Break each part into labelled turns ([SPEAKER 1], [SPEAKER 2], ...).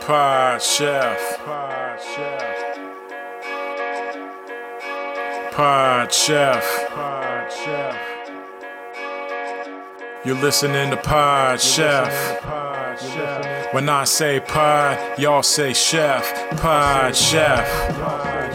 [SPEAKER 1] Pod Chef. Pod Chef. Pod Chef. Pod Chef. You're listening to Pod Chef. When I say pod, y'all say chef. Pod Chef.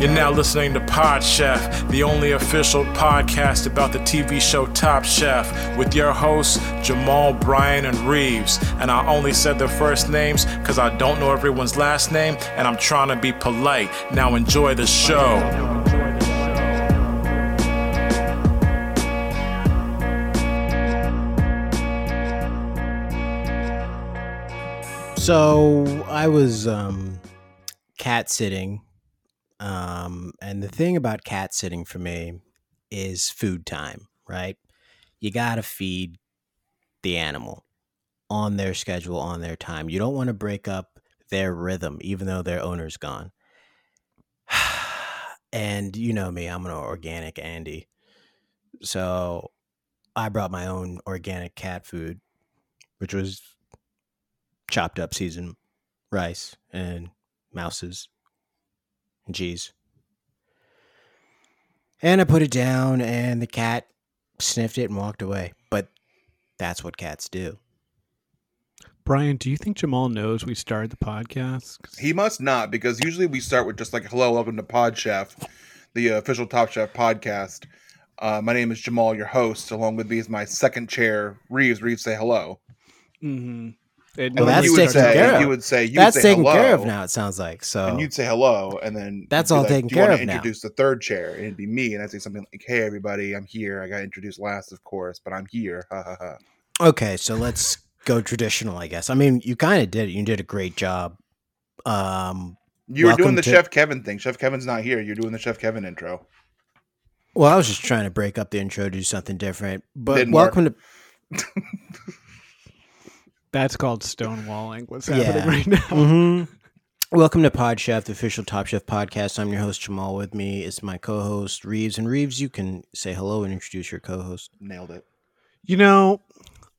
[SPEAKER 1] You're now listening to Pod Chef, the only official podcast about the TV show Top Chef, with your hosts Jamal, Bryan, and Reeves. And I only said their first names because I don't know everyone's last name, and I'm trying to be polite. Now enjoy the show.
[SPEAKER 2] So I was um, cat sitting, um, and the thing about cat sitting for me is food time. Right, you gotta feed the animal on their schedule, on their time. You don't want to break up their rhythm, even though their owner's gone. And you know me, I'm an organic Andy, so I brought my own organic cat food, which was chopped up seasoned rice and mouses and cheese. And I put it down, and the cat sniffed it and walked away. But that's what cats do.
[SPEAKER 3] Brian, do you think Jamal knows we started the podcast? 'Cause
[SPEAKER 4] He must not, because usually we start with just like, hello, welcome to Pod Chef, the official Top Chef podcast. Uh, my name is Jamal, your host. Along with me is my second chair, Reeves. Reeves, say hello.
[SPEAKER 3] Mhm. It-
[SPEAKER 2] Well,
[SPEAKER 4] then
[SPEAKER 2] that's
[SPEAKER 4] you would
[SPEAKER 2] taken
[SPEAKER 4] say,
[SPEAKER 2] care of.
[SPEAKER 4] You would say, you
[SPEAKER 2] that's
[SPEAKER 4] would say
[SPEAKER 2] taken
[SPEAKER 4] hello,
[SPEAKER 2] care of now. It sounds like so.
[SPEAKER 4] And you'd say hello, and then
[SPEAKER 2] That's
[SPEAKER 4] you'd be
[SPEAKER 2] all
[SPEAKER 4] like,
[SPEAKER 2] taken
[SPEAKER 4] "Do you wanna
[SPEAKER 2] care of now."
[SPEAKER 4] Introduce the third chair, and it'd be me, and I'd say something like, "Hey, everybody, I'm here. I got introduced last, of course, but I'm here." Ha ha ha.
[SPEAKER 2] Okay, so let's go traditional, I guess. I mean, you kind of did it. You did a great job. Um,
[SPEAKER 4] You were
[SPEAKER 2] Welcome
[SPEAKER 4] doing the
[SPEAKER 2] to-
[SPEAKER 4] Chef Kevin thing. Chef Kevin's not here. You're doing the Chef Kevin intro.
[SPEAKER 2] well, I was just trying to break up the intro, do something different. But
[SPEAKER 4] Didn't work.
[SPEAKER 2] welcome to
[SPEAKER 3] that's called stonewalling. What's
[SPEAKER 2] Yeah.
[SPEAKER 3] happening right now?
[SPEAKER 2] Mhm. welcome to Pod Chef, the official Top Chef podcast. I'm your host Jamal. With me is my co-host Reeves, and Reeves, you can say hello and introduce your co-host.
[SPEAKER 4] Nailed it.
[SPEAKER 3] You know,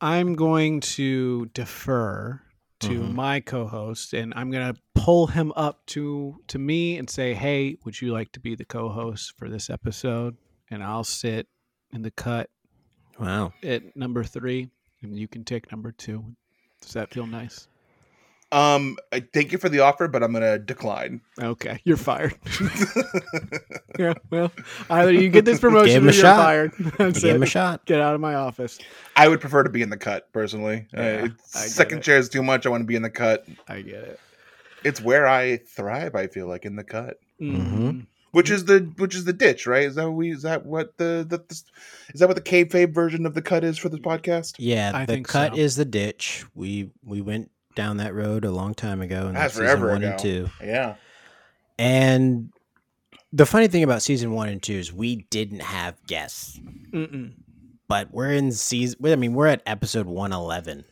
[SPEAKER 3] I'm going to defer to
[SPEAKER 2] Mhm.
[SPEAKER 3] my co-host, and I'm going to pull him up to to me and say, "Hey, would you like to be the co-host for this episode?" And I'll sit in the cut
[SPEAKER 2] Wow,
[SPEAKER 3] at number three, and you can take number two. Does that feel nice?
[SPEAKER 4] Um, I thank you for the offer, but I'm gonna decline.
[SPEAKER 3] Okay, you're fired. yeah, well, either you get this promotion
[SPEAKER 2] Gave
[SPEAKER 3] or
[SPEAKER 2] him a
[SPEAKER 3] you're
[SPEAKER 2] shot.
[SPEAKER 3] fired. That's
[SPEAKER 2] you gave him a
[SPEAKER 3] it.
[SPEAKER 2] shot.
[SPEAKER 3] Get out of my office.
[SPEAKER 4] I would prefer to be in the cut personally. Uh,
[SPEAKER 3] Yeah,
[SPEAKER 4] it's-
[SPEAKER 3] I get
[SPEAKER 4] second
[SPEAKER 3] it.
[SPEAKER 4] chair is too much. I want to be in the cut.
[SPEAKER 3] I get it.
[SPEAKER 4] It's where I thrive. I feel like in the cut,
[SPEAKER 2] Mhm.
[SPEAKER 3] Mm-hmm.
[SPEAKER 4] which is the which is the ditch, right? Is that what we is that what the, the, the is that what the kayfabe version of the cut is for this podcast?
[SPEAKER 2] Yeah,
[SPEAKER 3] I
[SPEAKER 2] the
[SPEAKER 3] think
[SPEAKER 2] cut
[SPEAKER 3] so.
[SPEAKER 2] is the ditch. We we went down that road a long time ago, and that's
[SPEAKER 4] That's
[SPEAKER 2] season
[SPEAKER 4] forever
[SPEAKER 2] one and
[SPEAKER 4] ago.
[SPEAKER 2] two.
[SPEAKER 4] Yeah,
[SPEAKER 2] And the funny thing about season one and two is we didn't have guests,
[SPEAKER 3] Mm-mm.
[SPEAKER 2] but we're in season. I mean, we're at episode one eleven.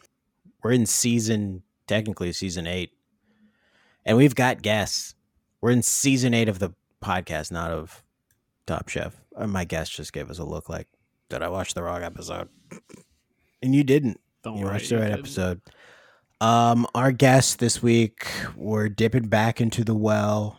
[SPEAKER 2] We're in season technically season eight, and we've got guests. We're in season eight of the podcast, not of Top Chef. Uh, My guest just gave us a look like, did I watch the wrong episode? And you didn't.
[SPEAKER 3] Don't
[SPEAKER 2] You
[SPEAKER 3] worry.
[SPEAKER 2] watched the right
[SPEAKER 3] didn't.
[SPEAKER 2] episode. Um, our guests this week we're dipping back into the well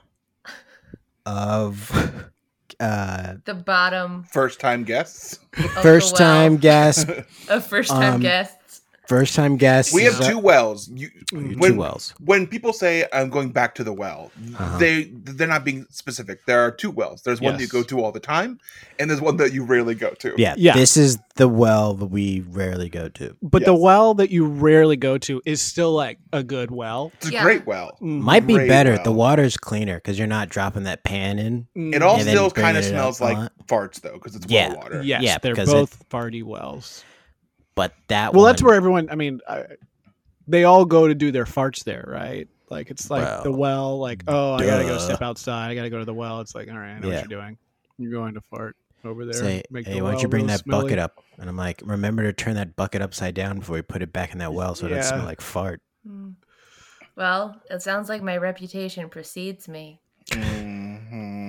[SPEAKER 2] of uh
[SPEAKER 5] the bottom
[SPEAKER 4] first time guests.
[SPEAKER 5] of
[SPEAKER 2] first
[SPEAKER 5] the well
[SPEAKER 2] time guests.
[SPEAKER 5] of first time
[SPEAKER 2] um,
[SPEAKER 5] guests.
[SPEAKER 2] First time guests.
[SPEAKER 4] We have
[SPEAKER 2] is, uh,
[SPEAKER 4] two wells. You
[SPEAKER 3] Mhm.
[SPEAKER 4] when
[SPEAKER 2] two wells.
[SPEAKER 4] when people say I'm going back to the well,
[SPEAKER 2] Uh-huh.
[SPEAKER 4] they they're not being specific. There are two wells. There's one that you
[SPEAKER 3] Yes.
[SPEAKER 4] go to all the time, and there's one that you rarely go to.
[SPEAKER 2] Yeah,
[SPEAKER 3] Yeah.
[SPEAKER 2] This is the well that we rarely go to.
[SPEAKER 3] But the
[SPEAKER 4] Yes.
[SPEAKER 3] well that you rarely go to is still like a good well.
[SPEAKER 4] it's a
[SPEAKER 5] Yeah.
[SPEAKER 4] great well.
[SPEAKER 2] Might be
[SPEAKER 4] Great
[SPEAKER 2] better. The
[SPEAKER 4] well.
[SPEAKER 2] water's cleaner because you're not dropping that pan in.
[SPEAKER 3] Mm.
[SPEAKER 4] It all
[SPEAKER 2] And then
[SPEAKER 4] still
[SPEAKER 2] bring
[SPEAKER 4] kind
[SPEAKER 2] it
[SPEAKER 4] of
[SPEAKER 2] up
[SPEAKER 4] smells
[SPEAKER 2] a
[SPEAKER 4] like
[SPEAKER 2] lot.
[SPEAKER 4] farts though, because it's
[SPEAKER 2] Yeah.
[SPEAKER 4] well water.
[SPEAKER 3] Yes,
[SPEAKER 2] Yeah,
[SPEAKER 3] they're
[SPEAKER 2] because it-
[SPEAKER 3] both party wells.
[SPEAKER 2] But that
[SPEAKER 3] Well, that's
[SPEAKER 2] one-
[SPEAKER 3] where everyone. I mean, I, they all go to do their farts there, right? Like it's like the well. Like oh, I gotta go
[SPEAKER 2] duh.
[SPEAKER 3] step outside. I gotta go to the well. It's like all right, I know
[SPEAKER 2] Yeah.
[SPEAKER 3] what you're doing. You're going to fart. over there.
[SPEAKER 2] say,
[SPEAKER 3] make
[SPEAKER 2] hey,
[SPEAKER 3] the
[SPEAKER 2] why don't you
[SPEAKER 3] well
[SPEAKER 2] bring
[SPEAKER 3] real
[SPEAKER 2] that
[SPEAKER 3] smelly."
[SPEAKER 2] bucket up? And I'm like, remember to turn that bucket upside down before you put it back in that well so it doesn't smell
[SPEAKER 3] Yeah.
[SPEAKER 2] like fart.
[SPEAKER 5] Mm. Well, it sounds like my reputation precedes me.
[SPEAKER 4] Mhm.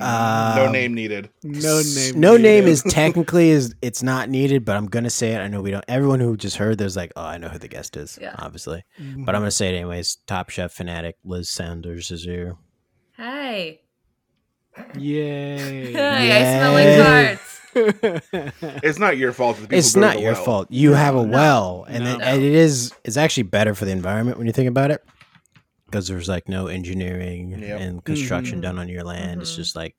[SPEAKER 4] no
[SPEAKER 2] Um,
[SPEAKER 4] name needed.
[SPEAKER 3] No
[SPEAKER 2] S-
[SPEAKER 3] name.
[SPEAKER 2] No name
[SPEAKER 3] needed.
[SPEAKER 2] is technically is it's not needed, but I'm gonna say it. I know we don't. Everyone who just heard, there's like, oh, I know who the guest is,
[SPEAKER 5] Yeah.
[SPEAKER 2] obviously. But I'm gonna say it anyways. Top Chef fanatic Liz Sanders is here.
[SPEAKER 5] Hey. Hey,
[SPEAKER 3] Yay!
[SPEAKER 5] I smell
[SPEAKER 2] Yay.
[SPEAKER 5] like farts.
[SPEAKER 4] It's not your fault. that the people
[SPEAKER 2] it's
[SPEAKER 4] go to
[SPEAKER 2] not
[SPEAKER 4] the
[SPEAKER 2] your
[SPEAKER 4] well.
[SPEAKER 2] fault. You have a well, and,
[SPEAKER 3] No.
[SPEAKER 2] then, and it is it's actually better for the environment when you think about it, because there's like no engineering
[SPEAKER 4] Yep.
[SPEAKER 2] and construction
[SPEAKER 5] Mhm.
[SPEAKER 2] done on your land. It's
[SPEAKER 5] Mhm.
[SPEAKER 2] just like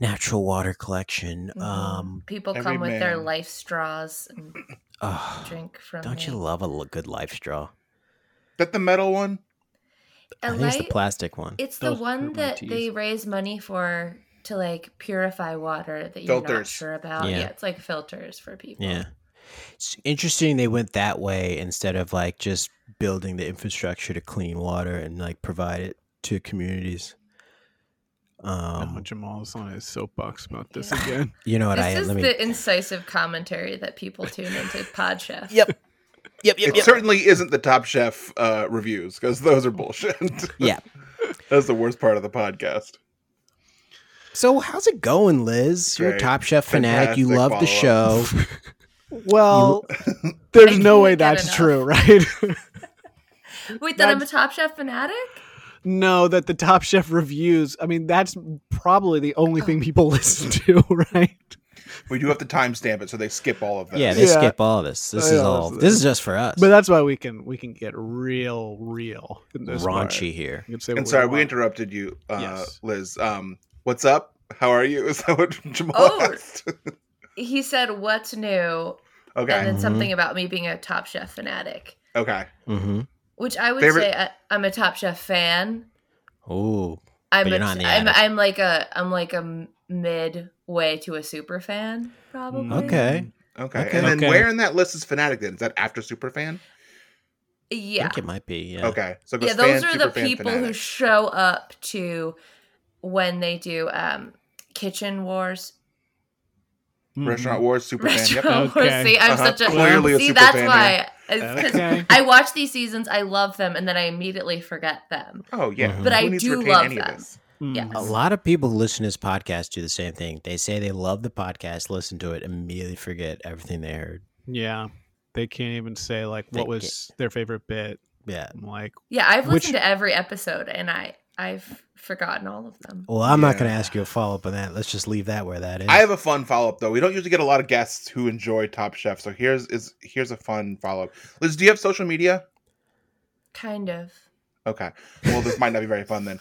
[SPEAKER 2] natural water collection.
[SPEAKER 5] Mhm.
[SPEAKER 2] Um,
[SPEAKER 5] People
[SPEAKER 4] every
[SPEAKER 5] come with their
[SPEAKER 4] man.
[SPEAKER 5] life straws and
[SPEAKER 2] ugh,
[SPEAKER 5] drink from
[SPEAKER 2] don't you
[SPEAKER 5] me.
[SPEAKER 2] love a l- good life straw?
[SPEAKER 4] That the metal one.
[SPEAKER 5] A
[SPEAKER 2] I think it's the
[SPEAKER 5] light-
[SPEAKER 2] plastic one.
[SPEAKER 5] It's the
[SPEAKER 3] Those
[SPEAKER 5] one
[SPEAKER 3] hurt my
[SPEAKER 5] that
[SPEAKER 3] teeth.
[SPEAKER 5] they raise money for to like purify water that you're not
[SPEAKER 4] Filters.
[SPEAKER 5] sure about.
[SPEAKER 2] Yeah.
[SPEAKER 5] Yeah. it's like filters for people.
[SPEAKER 2] Yeah. It's interesting they went that way instead of like just building the infrastructure to clean water and like provide it to communities.
[SPEAKER 3] Now
[SPEAKER 2] Um,
[SPEAKER 3] Jamal's on his soapbox about this
[SPEAKER 5] Yeah.
[SPEAKER 3] again.
[SPEAKER 2] you know what
[SPEAKER 5] this
[SPEAKER 2] I
[SPEAKER 5] is
[SPEAKER 2] let me
[SPEAKER 5] the incisive commentary that people tune into Pod Chef.
[SPEAKER 2] Yep. Yep,
[SPEAKER 4] It certainly isn't the Top Chef uh, reviews because those are bullshit.
[SPEAKER 2] Yeah.
[SPEAKER 4] that's the worst part of the podcast.
[SPEAKER 2] So how's it going, Liz? You're a
[SPEAKER 4] Great.
[SPEAKER 2] Top Chef fanatic. You love the
[SPEAKER 4] Fantastic
[SPEAKER 2] show.
[SPEAKER 3] Well, there's
[SPEAKER 5] I
[SPEAKER 3] no way
[SPEAKER 5] can't get
[SPEAKER 3] that's
[SPEAKER 5] enough.
[SPEAKER 3] true, right?
[SPEAKER 5] Wait, that I'm a
[SPEAKER 3] That's-
[SPEAKER 5] Top Chef fanatic?
[SPEAKER 3] no, that the Top Chef reviews. I mean, that's probably the only thing people listen to, right?
[SPEAKER 4] We do have to timestamp it, so they skip all of that.
[SPEAKER 2] Yeah,
[SPEAKER 3] they
[SPEAKER 2] they
[SPEAKER 3] Yeah. skip
[SPEAKER 2] skip all this. This
[SPEAKER 3] This I
[SPEAKER 2] is
[SPEAKER 3] is know,
[SPEAKER 2] all.
[SPEAKER 3] all-
[SPEAKER 2] This,
[SPEAKER 3] this- this
[SPEAKER 2] is
[SPEAKER 3] is
[SPEAKER 2] just for us.
[SPEAKER 3] But that's why we can we can get real, real in this part.
[SPEAKER 2] Raunchy here.
[SPEAKER 3] We can say
[SPEAKER 4] And
[SPEAKER 3] what
[SPEAKER 4] sorry, we
[SPEAKER 3] want.
[SPEAKER 4] interrupted you, uh,
[SPEAKER 3] Yes.
[SPEAKER 4] Liz. Um, what's up? How are you? Is that what Jamal
[SPEAKER 5] Oh.
[SPEAKER 4] asked?
[SPEAKER 5] He said what's new and
[SPEAKER 4] okay,
[SPEAKER 5] then
[SPEAKER 2] Mhm.
[SPEAKER 5] something about me being a Top Chef fanatic.
[SPEAKER 4] okay.
[SPEAKER 2] hmm
[SPEAKER 5] Which I would
[SPEAKER 4] Favorite-
[SPEAKER 5] say I, I'm a Top Chef fan.
[SPEAKER 2] Oh,
[SPEAKER 5] I'm
[SPEAKER 2] But you're
[SPEAKER 5] a,
[SPEAKER 2] not in the
[SPEAKER 5] I'm,
[SPEAKER 2] attic.
[SPEAKER 5] I'm like a I'm like a midway to a super fan,
[SPEAKER 4] Mm-hmm.
[SPEAKER 5] probably.
[SPEAKER 2] okay.
[SPEAKER 4] Okay.
[SPEAKER 2] Okay.
[SPEAKER 4] And then
[SPEAKER 3] Okay.
[SPEAKER 4] where in that list is Fanatic then? Is that after Superfan?
[SPEAKER 2] I
[SPEAKER 5] Yeah.
[SPEAKER 2] think it might be. Yeah.
[SPEAKER 4] Okay. So it
[SPEAKER 5] Yeah,
[SPEAKER 4] goes
[SPEAKER 5] those
[SPEAKER 4] fan,
[SPEAKER 5] are the
[SPEAKER 4] Superfan,
[SPEAKER 5] people who
[SPEAKER 4] Fanatic.
[SPEAKER 5] show up to when they do um kitchen wars.
[SPEAKER 2] Mm-hmm.
[SPEAKER 3] Mhm.
[SPEAKER 4] Restaurant Wars, Superfan.
[SPEAKER 5] Restaurant
[SPEAKER 4] Yep.
[SPEAKER 5] wars.
[SPEAKER 3] Okay.
[SPEAKER 5] See, I'm
[SPEAKER 4] Uh-huh.
[SPEAKER 5] such a
[SPEAKER 4] Clearly a
[SPEAKER 5] see.
[SPEAKER 4] super
[SPEAKER 5] that's
[SPEAKER 4] fan
[SPEAKER 5] why it's 'cause
[SPEAKER 3] Okay.
[SPEAKER 5] I watch these seasons, I love them, and then I immediately forget them.
[SPEAKER 4] Oh yeah.
[SPEAKER 2] But
[SPEAKER 4] Who
[SPEAKER 5] I
[SPEAKER 4] needs to
[SPEAKER 5] do
[SPEAKER 4] retain
[SPEAKER 5] love
[SPEAKER 4] any of
[SPEAKER 5] them.
[SPEAKER 4] this?
[SPEAKER 5] Yeah.
[SPEAKER 3] Mm-hmm.
[SPEAKER 2] A lot of people who listen to this podcast do the same thing. They say they love the podcast, listen to it, immediately forget everything they heard.
[SPEAKER 3] Yeah. They can't even say like what
[SPEAKER 2] Think
[SPEAKER 3] was their favorite bit.
[SPEAKER 2] Yeah.
[SPEAKER 3] I'm like,
[SPEAKER 5] Yeah, I've
[SPEAKER 3] Which-
[SPEAKER 5] listened to every episode, and I I've forgotten all of them.
[SPEAKER 2] Well, I'm not
[SPEAKER 4] Yeah.
[SPEAKER 2] going to ask you a follow up on that. Let's just leave that where that is.
[SPEAKER 4] I have a fun follow up though. We don't usually get a lot of guests who enjoy Top Chef, so here's is here's a fun follow up. Liz, do you have social media?
[SPEAKER 5] Kind of.
[SPEAKER 4] Okay. Well, this might not be very fun then.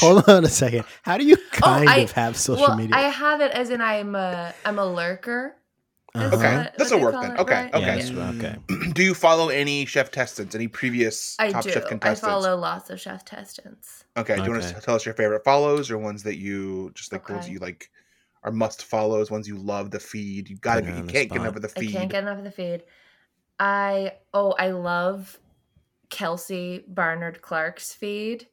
[SPEAKER 2] Hold on a second. How do you kind
[SPEAKER 5] Oh, I-
[SPEAKER 2] of have social
[SPEAKER 5] well,
[SPEAKER 2] media?
[SPEAKER 5] I have it as in I'm a I'm a lurker.
[SPEAKER 2] Uh-huh.
[SPEAKER 4] Okay.
[SPEAKER 5] what-
[SPEAKER 4] this'll work
[SPEAKER 5] what they call
[SPEAKER 4] then.
[SPEAKER 5] it,
[SPEAKER 4] Okay,
[SPEAKER 5] right?
[SPEAKER 4] okay.
[SPEAKER 2] Yes, okay.
[SPEAKER 4] do you follow any chef testants? Any previous
[SPEAKER 5] I
[SPEAKER 4] Top
[SPEAKER 5] do.
[SPEAKER 4] Chef
[SPEAKER 5] I
[SPEAKER 4] contestants?
[SPEAKER 5] follow lots of chef testants.
[SPEAKER 4] Okay, do you want
[SPEAKER 2] Okay.
[SPEAKER 4] to tell us your favorite follows or ones that you just like ones
[SPEAKER 5] Okay.
[SPEAKER 4] you like are must follows, ones you love the feed. You gotta
[SPEAKER 2] Put it
[SPEAKER 4] you
[SPEAKER 2] on the
[SPEAKER 4] can't get
[SPEAKER 2] spot.
[SPEAKER 4] enough of the feed.
[SPEAKER 5] I can't get enough of the feed. I oh I love Kelsey Barnard Clark's feed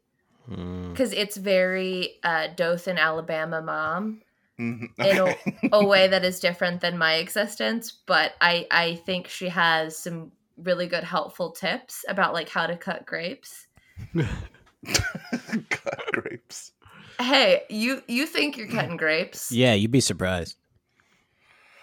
[SPEAKER 2] Mm.
[SPEAKER 5] because it's very uh, Dothan, Alabama mom
[SPEAKER 4] Mhm,
[SPEAKER 5] in a,
[SPEAKER 4] okay.
[SPEAKER 5] a way that is different than my existence. But I I think she has some really good helpful tips about like how to cut grapes.
[SPEAKER 4] God, grapes.
[SPEAKER 5] Hey, you you think
[SPEAKER 4] Mm.
[SPEAKER 5] you're cutting grapes?
[SPEAKER 2] Yeah, you'd be surprised.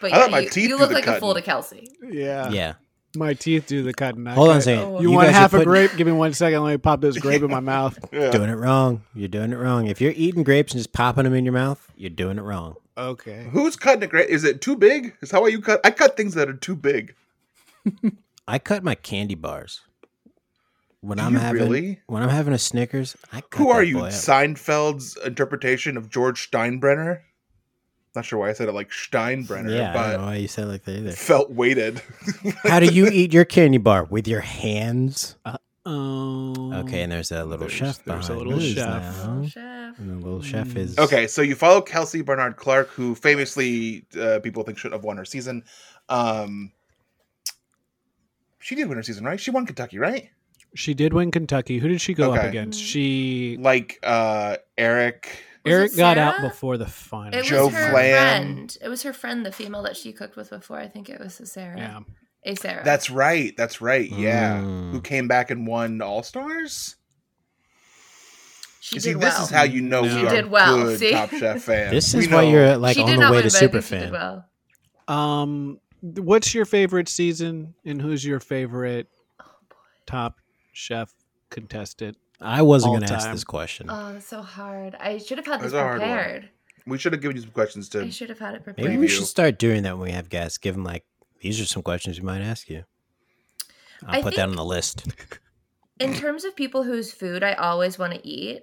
[SPEAKER 5] But
[SPEAKER 4] I
[SPEAKER 5] yeah,
[SPEAKER 4] let my
[SPEAKER 5] you,
[SPEAKER 4] teeth
[SPEAKER 5] you
[SPEAKER 4] do
[SPEAKER 5] look
[SPEAKER 4] the
[SPEAKER 5] like a fool to
[SPEAKER 4] cutting.
[SPEAKER 5] Kelsey.
[SPEAKER 3] yeah.
[SPEAKER 2] yeah.
[SPEAKER 3] My teeth do the cutting. I
[SPEAKER 2] Hold on a
[SPEAKER 3] can't-
[SPEAKER 2] second.
[SPEAKER 5] Oh,
[SPEAKER 3] You,
[SPEAKER 2] guys
[SPEAKER 3] want
[SPEAKER 2] are
[SPEAKER 3] half a
[SPEAKER 2] putting-
[SPEAKER 3] grape? Give me one second. Let me pop this grape in my mouth.
[SPEAKER 4] Yeah.
[SPEAKER 2] Doing it wrong. You're doing it wrong. If you're eating grapes and just popping them in your mouth, you're doing it wrong.
[SPEAKER 3] Okay.
[SPEAKER 4] Who's cutting a grape? Is it too big? Is how you cut? I cut things that are too big.
[SPEAKER 2] I cut my candy bars when
[SPEAKER 4] Do
[SPEAKER 2] I'm
[SPEAKER 4] you
[SPEAKER 2] having
[SPEAKER 4] really?
[SPEAKER 2] when I'm having a Snickers. I cut
[SPEAKER 4] Who
[SPEAKER 2] that
[SPEAKER 4] are you?
[SPEAKER 2] boy up.
[SPEAKER 4] Seinfeld's interpretation of George Steinbrenner. Not sure why I said it like Steinbrenner,
[SPEAKER 2] yeah, I don't know
[SPEAKER 4] but
[SPEAKER 2] why you said it like that either.
[SPEAKER 4] felt weighted.
[SPEAKER 2] How do you eat your candy bar with your hands?
[SPEAKER 3] Um,
[SPEAKER 2] Okay, and there's a little
[SPEAKER 3] There's-
[SPEAKER 2] chef
[SPEAKER 3] there's
[SPEAKER 2] behind
[SPEAKER 3] a little
[SPEAKER 2] Liz
[SPEAKER 3] chef.
[SPEAKER 2] now.
[SPEAKER 5] Oh, chef.
[SPEAKER 2] And the little
[SPEAKER 3] Mm.
[SPEAKER 2] chef is
[SPEAKER 4] Okay, so you follow Kelsey Bernard Clark, who famously uh, people think should have won her season. Um, she did win her season, right? She won Kentucky, right?
[SPEAKER 3] She did win Kentucky. Who did she go up
[SPEAKER 4] Okay.
[SPEAKER 3] against? She
[SPEAKER 4] Like uh, Eric
[SPEAKER 3] Eric
[SPEAKER 5] it
[SPEAKER 3] got out
[SPEAKER 5] Sarah?
[SPEAKER 3] before the final.
[SPEAKER 5] It was
[SPEAKER 4] Joe
[SPEAKER 5] her
[SPEAKER 4] Flan.
[SPEAKER 5] friend. It was her friend, the female that she cooked with before. I think it was a Sarah.
[SPEAKER 3] Yeah.
[SPEAKER 5] A Sarah.
[SPEAKER 4] That's right. That's right. Yeah.
[SPEAKER 2] Mm.
[SPEAKER 4] Who came back and won All Stars?
[SPEAKER 5] she
[SPEAKER 4] You
[SPEAKER 5] did
[SPEAKER 4] see,
[SPEAKER 5] well.
[SPEAKER 4] this is how you know
[SPEAKER 3] She
[SPEAKER 4] we are
[SPEAKER 5] did well,
[SPEAKER 4] good
[SPEAKER 5] see?
[SPEAKER 4] Top Chef fans.
[SPEAKER 2] This
[SPEAKER 4] We
[SPEAKER 2] is why
[SPEAKER 4] know.
[SPEAKER 2] you're like
[SPEAKER 5] she
[SPEAKER 2] on
[SPEAKER 5] did
[SPEAKER 2] the
[SPEAKER 5] not
[SPEAKER 2] way to
[SPEAKER 5] win, but I think
[SPEAKER 2] super
[SPEAKER 5] she did
[SPEAKER 2] fan.
[SPEAKER 5] well.
[SPEAKER 3] Um, th- what's your favorite season, and who's your favorite
[SPEAKER 5] Oh boy.
[SPEAKER 3] Top Chef contestant?
[SPEAKER 2] I wasn't
[SPEAKER 3] All
[SPEAKER 2] going to ask
[SPEAKER 3] time.
[SPEAKER 2] this question.
[SPEAKER 5] Oh, that's so hard. I should have had this
[SPEAKER 4] That's a hard one.
[SPEAKER 5] prepared.
[SPEAKER 4] We should have given you some questions
[SPEAKER 5] I
[SPEAKER 4] to.
[SPEAKER 5] should have had it prepared.
[SPEAKER 2] Maybe we
[SPEAKER 4] preview.
[SPEAKER 2] should start doing that when we have guests. Give them like these are some questions we might ask you. I'll
[SPEAKER 5] I
[SPEAKER 2] put that
[SPEAKER 5] think-
[SPEAKER 2] on the list.
[SPEAKER 5] in
[SPEAKER 4] Mm.
[SPEAKER 5] terms of people whose food I always want to eat,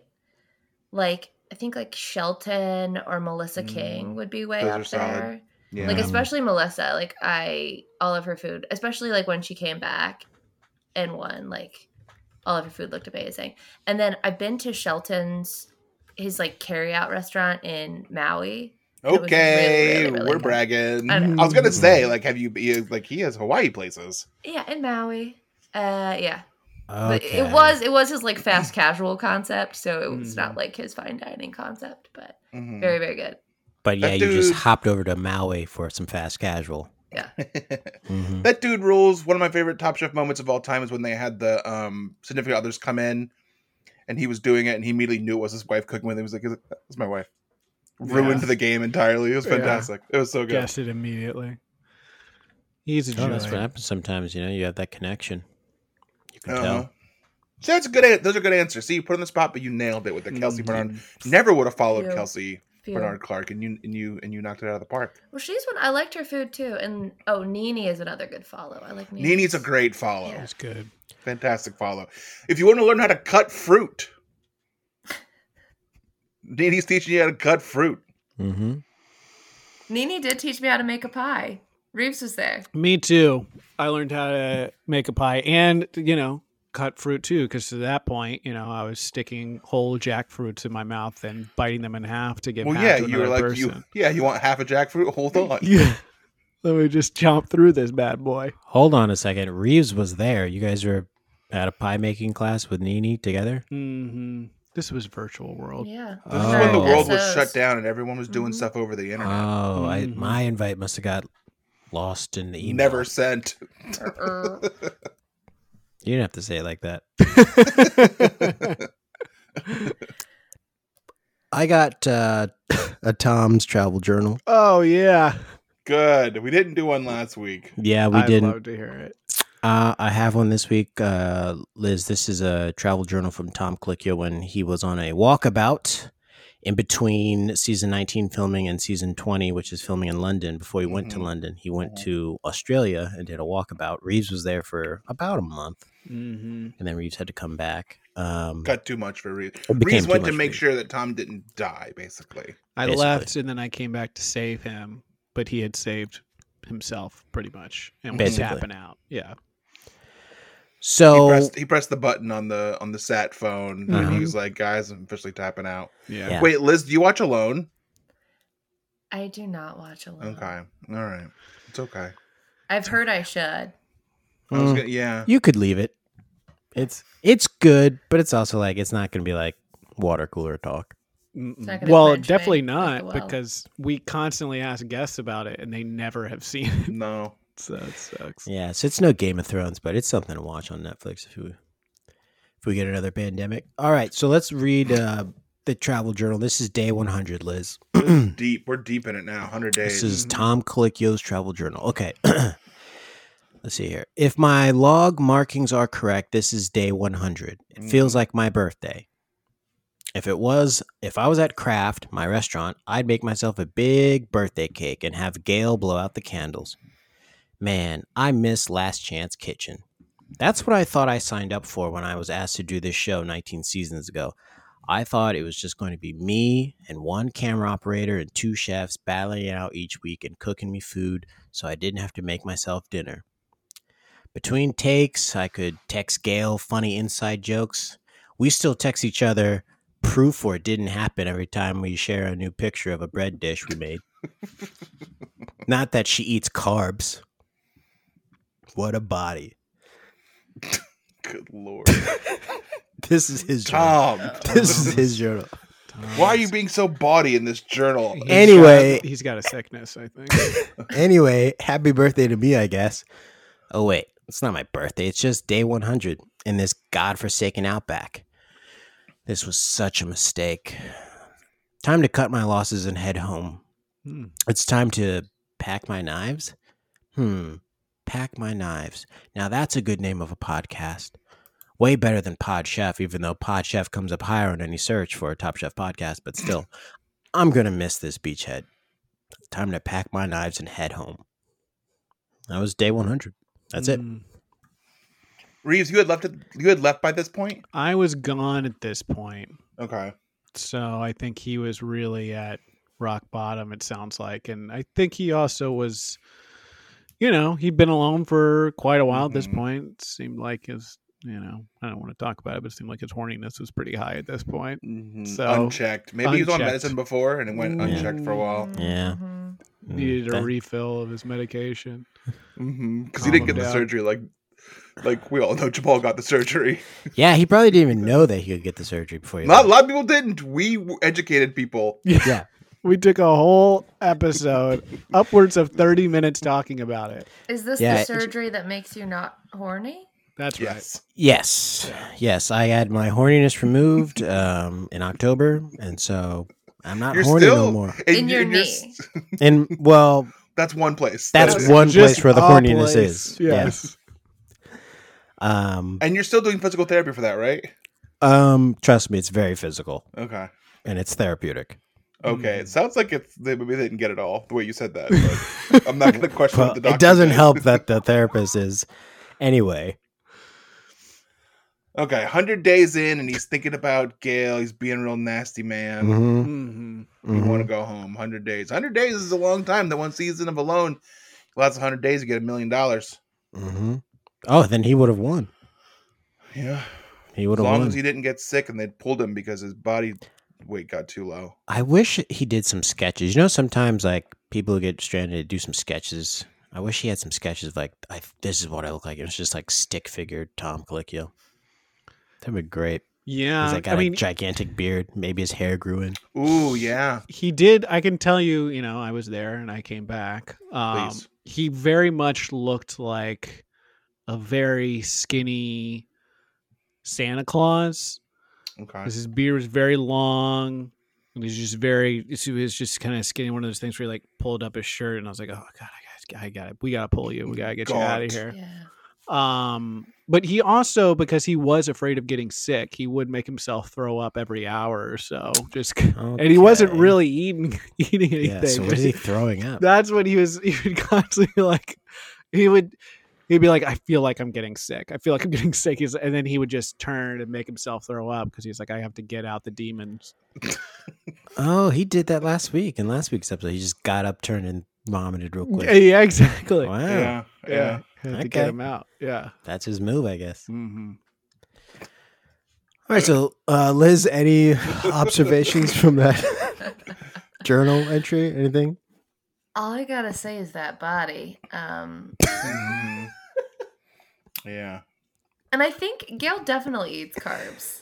[SPEAKER 5] like I think like Shelton or Melissa King
[SPEAKER 4] Mm,
[SPEAKER 5] would be way
[SPEAKER 4] those are
[SPEAKER 5] up
[SPEAKER 4] solid.
[SPEAKER 5] there.
[SPEAKER 4] Yeah.
[SPEAKER 5] Like
[SPEAKER 2] Yeah.
[SPEAKER 5] especially Melissa, like I all of her food, especially like when she came back and won, like all of her food looked amazing. And then I've been to Shelton's his like carryout restaurant in Maui. was really,
[SPEAKER 4] okay,
[SPEAKER 5] really, really
[SPEAKER 4] we're
[SPEAKER 5] good.
[SPEAKER 4] bragging.
[SPEAKER 5] I
[SPEAKER 4] I,
[SPEAKER 5] know.
[SPEAKER 4] was gonna say, like, have you? you- Like, he has Hawaii places.
[SPEAKER 5] Yeah, in Maui. Uh yeah. But
[SPEAKER 2] Okay.
[SPEAKER 5] it was it was his like fast casual concept, so it was
[SPEAKER 4] Mm.
[SPEAKER 3] Mhm.
[SPEAKER 5] not like his fine dining concept, but
[SPEAKER 4] Mhm.
[SPEAKER 5] very, very good.
[SPEAKER 2] But yeah,
[SPEAKER 4] That
[SPEAKER 2] you just
[SPEAKER 4] dude-
[SPEAKER 2] hopped over to Maui for some fast casual. Mhm.
[SPEAKER 4] that dude rules. One of my favorite Top Chef moments of all time is when they had the um, significant others come in, and he was doing it, and he immediately knew it was his wife cooking with him. He was like, "That's my wife." Ruined
[SPEAKER 3] Yeah.
[SPEAKER 4] the game entirely. It was
[SPEAKER 3] Yeah.
[SPEAKER 4] fantastic. It was so good.
[SPEAKER 3] Guessed it immediately. He's a
[SPEAKER 2] Oh,
[SPEAKER 3] joy.
[SPEAKER 2] that's what happens sometimes. You know, you have that connection. You can
[SPEAKER 4] Uh-huh.
[SPEAKER 2] tell.
[SPEAKER 4] So that's a good. an- Those are good answers. See, you put on the spot, but you nailed it with
[SPEAKER 5] Mm-hmm.
[SPEAKER 4] the Kelsey
[SPEAKER 3] Mhm.
[SPEAKER 4] Bernard. Never would have followed
[SPEAKER 5] Yeah.
[SPEAKER 4] Kelsey
[SPEAKER 5] Phew.
[SPEAKER 4] Bernard Clark, and you and you and you knocked it out of the park.
[SPEAKER 5] Well, she's one. I liked her food too, and oh, Nini is another good follow. I like Nini.
[SPEAKER 4] Nini's a great follow.
[SPEAKER 5] Yeah.
[SPEAKER 3] That's good.
[SPEAKER 4] Fantastic follow. If you want to learn how to cut fruit, Nini's teaching you how to cut fruit.
[SPEAKER 2] Mm-hmm.
[SPEAKER 5] Nini did teach me how to make a pie. Reeves was there.
[SPEAKER 3] Me too. I learned how to make a pie and, you know, cut fruit too, because to that point, you know, I was sticking whole jackfruits in my mouth and biting them in half to get
[SPEAKER 4] well,
[SPEAKER 3] back
[SPEAKER 4] yeah,
[SPEAKER 3] to
[SPEAKER 4] you were
[SPEAKER 3] another
[SPEAKER 4] like you.
[SPEAKER 3] person.
[SPEAKER 4] Yeah, you want half a jackfruit? Hold on.
[SPEAKER 3] Yeah. Let me just chomp through this bad boy.
[SPEAKER 2] Hold on a second. Reeves was there. You guys were at a pie making class with Nini together.
[SPEAKER 4] Mm-hmm.
[SPEAKER 3] hmm This was virtual world.
[SPEAKER 5] Yeah.
[SPEAKER 4] This is when the
[SPEAKER 2] Oh.
[SPEAKER 4] world was
[SPEAKER 5] SOs.
[SPEAKER 4] shut down and everyone was doing
[SPEAKER 5] Mhm.
[SPEAKER 4] stuff over the internet.
[SPEAKER 2] Oh, I,
[SPEAKER 5] Mm-hmm.
[SPEAKER 3] Mhm.
[SPEAKER 2] my invite must have got lost in the email.
[SPEAKER 4] Never sent.
[SPEAKER 5] Er,
[SPEAKER 2] You didn't have to say it like that.
[SPEAKER 6] I got uh, a Tom's travel journal.
[SPEAKER 3] oh yeah.
[SPEAKER 4] Good. We didn't do one last week.
[SPEAKER 2] Yeah, we
[SPEAKER 3] I'd
[SPEAKER 2] didn't.
[SPEAKER 3] love to hear it.
[SPEAKER 2] Uh, I have one this week, uh, Liz. This is a travel journal from Tom Colicchio when he was on a walkabout in between season 19 filming and season 20, which is filming in London. Before he went to
[SPEAKER 4] Mhm.
[SPEAKER 2] London, he went
[SPEAKER 4] Mhm.
[SPEAKER 2] to Australia and did a walkabout. Reeves was there for about a month,
[SPEAKER 3] Mm-hmm.
[SPEAKER 2] and then Reeves had to come back. Um,
[SPEAKER 4] Cut too much for Reese.
[SPEAKER 2] it became
[SPEAKER 4] Reese
[SPEAKER 2] too
[SPEAKER 4] went to
[SPEAKER 2] much
[SPEAKER 4] make
[SPEAKER 2] for me.
[SPEAKER 4] sure that Tom didn't die, basically.
[SPEAKER 3] I
[SPEAKER 2] Basically.
[SPEAKER 3] left and then I came back to save him, but he had saved himself pretty much and was
[SPEAKER 2] Basically.
[SPEAKER 3] tapping out. Yeah.
[SPEAKER 4] He
[SPEAKER 2] So
[SPEAKER 4] pressed he pressed the button on the on the sat phone and
[SPEAKER 2] Uh-huh.
[SPEAKER 4] he was like, guys, I'm officially tapping out.
[SPEAKER 3] Yeah.
[SPEAKER 2] Yeah.
[SPEAKER 4] Wait, Liz, do you watch Alone?
[SPEAKER 5] I do not watch alone.
[SPEAKER 4] Okay. All right. It's okay.
[SPEAKER 5] I've heard I should.
[SPEAKER 4] I was
[SPEAKER 2] Mm.
[SPEAKER 4] gonna, yeah.
[SPEAKER 2] you could leave it. It's it's good, but it's also like it's not going to be like water cooler talk.
[SPEAKER 3] Mm-mm.
[SPEAKER 5] not gonna
[SPEAKER 3] Well,
[SPEAKER 5] quench me
[SPEAKER 3] definitely
[SPEAKER 5] like the
[SPEAKER 3] not
[SPEAKER 5] well.
[SPEAKER 3] because we constantly ask guests about it and they never have seen it.
[SPEAKER 4] No.
[SPEAKER 3] So it sucks.
[SPEAKER 2] Yeah, so it's no Game of Thrones, but it's something to watch on Netflix if we if we get another pandemic. All right, so let's read uh, the travel journal. This is day 100, Liz.
[SPEAKER 4] Deep. We're deep in it now. 100 days.
[SPEAKER 2] This is
[SPEAKER 3] Mhm.
[SPEAKER 2] Tom Colicchio's travel journal. Okay. Let's see here. If my log markings are correct, this is day 100. It feels like my birthday. If it was, if I was at Kraft, my restaurant, I'd make myself a big birthday cake and have Gail blow out the candles. Man, I miss Last Chance Kitchen. That's what I thought I signed up for when I was asked to do this show 19 seasons ago. I thought it was just going to be me and one camera operator and two chefs battling it out each week and cooking me food so I didn't have to make myself dinner. Between takes, I could text Gail funny inside jokes. We still text each other proof for it didn't happen every time we share a new picture of a bread dish we made. Not that she eats carbs. What a body.
[SPEAKER 4] Good lord.
[SPEAKER 2] This is his journal.
[SPEAKER 4] Tom.
[SPEAKER 2] This is his journal.
[SPEAKER 4] Why are you being so bawdy in this journal?
[SPEAKER 3] He's got-
[SPEAKER 2] Anyway.
[SPEAKER 3] he's got a sickness, I think.
[SPEAKER 2] anyway, happy birthday to me, I guess. Oh wait, it's not my birthday. It's just day 100 in this godforsaken outback. This was such a mistake. Time to cut my losses and head home.
[SPEAKER 3] Hmm.
[SPEAKER 2] It's time to pack my knives. Hmm. Pack my knives. Now that's a good name of a podcast. Way better than Pod Chef, even though Pod Chef comes up higher on any search for a Top Chef podcast, but still, I'm gonna miss this beachhead. Time to pack my knives and head home. That was day 100. That's it.
[SPEAKER 3] Hmm.
[SPEAKER 4] Reeves, you had left. It, you had left by this point.
[SPEAKER 3] I was gone at this point.
[SPEAKER 4] Okay.
[SPEAKER 3] So I think he was really at rock bottom, it sounds like. And I think he also was, you know, he'd been alone for quite a while at this
[SPEAKER 5] Mm-hmm.
[SPEAKER 4] Mhm.
[SPEAKER 3] point. It seemed like his, you know, I don't want to talk about it, but it seemed like his horniness was pretty high at this point. So,
[SPEAKER 4] unchecked. Maybe he was on
[SPEAKER 3] Mm-hmm. unchecked. Mm-hmm.
[SPEAKER 4] medicine before and it went
[SPEAKER 3] Yeah.
[SPEAKER 4] unchecked for a while.
[SPEAKER 2] Yeah.
[SPEAKER 5] Mhm.
[SPEAKER 2] Mm,
[SPEAKER 3] Needed a
[SPEAKER 2] that-
[SPEAKER 3] refill of his medication.
[SPEAKER 4] Because he
[SPEAKER 3] Calm
[SPEAKER 4] didn't get the
[SPEAKER 3] Mm-hmm. down.
[SPEAKER 4] surgery like, like we all know. Jamal got the surgery.
[SPEAKER 2] yeah, he probably didn't even know that he could get the surgery before he
[SPEAKER 4] Not a
[SPEAKER 2] left.
[SPEAKER 4] lot of people didn't. We w- educated people.
[SPEAKER 2] Yeah.
[SPEAKER 3] We took a whole episode, upwards of 30 minutes talking about it.
[SPEAKER 5] Is this
[SPEAKER 2] Yeah,
[SPEAKER 5] the
[SPEAKER 2] it-
[SPEAKER 5] surgery that makes you not horny?
[SPEAKER 3] That's right.
[SPEAKER 4] Yes.
[SPEAKER 2] Yes. Yes, I had my horniness removed um, in October, and so I'm not
[SPEAKER 4] You're
[SPEAKER 2] horny
[SPEAKER 4] still
[SPEAKER 2] no more.
[SPEAKER 4] and
[SPEAKER 5] In
[SPEAKER 4] you-
[SPEAKER 5] your
[SPEAKER 4] and you're
[SPEAKER 5] knee.
[SPEAKER 4] s-
[SPEAKER 2] And well,
[SPEAKER 4] That's one place.
[SPEAKER 2] That's
[SPEAKER 4] That is-
[SPEAKER 3] That's
[SPEAKER 2] one
[SPEAKER 3] just
[SPEAKER 2] place where the
[SPEAKER 3] a
[SPEAKER 2] horniness
[SPEAKER 3] place.
[SPEAKER 2] is. Yeah.
[SPEAKER 3] Yes.
[SPEAKER 2] Um,
[SPEAKER 4] And you're still doing physical therapy for that, right?
[SPEAKER 2] um, trust me, it's very physical
[SPEAKER 4] Okay.
[SPEAKER 2] and it's therapeutic. Mm-hmm.
[SPEAKER 4] Okay.
[SPEAKER 3] Mm.
[SPEAKER 4] It sounds like it's they maybe they didn't get it all the way you said that. But I'm not going to question
[SPEAKER 2] Well,
[SPEAKER 4] what the doctor.
[SPEAKER 2] it doesn't
[SPEAKER 4] did.
[SPEAKER 2] help that the therapist is. Anyway,
[SPEAKER 4] Okay, hundred days in, and he's thinking about Gail. He's being a real nasty man.
[SPEAKER 2] Mhm,
[SPEAKER 3] Mhm.
[SPEAKER 4] You
[SPEAKER 2] mhm.
[SPEAKER 4] want to go home. Hundred days. Hundred days is a long time. The one season of Alone. Lots of hundred days, you get a million dollars.
[SPEAKER 2] hmm Oh, then he would have won.
[SPEAKER 4] Yeah,
[SPEAKER 2] He
[SPEAKER 4] as
[SPEAKER 2] would have
[SPEAKER 4] long
[SPEAKER 2] won.
[SPEAKER 4] as he didn't get sick and they pulled him because his body weight got too low.
[SPEAKER 2] I wish he did some sketches. You know, sometimes like people who get stranded do some sketches. I wish he had some sketches of like I, this is what I look like. It was just like stick figured Tom Colicchio. That'd be great.
[SPEAKER 3] Yeah.
[SPEAKER 2] He's like got
[SPEAKER 3] I mean,
[SPEAKER 2] a gigantic beard. Maybe his hair grew in.
[SPEAKER 4] Ooh, yeah.
[SPEAKER 3] he did i can tell you you know i was there and i came back um
[SPEAKER 4] Please.
[SPEAKER 3] he very much looked like a very skinny santa claus
[SPEAKER 4] Okay.
[SPEAKER 3] 'cause his beard was very long and he's just very he was just kind of skinny one of those things where he like pulled up his shirt and i was like oh god i got i got it we gotta pull you we gotta get you out of
[SPEAKER 4] Gaunt.
[SPEAKER 3] here
[SPEAKER 5] Yeah.
[SPEAKER 3] um but he also because he was afraid of getting sick he would make himself throw up every hour or so just and he wasn't
[SPEAKER 2] Okay.
[SPEAKER 3] really eating eating anything.
[SPEAKER 2] Yeah. So what is he throwing up?
[SPEAKER 3] That's what he was. He would constantly like, he would, he'd be like, "I feel like I'm getting sick. I feel like I'm getting sick." He's, and then he would just turn and make himself throw up because he's like, "I have to get out the demons."
[SPEAKER 2] Oh, he did that last week in last week's episode. He just got up, turned, and vomited real quick.
[SPEAKER 3] Yeah, yeah, exactly.
[SPEAKER 2] Wow,
[SPEAKER 4] yeah, yeah.
[SPEAKER 3] Yeah, had to get
[SPEAKER 2] Okay.
[SPEAKER 3] him out. Yeah.
[SPEAKER 2] that's his move, I guess.
[SPEAKER 4] Mm-hmm.
[SPEAKER 2] All right, so uh, Liz, any observations from that journal entry? Anything?
[SPEAKER 5] All I gotta say is that body. Um,
[SPEAKER 2] Mm-hmm.
[SPEAKER 4] Yeah.
[SPEAKER 5] and I think Gail definitely eats carbs.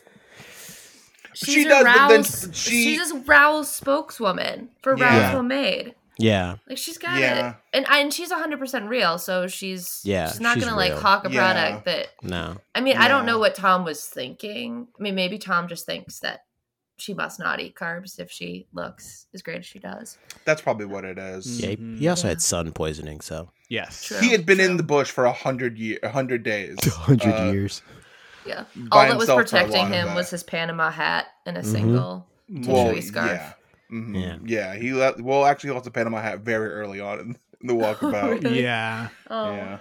[SPEAKER 5] She's
[SPEAKER 4] she
[SPEAKER 5] a
[SPEAKER 4] does, but then
[SPEAKER 5] Rouse,
[SPEAKER 4] she-
[SPEAKER 5] she's a Rouse spokeswoman for
[SPEAKER 4] Yeah.
[SPEAKER 5] Rouse Homemade.
[SPEAKER 2] Yeah,
[SPEAKER 5] Like she's got
[SPEAKER 4] Yeah.
[SPEAKER 5] it, and and she's hundred percent real. So she's
[SPEAKER 2] Yeah,
[SPEAKER 5] she's not
[SPEAKER 2] she's
[SPEAKER 5] gonna
[SPEAKER 2] real.
[SPEAKER 5] like hawk a
[SPEAKER 4] Yeah.
[SPEAKER 5] product that.
[SPEAKER 2] no.
[SPEAKER 5] I mean, I don't
[SPEAKER 4] Yeah.
[SPEAKER 5] know what Tom was thinking. I mean, maybe Tom just thinks that she must not eat carbs if she looks as great as she does.
[SPEAKER 4] That's probably what it is.
[SPEAKER 2] Yeah, he,
[SPEAKER 3] Mhm.
[SPEAKER 2] he also
[SPEAKER 5] Yeah.
[SPEAKER 2] had sun poisoning, so
[SPEAKER 3] Yes.
[SPEAKER 5] True.
[SPEAKER 4] He had been
[SPEAKER 5] True.
[SPEAKER 4] in the bush for a hundred year, a hundred days.
[SPEAKER 2] hundred
[SPEAKER 4] Uh,
[SPEAKER 2] years.
[SPEAKER 5] Yeah,
[SPEAKER 4] by
[SPEAKER 5] all that was
[SPEAKER 4] himself for a
[SPEAKER 5] protecting
[SPEAKER 4] lot of
[SPEAKER 5] him was
[SPEAKER 4] that.
[SPEAKER 5] his Panama hat and a
[SPEAKER 2] Mhm.
[SPEAKER 5] single
[SPEAKER 4] Well,
[SPEAKER 5] Chewy scarf.
[SPEAKER 4] yeah. Mhm.
[SPEAKER 2] Yeah.
[SPEAKER 4] yeah, He left. Well, actually, he lost a Panama hat very early on in, in the walkabout.
[SPEAKER 5] Really?
[SPEAKER 3] Yeah.
[SPEAKER 5] Oh,
[SPEAKER 4] Yeah,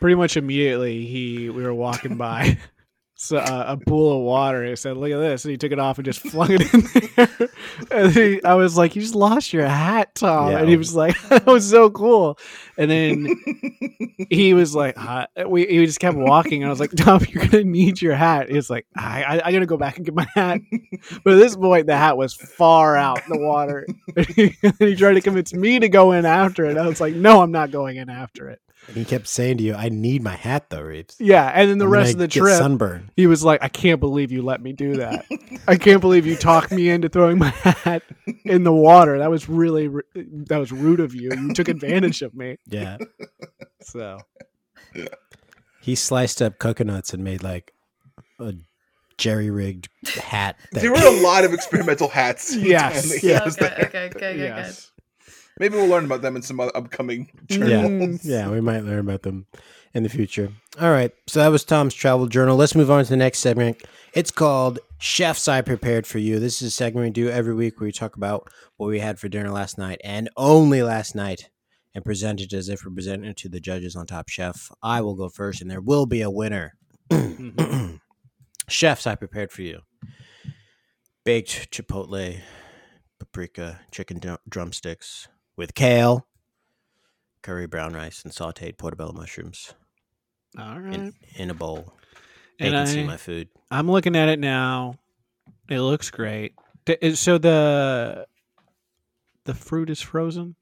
[SPEAKER 3] pretty much immediately he we were walking by so, uh, a pool of water and he said look at this and he took it off and just flung it in there and he, i was like you just lost your hat tom and he
[SPEAKER 2] Yeah.
[SPEAKER 3] was like that was so cool and then he was like "Huh?" we he just kept walking and i was like tom you're gonna need your hat he's like I, I i'm gonna go back and get my hat but at this point the hat was far out in the water and he, he tried to convince me to go in after it i was like no i'm not going in after it
[SPEAKER 2] And he kept saying to you, "I need my hat, though, Reeves."
[SPEAKER 3] yeah, and then the
[SPEAKER 2] I'm
[SPEAKER 3] rest of
[SPEAKER 2] gonna
[SPEAKER 3] the
[SPEAKER 2] get
[SPEAKER 3] trip,
[SPEAKER 2] sunburn.
[SPEAKER 3] He was like, I can't believe you let me do that. I can't believe you talked me into throwing my hat in the water. That was really ru- that was rude of you. You took advantage of me.
[SPEAKER 2] Yeah.
[SPEAKER 3] So
[SPEAKER 2] He sliced up coconuts and made like a jerry rigged hat. that-
[SPEAKER 4] There were a lot of experimental hats. he
[SPEAKER 3] Yes,
[SPEAKER 4] had- he
[SPEAKER 5] Yeah.
[SPEAKER 4] has
[SPEAKER 5] Okay,
[SPEAKER 4] there.
[SPEAKER 5] okay, good, good, good.
[SPEAKER 3] yes,
[SPEAKER 4] Maybe we'll learn about them in some other upcoming
[SPEAKER 2] Yeah.
[SPEAKER 4] journals.
[SPEAKER 2] Yeah, we might learn about them in the future. All right. So that was Tom's travel journal. Let's move on to the next segment. It's called Chefs I Prepared for You. This is a segment we do every week where we talk about what we had for dinner last night and only last night and present it as if we're presenting it to the judges on Top Chef. I will go first and there will be a winner. Chefs I prepared for you. Baked chipotle, paprika, chicken drum- drumsticks with kale, curry brown rice and sauteed portobello mushrooms
[SPEAKER 3] all right.
[SPEAKER 2] in, in a bowl. They
[SPEAKER 3] And
[SPEAKER 2] can see
[SPEAKER 3] I-
[SPEAKER 2] my food.
[SPEAKER 3] I'm looking at it now. It looks great. Th- is- So the the fruit is frozen.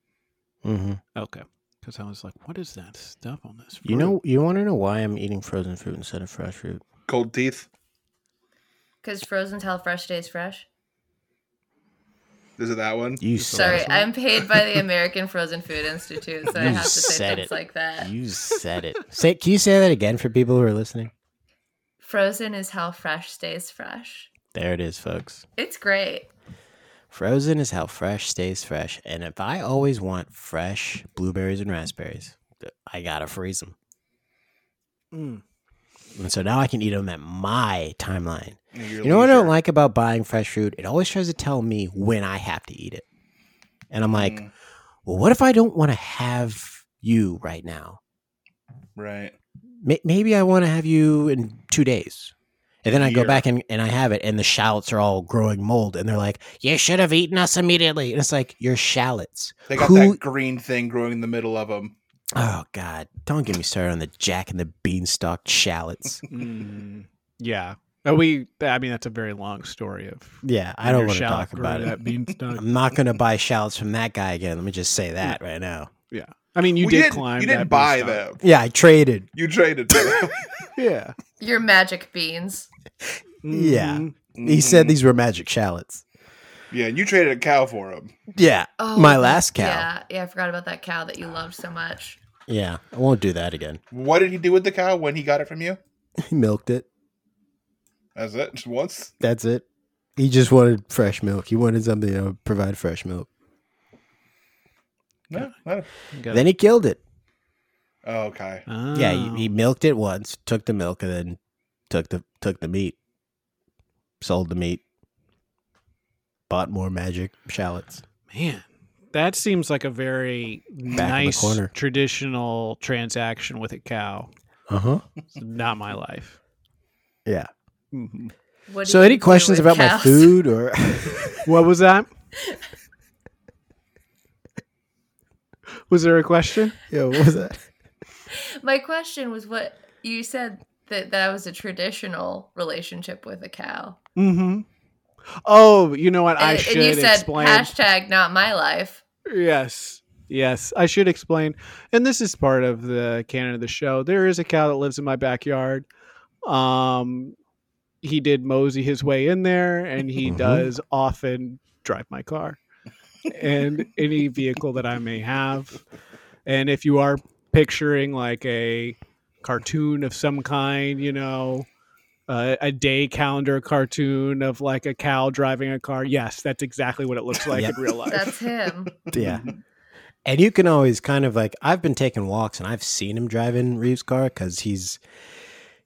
[SPEAKER 2] Mm-hmm.
[SPEAKER 3] Okay, because I was like, what is that stuff on this? Fruit?
[SPEAKER 2] You know, you want to know why I'm eating frozen fruit instead of fresh fruit?
[SPEAKER 4] Cold teeth.
[SPEAKER 5] Because frozen tell fresh stays fresh.
[SPEAKER 4] Is it that one?
[SPEAKER 2] You
[SPEAKER 5] Sorry,
[SPEAKER 2] said
[SPEAKER 5] I'm paid by the American Frozen Food Institute, so I
[SPEAKER 2] You
[SPEAKER 5] have to say
[SPEAKER 2] said
[SPEAKER 5] things
[SPEAKER 2] it.
[SPEAKER 5] like that.
[SPEAKER 2] it. You said it. Say, can you say that again for people who are listening?
[SPEAKER 5] Frozen is how fresh stays fresh.
[SPEAKER 2] There it is, folks.
[SPEAKER 5] It's great.
[SPEAKER 2] Frozen is how fresh stays fresh, and if I always want fresh blueberries and raspberries, th- I gotta freeze them.
[SPEAKER 3] Mm.
[SPEAKER 2] And so now I can eat them at my timeline.
[SPEAKER 4] Your
[SPEAKER 2] You know what I
[SPEAKER 4] leisure.
[SPEAKER 2] don't like about buying fresh fruit? It always tries to tell me when I have to eat it. And I'm like,
[SPEAKER 4] Mm,
[SPEAKER 2] well, what if I don't want to have you right now?
[SPEAKER 4] right.
[SPEAKER 2] May- Maybe I want to have you in two days. And then I go
[SPEAKER 4] Year.
[SPEAKER 2] back and, and I have it, and the shallots are all growing mold. And they're like, you should have eaten us immediately. And it's like, your shallots.
[SPEAKER 4] They got
[SPEAKER 2] Who-
[SPEAKER 4] that green thing growing in the middle of them.
[SPEAKER 2] Oh, God. Don't get me started on the Jack and the Beanstalk shallots.
[SPEAKER 3] Mm. Yeah. Are we? I mean, that's a very long story of.
[SPEAKER 2] yeah, I don't
[SPEAKER 3] your
[SPEAKER 2] want to
[SPEAKER 3] shallot
[SPEAKER 2] talk
[SPEAKER 3] grew
[SPEAKER 2] about it.
[SPEAKER 3] That beanstalk.
[SPEAKER 2] I'm not going to buy shallots from that guy again. Let me just say that right now.
[SPEAKER 3] I mean, you
[SPEAKER 4] Well,
[SPEAKER 3] did
[SPEAKER 4] didn't-
[SPEAKER 3] climb.
[SPEAKER 4] You didn't
[SPEAKER 3] that
[SPEAKER 4] buy
[SPEAKER 3] beanstalk.
[SPEAKER 4] them.
[SPEAKER 2] Yeah, I traded.
[SPEAKER 4] You traded them.
[SPEAKER 3] Yeah.
[SPEAKER 5] Your magic beans.
[SPEAKER 2] Yeah.
[SPEAKER 3] Mhm.
[SPEAKER 2] He said
[SPEAKER 5] Mm-hmm.
[SPEAKER 4] Mhm.
[SPEAKER 2] these were magic shallots.
[SPEAKER 4] Mm-hmm. Yeah, and you traded a cow for him.
[SPEAKER 2] Yeah.
[SPEAKER 5] Oh,
[SPEAKER 2] My last cow.
[SPEAKER 5] Yeah, yeah, I forgot about that cow that you loved so much.
[SPEAKER 2] Yeah. I won't do that again.
[SPEAKER 4] What did he do with the cow when he got it from you?
[SPEAKER 2] He milked it.
[SPEAKER 4] That's it. Just once.
[SPEAKER 2] That's it. He just wanted fresh milk. He wanted something that would provide fresh milk.
[SPEAKER 4] No. no.
[SPEAKER 3] Got
[SPEAKER 2] Then he killed it.
[SPEAKER 4] Oh, okay.
[SPEAKER 3] Oh.
[SPEAKER 2] Yeah, he, he milked it once, took the milk, and then took the took the meat. Sold the meat. Bought more magic shallots.
[SPEAKER 3] man, that seems like a very nice
[SPEAKER 2] corner.
[SPEAKER 3] traditional transaction with a cow.
[SPEAKER 2] Uh huh.
[SPEAKER 3] It's not my life.
[SPEAKER 2] Yeah.
[SPEAKER 5] What do
[SPEAKER 2] So
[SPEAKER 5] you
[SPEAKER 2] any
[SPEAKER 5] do
[SPEAKER 2] questions
[SPEAKER 5] with
[SPEAKER 2] about my
[SPEAKER 5] cows?
[SPEAKER 2] food or
[SPEAKER 3] What was that? was there a question?
[SPEAKER 2] yeah, what was that?
[SPEAKER 5] My question was what you said that that was a traditional relationship with a cow.
[SPEAKER 3] Mm-hmm. Oh, you know what? I
[SPEAKER 5] and,
[SPEAKER 3] should
[SPEAKER 5] and you said
[SPEAKER 3] explain.
[SPEAKER 5] hashtag not my life.
[SPEAKER 3] Yes. Yes. I should explain. And this is part of the canon of the show. There is a cow that lives in my backyard. Um he did mosey his way in there and he
[SPEAKER 2] Mhm.
[SPEAKER 3] does often drive my car and any vehicle that I may have. And if you are picturing like a cartoon of some kind, you know, uh, a day calendar cartoon of like a cow driving a car. Yes, that's exactly what it looks like
[SPEAKER 2] Yep.
[SPEAKER 3] in real life.
[SPEAKER 5] That's him.
[SPEAKER 2] Yeah. And you can always kind of like I've been taking walks and I've seen him drive in Reeves' car because he's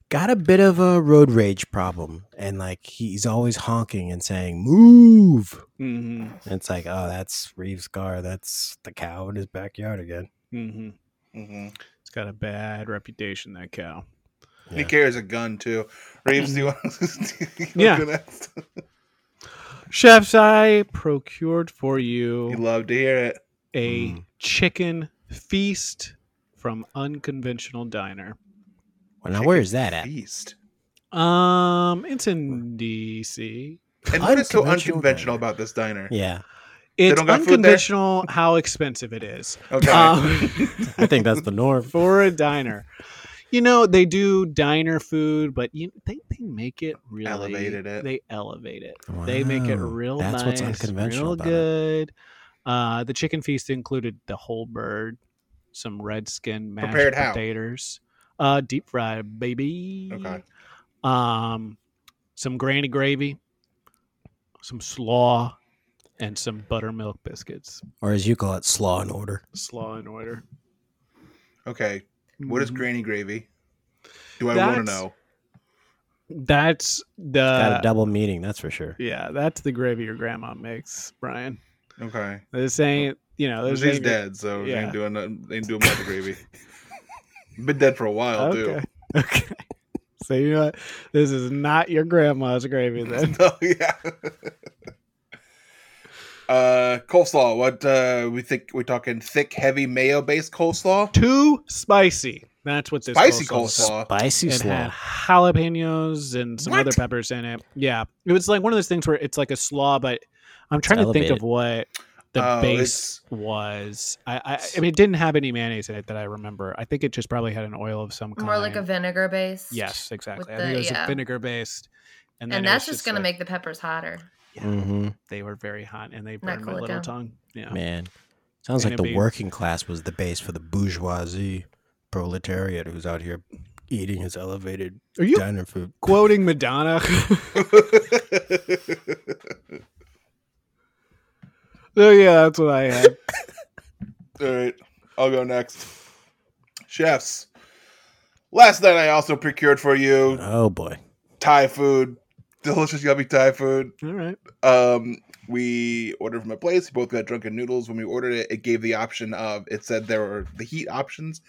[SPEAKER 2] got a bit of a road rage problem and like he's always honking and saying move.
[SPEAKER 3] Mm-hmm.
[SPEAKER 2] And it's like oh that's Reeves' car that's the cow in his backyard again.
[SPEAKER 3] Mm-hmm.
[SPEAKER 4] hmm
[SPEAKER 3] It's got a bad reputation, that cow.
[SPEAKER 4] He
[SPEAKER 2] Yeah.
[SPEAKER 4] carries a gun too. Reeves, do you want to?
[SPEAKER 3] Yeah. Chefs, I procured for
[SPEAKER 4] You
[SPEAKER 3] you
[SPEAKER 4] love to hear it.
[SPEAKER 3] a
[SPEAKER 2] Mm.
[SPEAKER 3] chicken feast from Unconventional Diner.
[SPEAKER 2] Well, now where is that at?
[SPEAKER 4] Feast.
[SPEAKER 3] Um, it's in DC.
[SPEAKER 4] And what is so
[SPEAKER 2] Unconventional
[SPEAKER 4] unconventional
[SPEAKER 2] diner.
[SPEAKER 4] about this diner?
[SPEAKER 2] Yeah,
[SPEAKER 3] It's
[SPEAKER 4] don't got food there?
[SPEAKER 3] unconventional how expensive it is.
[SPEAKER 4] Okay.
[SPEAKER 3] Um,
[SPEAKER 2] I think that's the norm.
[SPEAKER 3] for a diner. You know, they do diner food, but you they, they make it really
[SPEAKER 4] Elevated it.
[SPEAKER 3] They elevate it. They make it
[SPEAKER 2] Wow.
[SPEAKER 3] real
[SPEAKER 2] That's
[SPEAKER 3] nice,
[SPEAKER 2] what's unconventional
[SPEAKER 3] real
[SPEAKER 2] about it.
[SPEAKER 3] good. Uh, the chicken feast included the whole bird, some red skin mashed
[SPEAKER 4] Prepared how?
[SPEAKER 3] potatoes, uh, deep fried baby.
[SPEAKER 4] Okay.
[SPEAKER 3] Um, some granny gravy, some slaw, and some buttermilk biscuits.
[SPEAKER 2] or as you call it, slaw and order.
[SPEAKER 3] Slaw in order.
[SPEAKER 4] Okay. What is
[SPEAKER 3] Mhm.
[SPEAKER 4] granny gravy? Do I want to
[SPEAKER 3] That's-
[SPEAKER 4] know?
[SPEAKER 3] That's
[SPEAKER 2] Got a
[SPEAKER 3] the
[SPEAKER 2] double meaning, that's for sure.
[SPEAKER 3] yeah. That's the gravy your grandma makes, Brian.
[SPEAKER 4] Okay.
[SPEAKER 3] This ain't you know. This
[SPEAKER 4] She's
[SPEAKER 3] ain't your-
[SPEAKER 4] dead, so they
[SPEAKER 3] yeah.
[SPEAKER 4] ain't doing nothing- they ain't doing much of gravy. Been dead for a while,
[SPEAKER 3] okay. Okay. So you know what? This is not your grandma's gravy then.
[SPEAKER 4] dude. so, yeah. uh, coleslaw. What uh, we think we talking thick, heavy mayo based coleslaw?
[SPEAKER 3] Too spicy. That's what this
[SPEAKER 4] Spicy
[SPEAKER 3] coleslaw's-
[SPEAKER 4] coleslaw.
[SPEAKER 2] Spicy
[SPEAKER 3] It
[SPEAKER 2] slaw.
[SPEAKER 3] had jalapenos and some
[SPEAKER 4] What?
[SPEAKER 3] other peppers in it. Yeah, it was like one of those things where it's like a slaw, but I'm trying to think
[SPEAKER 2] elevated.
[SPEAKER 3] of what the
[SPEAKER 4] Oh,
[SPEAKER 3] base was. I, I, I mean, it didn't have any mayonnaise in it that I remember. I think it just probably had an oil of some kind.
[SPEAKER 5] More like a vinegar base.
[SPEAKER 3] yes, exactly. I
[SPEAKER 5] the-
[SPEAKER 3] think it was a
[SPEAKER 5] yeah.
[SPEAKER 3] vinegar based, and,
[SPEAKER 5] And,
[SPEAKER 3] then it
[SPEAKER 5] that's
[SPEAKER 3] was
[SPEAKER 5] just, gonna
[SPEAKER 3] like-
[SPEAKER 5] make the peppers hotter.
[SPEAKER 2] hmm
[SPEAKER 3] they were very hot and they burned my
[SPEAKER 5] cool it
[SPEAKER 3] little
[SPEAKER 5] down.
[SPEAKER 3] tongue. Yeah.
[SPEAKER 2] Man. Sounds
[SPEAKER 3] And
[SPEAKER 2] like
[SPEAKER 3] it'd
[SPEAKER 2] the
[SPEAKER 3] be-
[SPEAKER 2] working class was the base for the bourgeoisie proletariat who's out here eating his elevated
[SPEAKER 3] Are you
[SPEAKER 2] diner food.
[SPEAKER 3] quoting Madonna? oh yeah, that's what I had.
[SPEAKER 4] All right, I'll go next. Chefs. Last night I also procured for you
[SPEAKER 2] Oh boy.
[SPEAKER 4] Thai food, delicious yummy Thai food.
[SPEAKER 3] All right.
[SPEAKER 4] Um, we ordered from a place. We both got drunken noodles. When we ordered it, it gave the option of it said there were the heat options.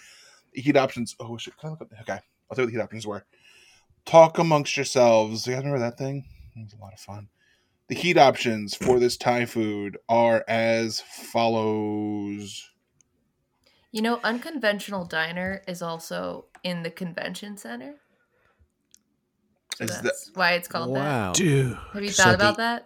[SPEAKER 4] The heat options. Oh shit! Can I look up? Okay, I'll tell you what the heat options were. Talk amongst yourselves. You guys remember that thing? It was a lot of fun. The heat options for this Thai food are as follows.
[SPEAKER 5] You know, unconventional diner is also in the convention center. So
[SPEAKER 4] Is that-
[SPEAKER 5] that's why it's called
[SPEAKER 2] Wow.
[SPEAKER 3] Dude.
[SPEAKER 5] that. Have you
[SPEAKER 2] So
[SPEAKER 5] thought
[SPEAKER 2] the-
[SPEAKER 5] about that?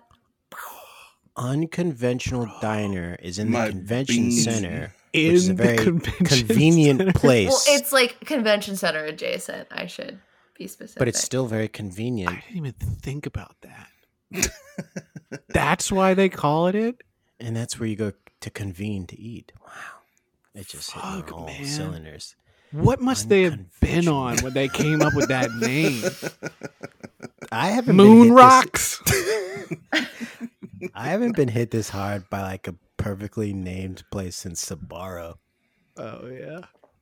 [SPEAKER 2] Unconventional diner is in
[SPEAKER 4] My
[SPEAKER 2] the convention
[SPEAKER 4] beans.
[SPEAKER 2] center.
[SPEAKER 3] In
[SPEAKER 2] is a very
[SPEAKER 3] the convention
[SPEAKER 2] Convenient
[SPEAKER 3] center.
[SPEAKER 2] place.
[SPEAKER 5] Well, it's like convention center adjacent. I should be specific.
[SPEAKER 2] but it's still very
[SPEAKER 3] I
[SPEAKER 2] convenient.
[SPEAKER 3] didn't even think about that. That's why they call it it.
[SPEAKER 2] And that's where you go to convene to eat. Wow. It just hit
[SPEAKER 3] Fuck,
[SPEAKER 2] on all
[SPEAKER 3] man.
[SPEAKER 2] cylinders.
[SPEAKER 3] What must they have been
[SPEAKER 2] Unconventional.
[SPEAKER 3] on when they came up with that name?
[SPEAKER 2] I haven't been hit
[SPEAKER 3] Moon
[SPEAKER 2] this-
[SPEAKER 3] rocks.
[SPEAKER 2] I haven't been hit this hard by like a perfectly named place since Sabaro.
[SPEAKER 3] Oh yeah.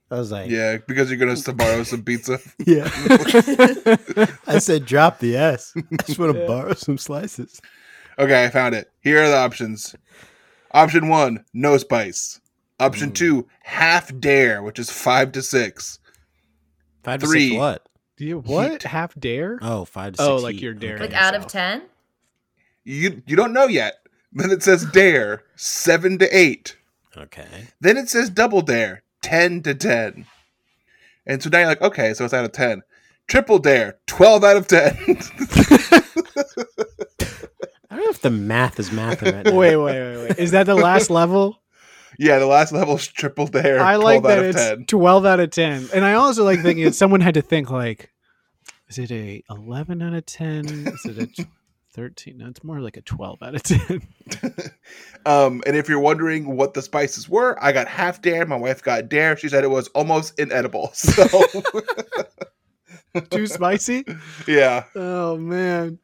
[SPEAKER 2] I was like,
[SPEAKER 4] Yeah, because you're gonna borrow some pizza.
[SPEAKER 2] yeah. I said, drop the S. I just want to borrow some slices.
[SPEAKER 4] Okay, I found it. Here are the options. Option one, no spice. Option
[SPEAKER 3] Hmm.
[SPEAKER 4] two, half dare, which is five to six.
[SPEAKER 2] Five
[SPEAKER 4] to six Three.
[SPEAKER 2] what?
[SPEAKER 3] Do you what? Half dare?
[SPEAKER 2] Oh, five to six.
[SPEAKER 3] Oh, like
[SPEAKER 2] heat.
[SPEAKER 3] you're daring
[SPEAKER 5] like uh,
[SPEAKER 3] Like
[SPEAKER 5] out of
[SPEAKER 3] yourself.
[SPEAKER 5] ten.
[SPEAKER 4] You you don't know yet. Then it says dare, seven to eight.
[SPEAKER 2] Okay.
[SPEAKER 4] Then it says double dare, ten to ten. And so now you're like, okay, so it's out of ten. Triple dare, twelve out of ten.
[SPEAKER 2] I don't know if the math is math right now.
[SPEAKER 3] Wait, wait, wait, wait. Is that the last level?
[SPEAKER 4] yeah, the last level is triple dare,
[SPEAKER 3] I
[SPEAKER 4] twelve
[SPEAKER 3] like
[SPEAKER 4] out
[SPEAKER 3] that
[SPEAKER 4] of
[SPEAKER 3] it's
[SPEAKER 4] ten.
[SPEAKER 3] 12 out of 10. And I also like thinking that someone had to think like is it a 11 out of 10? Is it a tw- 13? No, it's more like a 12 out of 10.
[SPEAKER 4] Um, and if you're wondering what the spices were, I got half dare. My wife got dare. She said it was almost inedible. So
[SPEAKER 3] Too spicy?
[SPEAKER 4] yeah.
[SPEAKER 3] Oh man.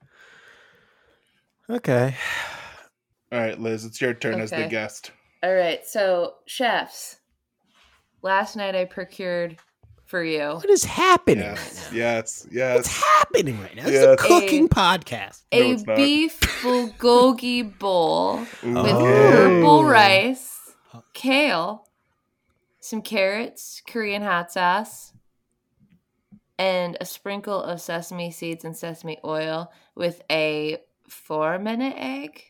[SPEAKER 2] Okay.
[SPEAKER 4] All right, Liz, it's your turn as the
[SPEAKER 5] Okay.
[SPEAKER 4] guest.
[SPEAKER 5] All right, so chefs. Last night I procured for you
[SPEAKER 2] What is happening
[SPEAKER 4] Yes,
[SPEAKER 2] right now?
[SPEAKER 4] yes,
[SPEAKER 2] What's
[SPEAKER 4] yes.
[SPEAKER 2] happening right now? It's
[SPEAKER 4] Yes.
[SPEAKER 2] a cooking podcast.
[SPEAKER 4] No,
[SPEAKER 5] a
[SPEAKER 4] it's not.
[SPEAKER 5] beef bulgogi bowl
[SPEAKER 4] Ooh,
[SPEAKER 5] with
[SPEAKER 2] Okay.
[SPEAKER 5] purple rice, kale, some carrots, Korean hot sauce, and a sprinkle of sesame seeds and sesame oil with a four minute egg.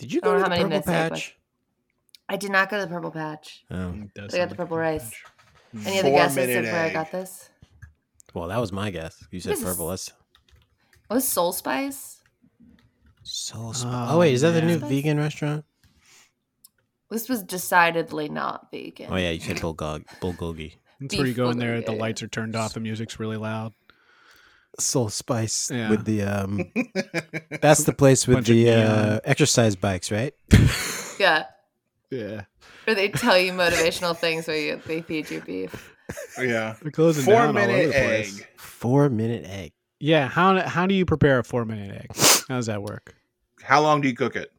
[SPEAKER 2] Did you
[SPEAKER 5] I
[SPEAKER 2] go
[SPEAKER 5] don't
[SPEAKER 2] to
[SPEAKER 5] know
[SPEAKER 2] the
[SPEAKER 5] how
[SPEAKER 2] purple
[SPEAKER 5] many missed I put.
[SPEAKER 2] patch?
[SPEAKER 5] I did not go to the purple patch.
[SPEAKER 3] Mm,
[SPEAKER 2] Oh.
[SPEAKER 5] They got the purple rice. Any other
[SPEAKER 4] Four
[SPEAKER 5] guesses
[SPEAKER 4] minute
[SPEAKER 5] of where I
[SPEAKER 4] egg.
[SPEAKER 5] got this?
[SPEAKER 2] Well, that was my guess. You said
[SPEAKER 5] This is-
[SPEAKER 2] purple. That's
[SPEAKER 5] It was soul spice.
[SPEAKER 2] so. Sp-
[SPEAKER 3] Oh,
[SPEAKER 2] oh, wait, is that the new
[SPEAKER 5] man.
[SPEAKER 2] vegan restaurant?
[SPEAKER 5] This was decidedly not vegan.
[SPEAKER 2] Oh yeah, you said bulgogi. bulgogi.
[SPEAKER 3] That's where you
[SPEAKER 5] Beef
[SPEAKER 3] go in there.
[SPEAKER 5] bulgogi,
[SPEAKER 3] The
[SPEAKER 5] yeah,
[SPEAKER 3] lights are turned off. The music's really loud.
[SPEAKER 2] Soul Spice
[SPEAKER 3] Yeah.
[SPEAKER 2] with the um that's the place with
[SPEAKER 3] Bunch of
[SPEAKER 2] the
[SPEAKER 3] neon.
[SPEAKER 2] uh exercise bikes, right?
[SPEAKER 5] Yeah.
[SPEAKER 3] Yeah,
[SPEAKER 5] Or they tell you motivational things where you, they feed you beef.
[SPEAKER 4] Yeah.
[SPEAKER 3] they're closing
[SPEAKER 4] Four
[SPEAKER 3] down all over
[SPEAKER 4] minute
[SPEAKER 3] the place.
[SPEAKER 4] egg.
[SPEAKER 2] 4 minute egg.
[SPEAKER 3] Yeah, how how do you prepare a four minute egg? How does that work?
[SPEAKER 4] How long do you cook it?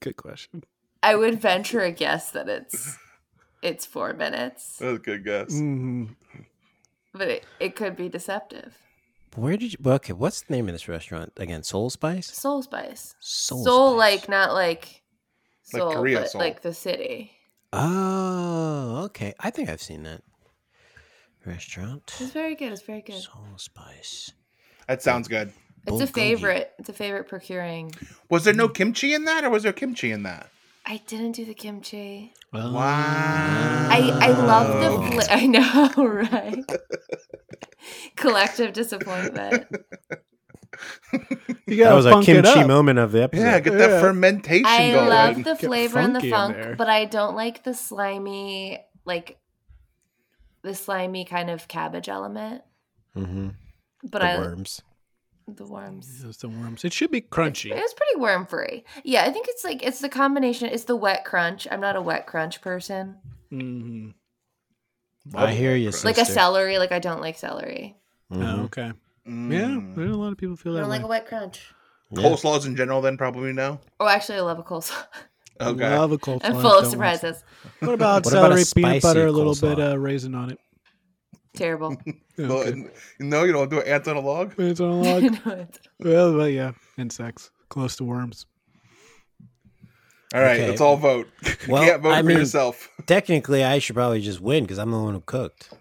[SPEAKER 3] Good question.
[SPEAKER 5] I would venture a guess that it's it's four minutes,
[SPEAKER 4] That's a good guess.
[SPEAKER 3] Mm. Mm-hmm.
[SPEAKER 5] but it, it could be deceptive.
[SPEAKER 2] Where did you well, Okay, what's the name of this restaurant again? Soul Spice?
[SPEAKER 5] Soul spice.
[SPEAKER 2] Soul,
[SPEAKER 5] Soul,
[SPEAKER 2] Spice.
[SPEAKER 5] like not like
[SPEAKER 4] Like
[SPEAKER 5] soul,
[SPEAKER 4] Korea
[SPEAKER 5] but
[SPEAKER 4] soul.
[SPEAKER 5] like the city.
[SPEAKER 2] Oh, okay. I think I've seen that restaurant.
[SPEAKER 5] It's very good. It's very good.
[SPEAKER 2] Soul Spice.
[SPEAKER 4] That sounds good.
[SPEAKER 5] It's a
[SPEAKER 2] Bulgogi.
[SPEAKER 5] favorite. It's a favorite procuring.
[SPEAKER 4] Was there no kimchi in that, or was there kimchi in that?
[SPEAKER 5] I didn't do the kimchi.
[SPEAKER 4] Wow.
[SPEAKER 5] I I love
[SPEAKER 2] Oh.
[SPEAKER 5] the. Fl- I know, right? Collective disappointment.
[SPEAKER 3] You
[SPEAKER 2] That
[SPEAKER 3] gotta
[SPEAKER 2] was a
[SPEAKER 3] funk it
[SPEAKER 2] kimchi
[SPEAKER 3] up.
[SPEAKER 2] moment of the episode.
[SPEAKER 4] Yeah, get that
[SPEAKER 3] Yeah.
[SPEAKER 4] fermentation
[SPEAKER 5] I
[SPEAKER 4] going.
[SPEAKER 5] love the
[SPEAKER 3] Get
[SPEAKER 5] flavor and the
[SPEAKER 3] funky in
[SPEAKER 5] funk,
[SPEAKER 3] there.
[SPEAKER 5] but I don't like the slimy, like the slimy kind of cabbage element.
[SPEAKER 2] Mm-hmm.
[SPEAKER 5] But
[SPEAKER 2] the
[SPEAKER 5] I
[SPEAKER 2] worms.
[SPEAKER 5] the worms.
[SPEAKER 3] Those are worms. It should be crunchy.
[SPEAKER 5] It's pretty worm free. Yeah, I think it's like it's the combination. It's the wet crunch. I'm not a wet crunch person.
[SPEAKER 3] hmm
[SPEAKER 2] I hear you,
[SPEAKER 4] Like
[SPEAKER 5] Like a celery. Like I don't like celery.
[SPEAKER 3] Oh,
[SPEAKER 2] Mhm.
[SPEAKER 3] okay. Yeah,
[SPEAKER 4] Mm.
[SPEAKER 3] there are a lot of people feel
[SPEAKER 5] I
[SPEAKER 3] that
[SPEAKER 5] don't
[SPEAKER 3] way.
[SPEAKER 5] like a wet crunch.
[SPEAKER 2] Yeah.
[SPEAKER 4] Coleslaws in general, then probably no.
[SPEAKER 5] Oh, actually, I love a coleslaw.
[SPEAKER 4] Okay.
[SPEAKER 3] Love a coleslaw.
[SPEAKER 5] I'm full
[SPEAKER 3] Don't
[SPEAKER 5] of
[SPEAKER 3] want-
[SPEAKER 5] surprises.
[SPEAKER 3] What about
[SPEAKER 2] What about a
[SPEAKER 3] celery,
[SPEAKER 2] spicy
[SPEAKER 3] peanut butter, a little
[SPEAKER 2] coleslaw?
[SPEAKER 3] bit uh, raisin on it?
[SPEAKER 5] Terrible.
[SPEAKER 4] No,
[SPEAKER 3] Okay.
[SPEAKER 4] no, you don't do an ant on a log.
[SPEAKER 3] It's on a
[SPEAKER 5] I
[SPEAKER 3] log.
[SPEAKER 5] know it's-
[SPEAKER 3] well, well, yeah, insects close to worms.
[SPEAKER 4] All right,
[SPEAKER 2] Okay.
[SPEAKER 4] let's all vote. You
[SPEAKER 2] Well,
[SPEAKER 4] can't vote
[SPEAKER 2] I
[SPEAKER 4] for
[SPEAKER 2] mean-
[SPEAKER 4] yourself.
[SPEAKER 2] Technically, I should probably just win because I'm the one who cooked.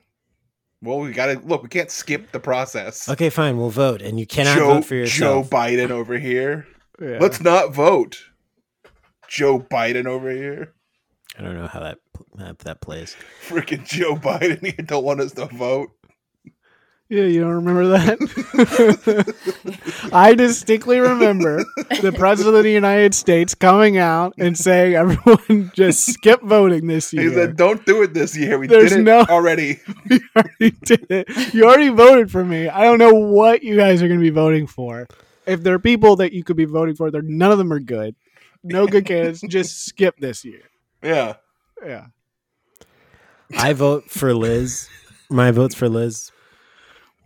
[SPEAKER 4] Well, we gotta look. We can't skip the process.
[SPEAKER 2] Okay, fine. We'll vote, and you cannot
[SPEAKER 4] Joe,
[SPEAKER 2] vote for yourself.
[SPEAKER 4] Joe Biden over here.
[SPEAKER 3] Yeah.
[SPEAKER 4] Let's not vote. Joe Biden over here.
[SPEAKER 2] I don't know how that map that plays.
[SPEAKER 4] Freaking Joe Biden. You don't want us to vote.
[SPEAKER 3] Yeah, you don't remember that? I distinctly remember the President of the United States coming out and saying, everyone just skip voting this
[SPEAKER 4] He
[SPEAKER 3] year.
[SPEAKER 4] said, "Don't do it this year. We
[SPEAKER 3] There's
[SPEAKER 4] did it
[SPEAKER 3] no-
[SPEAKER 4] already."
[SPEAKER 3] you, already did it. you already voted for me. I don't know what you guys are going to be voting for. If there are people that you could be voting for, they're, none of them are good. No good candidates. Just skip this year.
[SPEAKER 4] Yeah.
[SPEAKER 3] Yeah.
[SPEAKER 2] I vote for Liz. My vote's for Liz.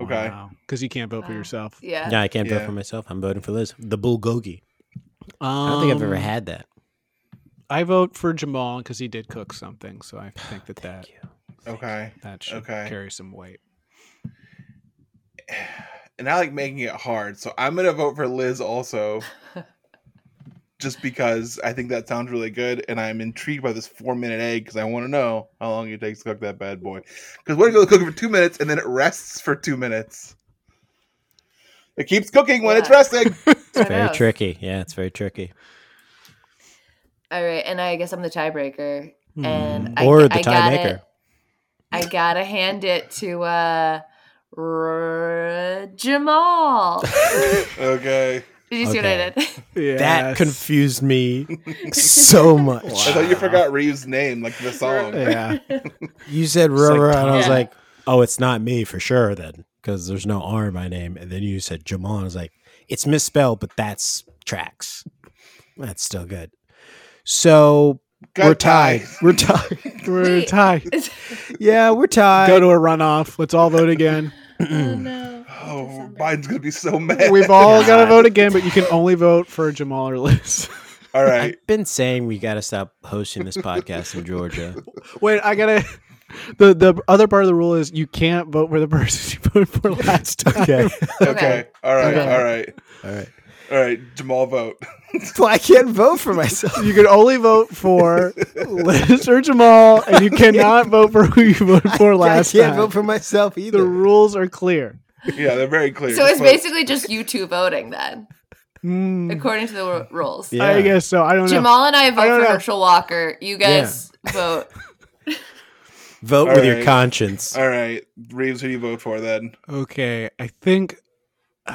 [SPEAKER 4] Okay.
[SPEAKER 3] Because you can't vote for
[SPEAKER 5] Wow.
[SPEAKER 3] yourself.
[SPEAKER 5] Yeah.
[SPEAKER 2] Yeah, I can't
[SPEAKER 4] Yeah.
[SPEAKER 2] vote for myself. I'm voting for Liz. The bulgogi. I don't think I've ever
[SPEAKER 3] Um,
[SPEAKER 2] had that.
[SPEAKER 3] I vote for Jamal because he did cook something. So I think that that.
[SPEAKER 2] you.
[SPEAKER 4] Okay.
[SPEAKER 3] That should
[SPEAKER 4] Okay.
[SPEAKER 3] carry some weight.
[SPEAKER 4] And I like making it hard, so I'm gonna vote for Liz also. Just because I think that sounds really good, and I'm intrigued by this four minute egg because I want to know how long it takes to cook that bad boy. Because what if you cook it for two minutes and then it rests for two minutes? It keeps cooking when it's
[SPEAKER 5] Yeah.
[SPEAKER 4] resting.
[SPEAKER 5] Who
[SPEAKER 2] Very
[SPEAKER 5] knows?
[SPEAKER 2] tricky. Yeah, it's very tricky.
[SPEAKER 5] All right, and I guess I'm the tiebreaker, and I,
[SPEAKER 2] Or the
[SPEAKER 5] I got
[SPEAKER 2] tiebreaker.
[SPEAKER 5] it. I gotta hand it to uh, R- Jamal.
[SPEAKER 4] okay,
[SPEAKER 5] Did you see
[SPEAKER 2] Okay.
[SPEAKER 5] what I did?
[SPEAKER 2] That
[SPEAKER 3] Yes.
[SPEAKER 2] confused me so much.
[SPEAKER 4] I thought you forgot Reeves' name, like the song.
[SPEAKER 3] Yeah.
[SPEAKER 2] You said
[SPEAKER 3] like
[SPEAKER 2] Rora, and I was
[SPEAKER 5] Tom.
[SPEAKER 2] like, oh, it's not me for sure then, because there's no R in my name. And then you said Jamal, and I was like, it's misspelled, but that's tracks. That's still good. So
[SPEAKER 4] Got
[SPEAKER 2] we're tied.
[SPEAKER 4] tied.
[SPEAKER 2] We're tied.
[SPEAKER 3] We're
[SPEAKER 5] Wait.
[SPEAKER 3] tied.
[SPEAKER 2] yeah, we're tied.
[SPEAKER 3] Go to a runoff. Let's all vote again.
[SPEAKER 5] oh no!
[SPEAKER 4] Oh, Biden's gonna be so mad.
[SPEAKER 3] We've all got to vote again, but you can only vote for Jamal or Liz.
[SPEAKER 4] all right.
[SPEAKER 2] I've been saying we got to stop hosting this podcast in Georgia.
[SPEAKER 3] Wait, I gotta. The the other part of the rule is you can't vote for the person you voted for last time.
[SPEAKER 2] Okay.
[SPEAKER 4] Okay.
[SPEAKER 5] Okay.
[SPEAKER 4] All right.
[SPEAKER 5] Okay.
[SPEAKER 4] All right.
[SPEAKER 2] All right.
[SPEAKER 4] All right. Jamal vote.
[SPEAKER 2] Well, I can't vote for myself.
[SPEAKER 3] You can only vote for Liz or Jamal, and you cannot vote for who you voted for last
[SPEAKER 2] I can't
[SPEAKER 3] time.
[SPEAKER 2] vote for myself
[SPEAKER 3] the
[SPEAKER 2] either.
[SPEAKER 3] rules are clear.
[SPEAKER 4] Yeah, they're very clear.
[SPEAKER 5] So it's
[SPEAKER 4] Vote.
[SPEAKER 5] basically just you two voting then,
[SPEAKER 3] Hmm.
[SPEAKER 5] according to the ru- rules.
[SPEAKER 2] Yeah.
[SPEAKER 3] I guess so. I don't know.
[SPEAKER 5] Jamal and I vote
[SPEAKER 3] don't
[SPEAKER 5] for
[SPEAKER 3] know.
[SPEAKER 5] Herschel Walker. You guys vote.
[SPEAKER 2] Vote
[SPEAKER 4] All
[SPEAKER 2] with your
[SPEAKER 4] right.
[SPEAKER 2] conscience.
[SPEAKER 4] All right, Reeves, who do you vote for then?
[SPEAKER 3] Okay, I think I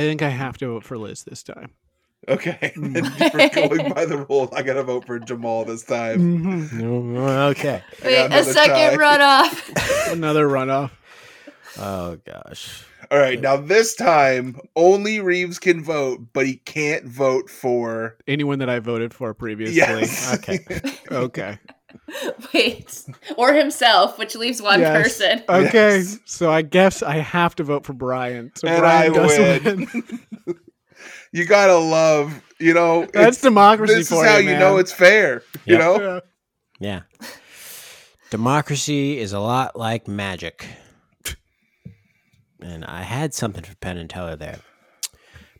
[SPEAKER 3] think I have to vote for Liz this time.
[SPEAKER 4] Okay. for going by the rules, I gotta vote for Jamal this time.
[SPEAKER 3] Mhm.
[SPEAKER 2] okay.
[SPEAKER 4] I got
[SPEAKER 5] Wait, a
[SPEAKER 4] another
[SPEAKER 5] second
[SPEAKER 4] try.
[SPEAKER 5] runoff.
[SPEAKER 3] Another runoff.
[SPEAKER 2] Oh gosh.
[SPEAKER 4] All right, now this time only Reeves can vote, but he can't vote for.
[SPEAKER 3] Anyone that I voted for previously.
[SPEAKER 4] Yes.
[SPEAKER 2] Okay.
[SPEAKER 3] Okay.
[SPEAKER 5] Wait, or himself, which leaves one
[SPEAKER 3] Yes.
[SPEAKER 5] person.
[SPEAKER 3] Okay.
[SPEAKER 4] Yes.
[SPEAKER 3] So I guess I have to vote for Brian. So
[SPEAKER 4] And
[SPEAKER 3] Brian
[SPEAKER 4] I
[SPEAKER 3] does
[SPEAKER 4] win.
[SPEAKER 3] win.
[SPEAKER 4] You gotta love, you know.
[SPEAKER 3] That's
[SPEAKER 4] it's-
[SPEAKER 3] democracy
[SPEAKER 4] This
[SPEAKER 3] for
[SPEAKER 4] is how you
[SPEAKER 3] man.
[SPEAKER 4] know it's fair. You
[SPEAKER 2] Yep.
[SPEAKER 4] know.
[SPEAKER 3] Yeah.
[SPEAKER 2] Yeah. Democracy is a lot like magic. And I had something for Penn and Teller there,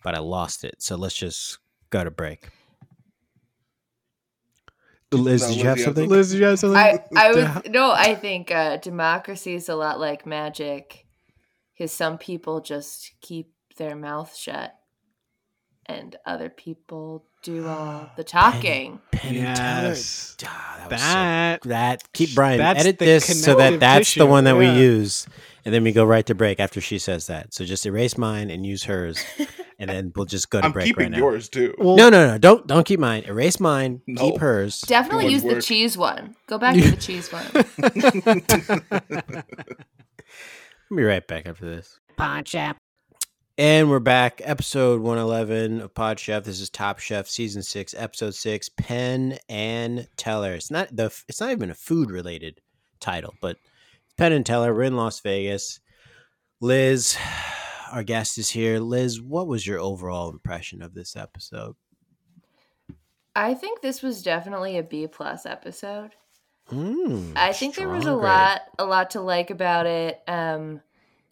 [SPEAKER 2] but I lost it. So let's just go to break. Liz, did you
[SPEAKER 4] No, Liz,
[SPEAKER 2] have
[SPEAKER 4] you have
[SPEAKER 2] something?
[SPEAKER 3] Liz, did you have something?
[SPEAKER 5] I, I
[SPEAKER 3] Yeah.
[SPEAKER 5] was no, I think uh, democracy is a lot like magic, because some people just keep their mouth shut, and other people do all the talking.
[SPEAKER 2] Penn
[SPEAKER 3] yes.
[SPEAKER 2] and Teller.
[SPEAKER 5] Oh,
[SPEAKER 2] Ah, that was so-
[SPEAKER 3] That.
[SPEAKER 2] that keep Brian
[SPEAKER 3] That's
[SPEAKER 2] edit
[SPEAKER 3] the
[SPEAKER 2] this so
[SPEAKER 3] connective
[SPEAKER 2] that that's the
[SPEAKER 3] tissue,
[SPEAKER 2] one that
[SPEAKER 3] yeah.
[SPEAKER 2] we use, and then we go right to break after she says that. So just erase mine and use hers, and then we'll just go to
[SPEAKER 4] I'm
[SPEAKER 2] break
[SPEAKER 4] keeping
[SPEAKER 2] right now.
[SPEAKER 4] yours too.
[SPEAKER 3] Well,
[SPEAKER 2] No, no, no! Don't don't keep mine. Erase mine.
[SPEAKER 4] No.
[SPEAKER 2] Keep hers.
[SPEAKER 5] Definitely
[SPEAKER 4] Good
[SPEAKER 5] use the
[SPEAKER 4] work.
[SPEAKER 5] cheese one. Go back to the cheese one.
[SPEAKER 2] We'll be right back after this. Pod Chef. And we're back. Episode 111 of Pod Chef. This is Top Chef Season 6, Episode 6, Penn and Teller. It's not the it's not even a food related title, but it's Penn and Teller. We're in Las Vegas. Liz, our guest is here. Liz, what was your overall impression of this episode?
[SPEAKER 5] I think this was definitely a B plus episode.
[SPEAKER 2] Mm,
[SPEAKER 5] I think there was a
[SPEAKER 2] strong grade.
[SPEAKER 5] lot a lot to like about it. Um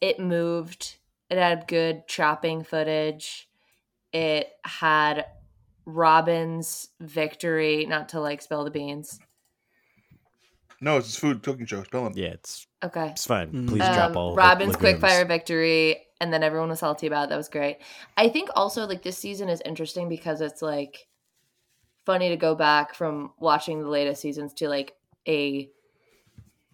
[SPEAKER 5] it moved. It had good chopping footage. It had Robin's victory, not to like spill the beans.
[SPEAKER 4] No, it's his food cooking show. Spell him.
[SPEAKER 2] Yeah, it's
[SPEAKER 5] Okay.
[SPEAKER 2] it's fine.
[SPEAKER 3] Mm.
[SPEAKER 2] Please drop
[SPEAKER 5] Um,
[SPEAKER 2] all the
[SPEAKER 5] Robin's
[SPEAKER 2] legumes.
[SPEAKER 5] quickfire victory and then everyone was salty about it. That was great. I think also like this season is interesting because it's like funny to go back from watching the latest seasons to like a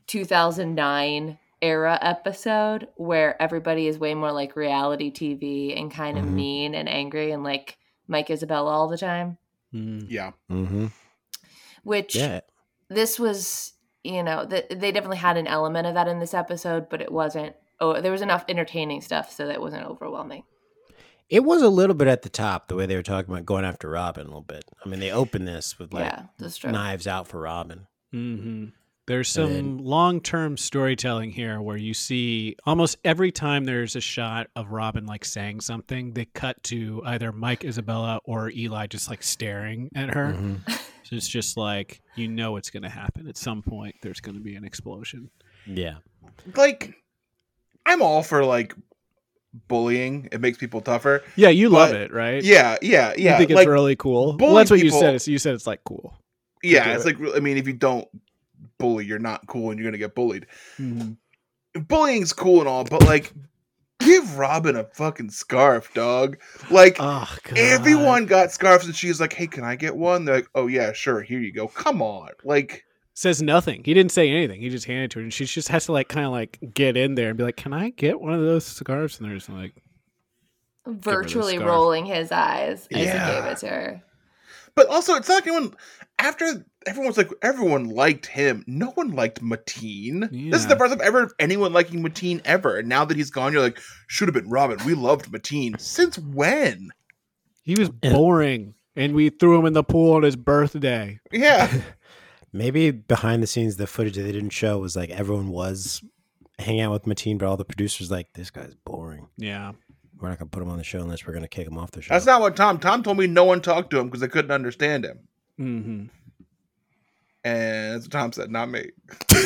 [SPEAKER 5] 2009 era episode where everybody is way more like reality TV and kind of
[SPEAKER 2] Mhm.
[SPEAKER 5] mean and angry and like Mike Isabella all the time,
[SPEAKER 4] Yeah.
[SPEAKER 2] Mm-hmm.
[SPEAKER 5] which
[SPEAKER 2] Yeah,
[SPEAKER 5] this was you know th- they definitely had an element of that in this episode but it wasn't oh there was enough entertaining stuff so that it wasn't overwhelming
[SPEAKER 2] It was a little bit at the top, the way they were talking about going after Robin a little bit. I mean, they opened this with like
[SPEAKER 5] yeah that's true
[SPEAKER 2] knives out for Robin.
[SPEAKER 3] Mm-hmm. There's some
[SPEAKER 2] And then-
[SPEAKER 3] long-term storytelling here where you see almost every time there's a shot of Robin like saying something, they cut to either Mike Isabella or Eli just like staring at her.
[SPEAKER 5] Mm-hmm.
[SPEAKER 4] Mm-hmm.
[SPEAKER 3] So it's just like you know it's going to happen at some point. There's going to be an explosion.
[SPEAKER 2] Yeah.
[SPEAKER 4] Like, I'm all for like bullying. It makes people tougher.
[SPEAKER 3] Yeah, you love
[SPEAKER 4] But-
[SPEAKER 3] it, right?
[SPEAKER 4] Yeah. Yeah.
[SPEAKER 3] You
[SPEAKER 4] Yeah.
[SPEAKER 3] think it's
[SPEAKER 4] like,
[SPEAKER 3] really cool. Well,
[SPEAKER 4] bullying
[SPEAKER 3] that's what
[SPEAKER 4] people-
[SPEAKER 3] you said. It's- You said it's like cool.
[SPEAKER 4] yeah.
[SPEAKER 3] do
[SPEAKER 4] It's
[SPEAKER 3] it.
[SPEAKER 4] like I mean, if you don't bully, you're not cool, and you're gonna get bullied. Mm-hmm. Bullying's cool and all, but like, give Robin a fucking scarf, dog. Like.
[SPEAKER 3] Oh, God.
[SPEAKER 4] Everyone got scarves, and she's like, "Hey, can I get one?" They're like, "Oh yeah, sure. Here you go. Come on." Like,
[SPEAKER 3] says nothing. He didn't say anything. He just handed it to her, and she just has to like kind of like get in there and be like, "Can I get one of those scarves?" And there's like,
[SPEAKER 5] virtually
[SPEAKER 3] scarf.
[SPEAKER 5] rolling his eyes as he
[SPEAKER 4] Yeah.
[SPEAKER 5] gave it to her
[SPEAKER 4] But also, it's not like anyone. After everyone's like, everyone liked him. No one liked Mateen. This is
[SPEAKER 3] Yeah.
[SPEAKER 4] the first time ever of anyone liking Mateen ever. And now that he's gone, you're like, should have been Robin. We loved Mateen. Since when?
[SPEAKER 3] He was
[SPEAKER 2] And-
[SPEAKER 3] boring, and we threw him in the pool on his birthday.
[SPEAKER 4] Yeah,
[SPEAKER 2] Maybe behind the scenes, the footage that they didn't show was like everyone was hanging out with Mateen, but all the producers like, this guy's boring.
[SPEAKER 3] Yeah,
[SPEAKER 2] We're not going to put him on the show unless we're going to kick him off the show.
[SPEAKER 4] that's not what Tom. Tom told me no one talked to him because they couldn't understand him.
[SPEAKER 3] mm-hmm.
[SPEAKER 4] And that's what Tom said, not me.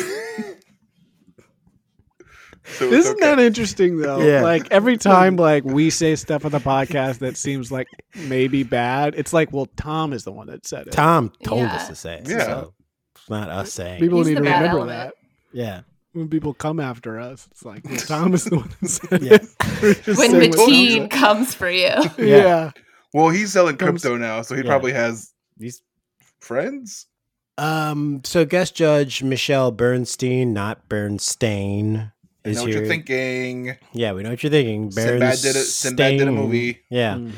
[SPEAKER 4] so it's
[SPEAKER 3] isn't that interesting though?
[SPEAKER 2] Yeah.
[SPEAKER 3] Like every time, like we say stuff on the podcast that seems like maybe bad, it's like, well, Tom is the one that said it.
[SPEAKER 2] Tom told
[SPEAKER 5] Yeah.
[SPEAKER 2] us to say it.
[SPEAKER 4] Yeah.
[SPEAKER 2] So it's not us saying. it.
[SPEAKER 3] People
[SPEAKER 5] He's
[SPEAKER 3] need
[SPEAKER 5] the
[SPEAKER 3] to
[SPEAKER 5] bad
[SPEAKER 3] remember
[SPEAKER 5] element.
[SPEAKER 3] that
[SPEAKER 2] Yeah.
[SPEAKER 3] when people come after us, it's like well, Tom is the one that said
[SPEAKER 2] Yeah.
[SPEAKER 3] it. We're just
[SPEAKER 5] when
[SPEAKER 3] saying what Tom
[SPEAKER 5] Mateen comes for you
[SPEAKER 3] said. yeah.
[SPEAKER 4] Well, he's selling
[SPEAKER 3] Comes-
[SPEAKER 4] crypto now, so he
[SPEAKER 2] Yeah.
[SPEAKER 4] probably has
[SPEAKER 2] These-
[SPEAKER 4] friends.
[SPEAKER 2] Um, so guest judge Michelle Bernstein, not Bernstein,
[SPEAKER 4] I
[SPEAKER 2] is
[SPEAKER 4] know what
[SPEAKER 2] here.
[SPEAKER 4] you're thinking.
[SPEAKER 2] Yeah, we know what you're thinking.
[SPEAKER 4] Sinbad did it. Sinbad did a
[SPEAKER 2] Bernstein.
[SPEAKER 4] movie.
[SPEAKER 2] Yeah.
[SPEAKER 3] Mhm.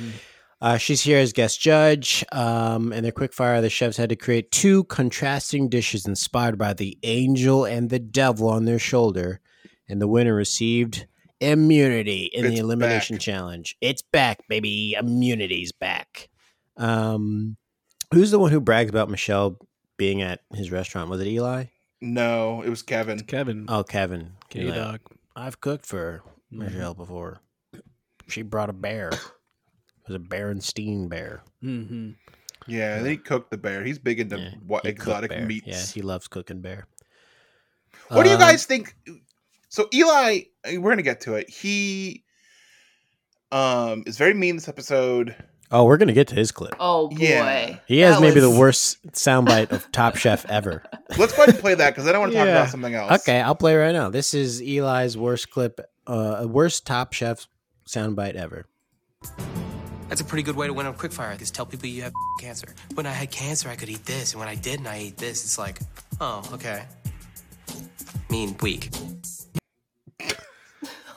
[SPEAKER 2] Uh, she's here as guest judge. Um, and their quick fire, the chefs had to create two contrasting dishes inspired by the angel and the devil on their shoulder. And the winner received immunity in
[SPEAKER 4] It's
[SPEAKER 2] the elimination
[SPEAKER 4] back.
[SPEAKER 2] challenge. It's back, baby. Immunity's back. Um, who's the one who bragged about Michelle being at his restaurant? Was it Eli?
[SPEAKER 4] No, it was Kevin.
[SPEAKER 3] Kevin.
[SPEAKER 2] Oh, Kevin.
[SPEAKER 3] K
[SPEAKER 2] Eli.
[SPEAKER 3] Dog.
[SPEAKER 2] I've cooked for
[SPEAKER 3] Mm-hmm.
[SPEAKER 2] Michelle before. She brought a bear. It was a Berenstein bear.
[SPEAKER 3] Mm-hmm.
[SPEAKER 4] Yeah, then he cooked the bear. He's big into
[SPEAKER 2] Yeah,
[SPEAKER 4] what
[SPEAKER 2] He cooked
[SPEAKER 4] exotic
[SPEAKER 2] bear.
[SPEAKER 4] meats.
[SPEAKER 2] Yeah, he loves cooking bear.
[SPEAKER 4] What do you
[SPEAKER 2] Um,
[SPEAKER 4] guys think? So Eli, we're gonna get to it. He um is very mean this episode.
[SPEAKER 2] Oh, we're gonna get to his clip.
[SPEAKER 5] Oh boy.
[SPEAKER 4] Yeah.
[SPEAKER 2] He has
[SPEAKER 5] That
[SPEAKER 2] maybe
[SPEAKER 5] was-
[SPEAKER 2] the worst soundbite of Top Chef ever.
[SPEAKER 4] Let's go ahead and play that because I don't want to talk
[SPEAKER 2] Yeah.
[SPEAKER 4] about something else.
[SPEAKER 2] Okay, I'll play right now. This is Eli's worst clip, uh, worst Top Chef soundbite ever.
[SPEAKER 7] That's a pretty good way to win on quickfire. Just tell people you have cancer. When I had cancer, I could eat this, and when I didn't, I ate this. It's like, oh, okay. Mean, weak.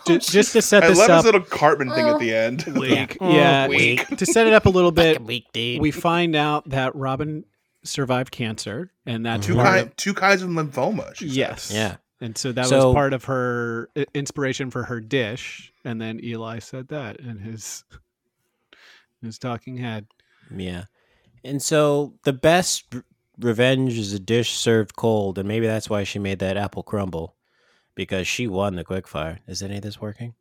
[SPEAKER 3] Just, just to set
[SPEAKER 4] I
[SPEAKER 3] this
[SPEAKER 4] love
[SPEAKER 3] up.
[SPEAKER 4] his little Cartman thing at
[SPEAKER 5] Oh.
[SPEAKER 4] the end.
[SPEAKER 3] Weak. Yeah.
[SPEAKER 4] Weak.
[SPEAKER 3] To set it up a little bit,
[SPEAKER 2] Weak dude.
[SPEAKER 3] we find out that Robin survived cancer, and that's
[SPEAKER 4] two,
[SPEAKER 3] part
[SPEAKER 4] kind,
[SPEAKER 3] of-
[SPEAKER 4] two kinds of lymphoma. She said.
[SPEAKER 3] yes,
[SPEAKER 2] Yeah.
[SPEAKER 3] And so that
[SPEAKER 2] So-
[SPEAKER 3] was part of her i- inspiration for her dish. And then Eli said that in his his talking head.
[SPEAKER 2] Yeah. And so the best r- revenge is a dish served cold, and maybe that's why she made that apple crumble because she won the quickfire. Is any of this working?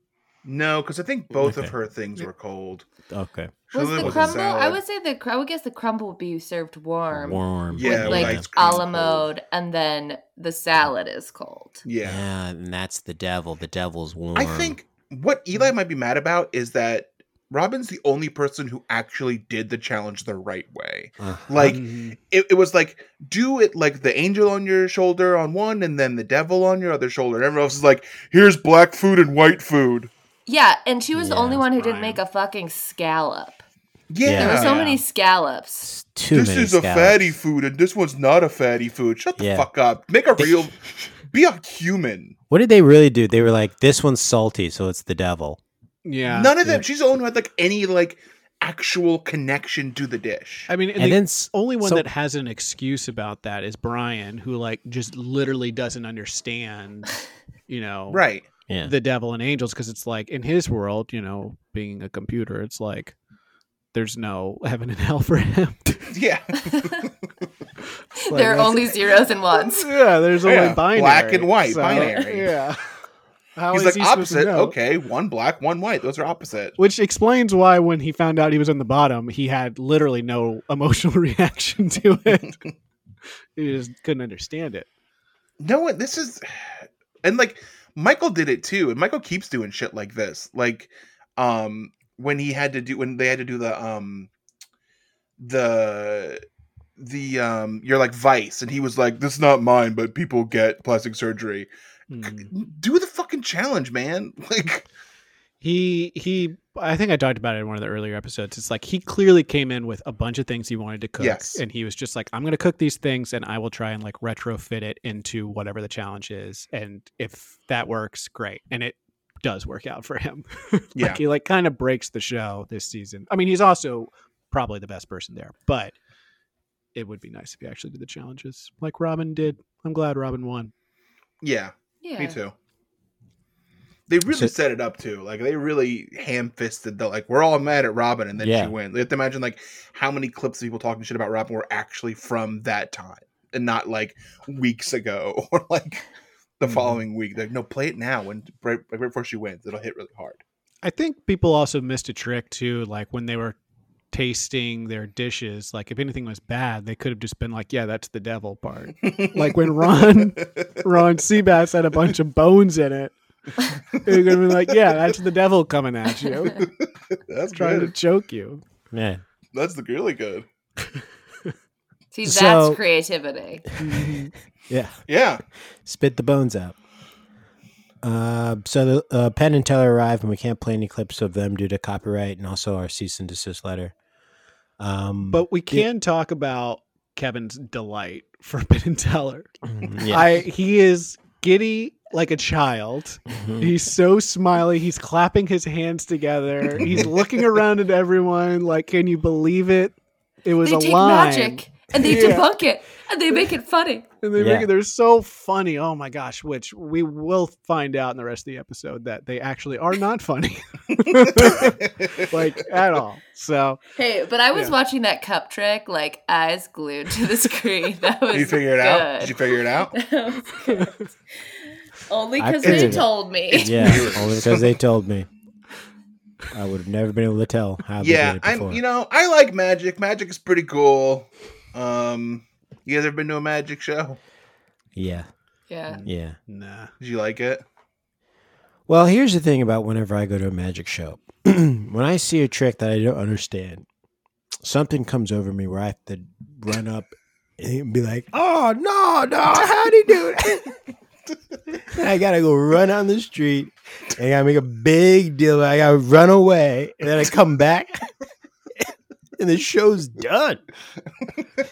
[SPEAKER 4] No, because I think both
[SPEAKER 2] Okay.
[SPEAKER 4] of her things were cold.
[SPEAKER 2] Okay.
[SPEAKER 4] She
[SPEAKER 5] Was
[SPEAKER 4] only
[SPEAKER 5] the
[SPEAKER 4] wasn't
[SPEAKER 5] crumble? I
[SPEAKER 4] salad.
[SPEAKER 5] would say the cr- I would guess the crumble would be served warm,
[SPEAKER 2] Warm.
[SPEAKER 4] Yeah,
[SPEAKER 5] with
[SPEAKER 4] with
[SPEAKER 5] like
[SPEAKER 4] ice cream
[SPEAKER 5] a la
[SPEAKER 4] cold.
[SPEAKER 5] mode, and then the salad is cold.
[SPEAKER 4] Yeah.
[SPEAKER 2] Yeah, and that's the devil. The devil's warm.
[SPEAKER 4] I think what Eli might be mad about is that Robin's the only person who actually did the challenge the right way.
[SPEAKER 2] Uh,
[SPEAKER 4] Like
[SPEAKER 3] Mhm.
[SPEAKER 4] it, it was like do it like the angel on your shoulder on one and then the devil on your other shoulder and everyone else is like here's black food and white food
[SPEAKER 5] Yeah, and she was the
[SPEAKER 2] Yeah,
[SPEAKER 5] only one who
[SPEAKER 3] Brian.
[SPEAKER 5] didn't make a fucking scallop.
[SPEAKER 4] Oh, yeah,
[SPEAKER 5] There were so
[SPEAKER 3] Yeah.
[SPEAKER 5] many scallops.
[SPEAKER 2] it's too
[SPEAKER 4] this
[SPEAKER 2] many
[SPEAKER 4] is a
[SPEAKER 2] scallops.
[SPEAKER 4] fatty food and this one's not a fatty food shut the
[SPEAKER 2] Yeah.
[SPEAKER 4] fuck up make a real be a human
[SPEAKER 2] What did they really do? They were like, "This one's salty, so it's the devil."
[SPEAKER 3] Yeah.
[SPEAKER 4] none of them she's the only one who had like any like actual connection to the dish
[SPEAKER 3] I mean, and,
[SPEAKER 2] And,
[SPEAKER 3] the
[SPEAKER 2] then s-
[SPEAKER 4] Oh,
[SPEAKER 3] only one
[SPEAKER 2] so-
[SPEAKER 3] that has an excuse about that is Brian, who like just literally doesn't understand, you know,
[SPEAKER 4] right
[SPEAKER 2] yeah,
[SPEAKER 3] the devil and angels because it's like in his world, you know, being a computer, it's like there's no heaven and hell for him.
[SPEAKER 4] yeah
[SPEAKER 5] there are only zeros and ones.
[SPEAKER 3] yeah, there's only
[SPEAKER 4] Yeah,
[SPEAKER 3] binary,
[SPEAKER 4] black and white, binary.
[SPEAKER 3] Yeah, How
[SPEAKER 4] he's
[SPEAKER 3] is
[SPEAKER 4] like
[SPEAKER 3] he supposed to
[SPEAKER 4] opposite
[SPEAKER 3] know?
[SPEAKER 4] okay one black one white those are opposite
[SPEAKER 3] Which explains why, when he found out he was on the bottom, he had literally no emotional reaction to it. he just couldn't understand it.
[SPEAKER 4] no one this is and like michael did it too and michael keeps doing shit like this like um when he had to do when they had to do the um the the um you're like vice and he was like this is not mine but people get plastic surgery
[SPEAKER 3] Mm.
[SPEAKER 4] do the fucking challenge man like
[SPEAKER 3] he he i think i talked about it in one of the earlier episodes it's like he clearly came in with a bunch of things he wanted to cook
[SPEAKER 4] Yes.
[SPEAKER 3] and he was just like i'm going to cook these things and i will try and like retrofit it into whatever the challenge is and if that works great and it does work out for him Like,
[SPEAKER 4] Yeah.
[SPEAKER 3] he like kind of breaks the show this season i mean he's also probably the best person there but it would be nice if he actually did the challenges like robin did i'm glad robin won
[SPEAKER 4] yeah
[SPEAKER 5] Yeah.
[SPEAKER 4] me too they really
[SPEAKER 2] So-
[SPEAKER 4] set it up too like they really ham-fisted the like we're all mad at robin and then
[SPEAKER 2] Yeah.
[SPEAKER 4] she wins you have to imagine like how many clips of people talking shit about robin were actually from that time and not like weeks ago or like
[SPEAKER 2] Mm-hmm.
[SPEAKER 4] the
[SPEAKER 3] Mhm.
[SPEAKER 4] following week like no play it now when right, like, right before she wins it'll hit really hard
[SPEAKER 3] I think people also missed a trick too, like when they were tasting their dishes, like if anything was bad, they could have just been like, Yeah, that's the devil part. like when Ron Ron Seabass had a bunch of bones in it. They could have been like, Yeah, that's the devil coming at you.
[SPEAKER 4] that's
[SPEAKER 3] Trying to
[SPEAKER 4] good.
[SPEAKER 3] choke you.
[SPEAKER 2] yeah.
[SPEAKER 4] that's the really good
[SPEAKER 5] See, that's
[SPEAKER 2] So-
[SPEAKER 5] creativity.
[SPEAKER 2] yeah.
[SPEAKER 4] yeah
[SPEAKER 2] Spit the bones out. Uh, so the uh, Penn and Teller arrive, and we can't play any clips of them due to copyright and also our cease and desist letter. Um,
[SPEAKER 3] But we can talk about Kevin's delight for Ben and Teller.
[SPEAKER 2] mm, yeah,
[SPEAKER 3] I he is giddy like a child.
[SPEAKER 2] Mm-hmm.
[SPEAKER 3] He's so smiley. He's clapping his hands together. He's looking around at everyone like, can you believe it? It was
[SPEAKER 5] they
[SPEAKER 3] a
[SPEAKER 5] take
[SPEAKER 3] line.
[SPEAKER 5] magic and they
[SPEAKER 3] Yeah.
[SPEAKER 5] debunk it and they make it funny.
[SPEAKER 3] And they make
[SPEAKER 2] Yeah.
[SPEAKER 3] it, they're so funny. Oh my gosh, which we will find out in the rest of the episode that they actually are not funny. like at all. So
[SPEAKER 5] Hey, but I was
[SPEAKER 3] Yeah.
[SPEAKER 5] watching that cup trick, like eyes glued to the screen. That was
[SPEAKER 4] Did you figure it out? Did you
[SPEAKER 5] good.
[SPEAKER 4] figure it out?
[SPEAKER 5] That was good. Only
[SPEAKER 2] I
[SPEAKER 5] because they
[SPEAKER 2] figured it out.
[SPEAKER 5] told me.
[SPEAKER 2] Yeah, only because they told me. I would have never been able to tell how they
[SPEAKER 4] yeah,
[SPEAKER 2] did it
[SPEAKER 4] I'm.
[SPEAKER 2] before.
[SPEAKER 4] You know, I like magic. Magic is pretty cool. Um, you guys ever been to a magic show?
[SPEAKER 2] yeah,
[SPEAKER 5] Yeah.
[SPEAKER 2] yeah.
[SPEAKER 3] nah.
[SPEAKER 4] Did you like it?
[SPEAKER 2] Well, here's the thing about whenever I go to a magic show. when I see a trick that I don't understand, something comes over me where I have to run up and be like, oh, no, no, how'd he do it? and I gotta go run on the street and I gotta make a big deal. I gotta run away and then I come back and the show's done.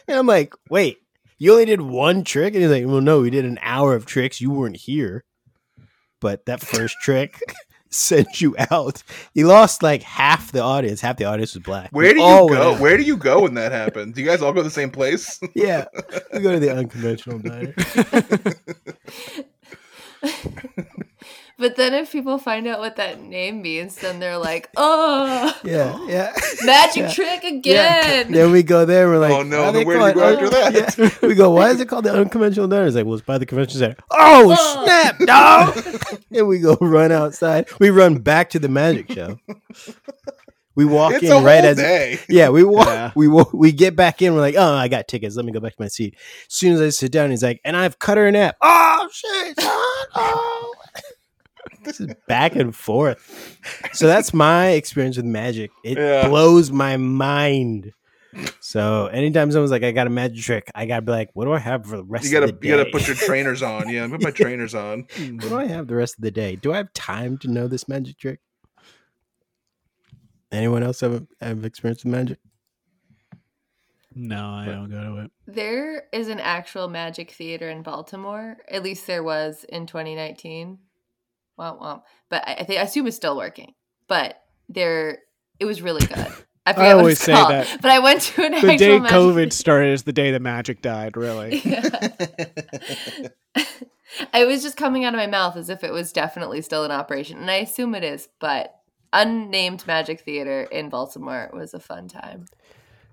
[SPEAKER 2] And I'm like, wait, you only did one trick? And he's like, well, no, we did an hour of tricks. You weren't here but that first trick sent you out. You lost like half the audience. Half the audience was black.
[SPEAKER 4] Where
[SPEAKER 2] We
[SPEAKER 4] do you
[SPEAKER 2] all went
[SPEAKER 4] go?
[SPEAKER 2] out.
[SPEAKER 4] Where do you go when that happens? Do you guys all go to the same place?
[SPEAKER 2] Yeah, we go to the unconventional diner.
[SPEAKER 5] But then if people find out what that name means, then they're like, oh,
[SPEAKER 2] Yeah, yeah.
[SPEAKER 5] magic trick again.
[SPEAKER 2] Then we go there. We're like,
[SPEAKER 4] oh no!
[SPEAKER 2] why
[SPEAKER 4] Then
[SPEAKER 2] they
[SPEAKER 4] where do
[SPEAKER 2] call
[SPEAKER 4] you
[SPEAKER 2] it
[SPEAKER 4] go after
[SPEAKER 2] un-
[SPEAKER 4] that?
[SPEAKER 2] Yeah. We go. Why is it called the unconventional diner? It's like, well, it's by the convention center. Oh,
[SPEAKER 5] Oh.
[SPEAKER 2] snap, dog! and we go run outside. We run back to the magic show. We walk
[SPEAKER 4] It's
[SPEAKER 2] in
[SPEAKER 4] a
[SPEAKER 2] right
[SPEAKER 4] whole
[SPEAKER 2] as
[SPEAKER 4] day.
[SPEAKER 2] Yeah, we walk,
[SPEAKER 3] Yeah.
[SPEAKER 2] we walk, we get back in. We're like, oh, I got tickets. Let me go back to my seat. As soon as I sit down, he's like, and I've cut her in half. Oh shit! son, Oh. this is back and forth. So that's my experience with magic. It
[SPEAKER 4] Yeah.
[SPEAKER 2] blows my mind. So anytime someone's like, I got a magic trick, I gotta be like, what do I have for the rest
[SPEAKER 4] You gotta
[SPEAKER 2] of the day? Mm.
[SPEAKER 4] you gotta put your trainers on. Yeah, put my trainers on.
[SPEAKER 2] what do I have the rest of the day? Do I have time to know this magic trick? Anyone else have, have experience with magic?
[SPEAKER 3] No, I don't go to it.
[SPEAKER 5] There is an actual magic theater in Baltimore. At least there was in 2019. Womp womp. But I, I think I assume it's still working. But there, it was really good. I, forget what
[SPEAKER 3] always
[SPEAKER 5] it's
[SPEAKER 3] say
[SPEAKER 5] called,
[SPEAKER 3] that.
[SPEAKER 5] But I went to an
[SPEAKER 3] The
[SPEAKER 5] actual
[SPEAKER 3] day
[SPEAKER 5] magic
[SPEAKER 3] COVID started is the day the magic died, really.
[SPEAKER 5] Yeah. it was just coming out of my mouth as if it was definitely still in operation, and I assume it is. But unnamed magic theater in Baltimore was a fun time.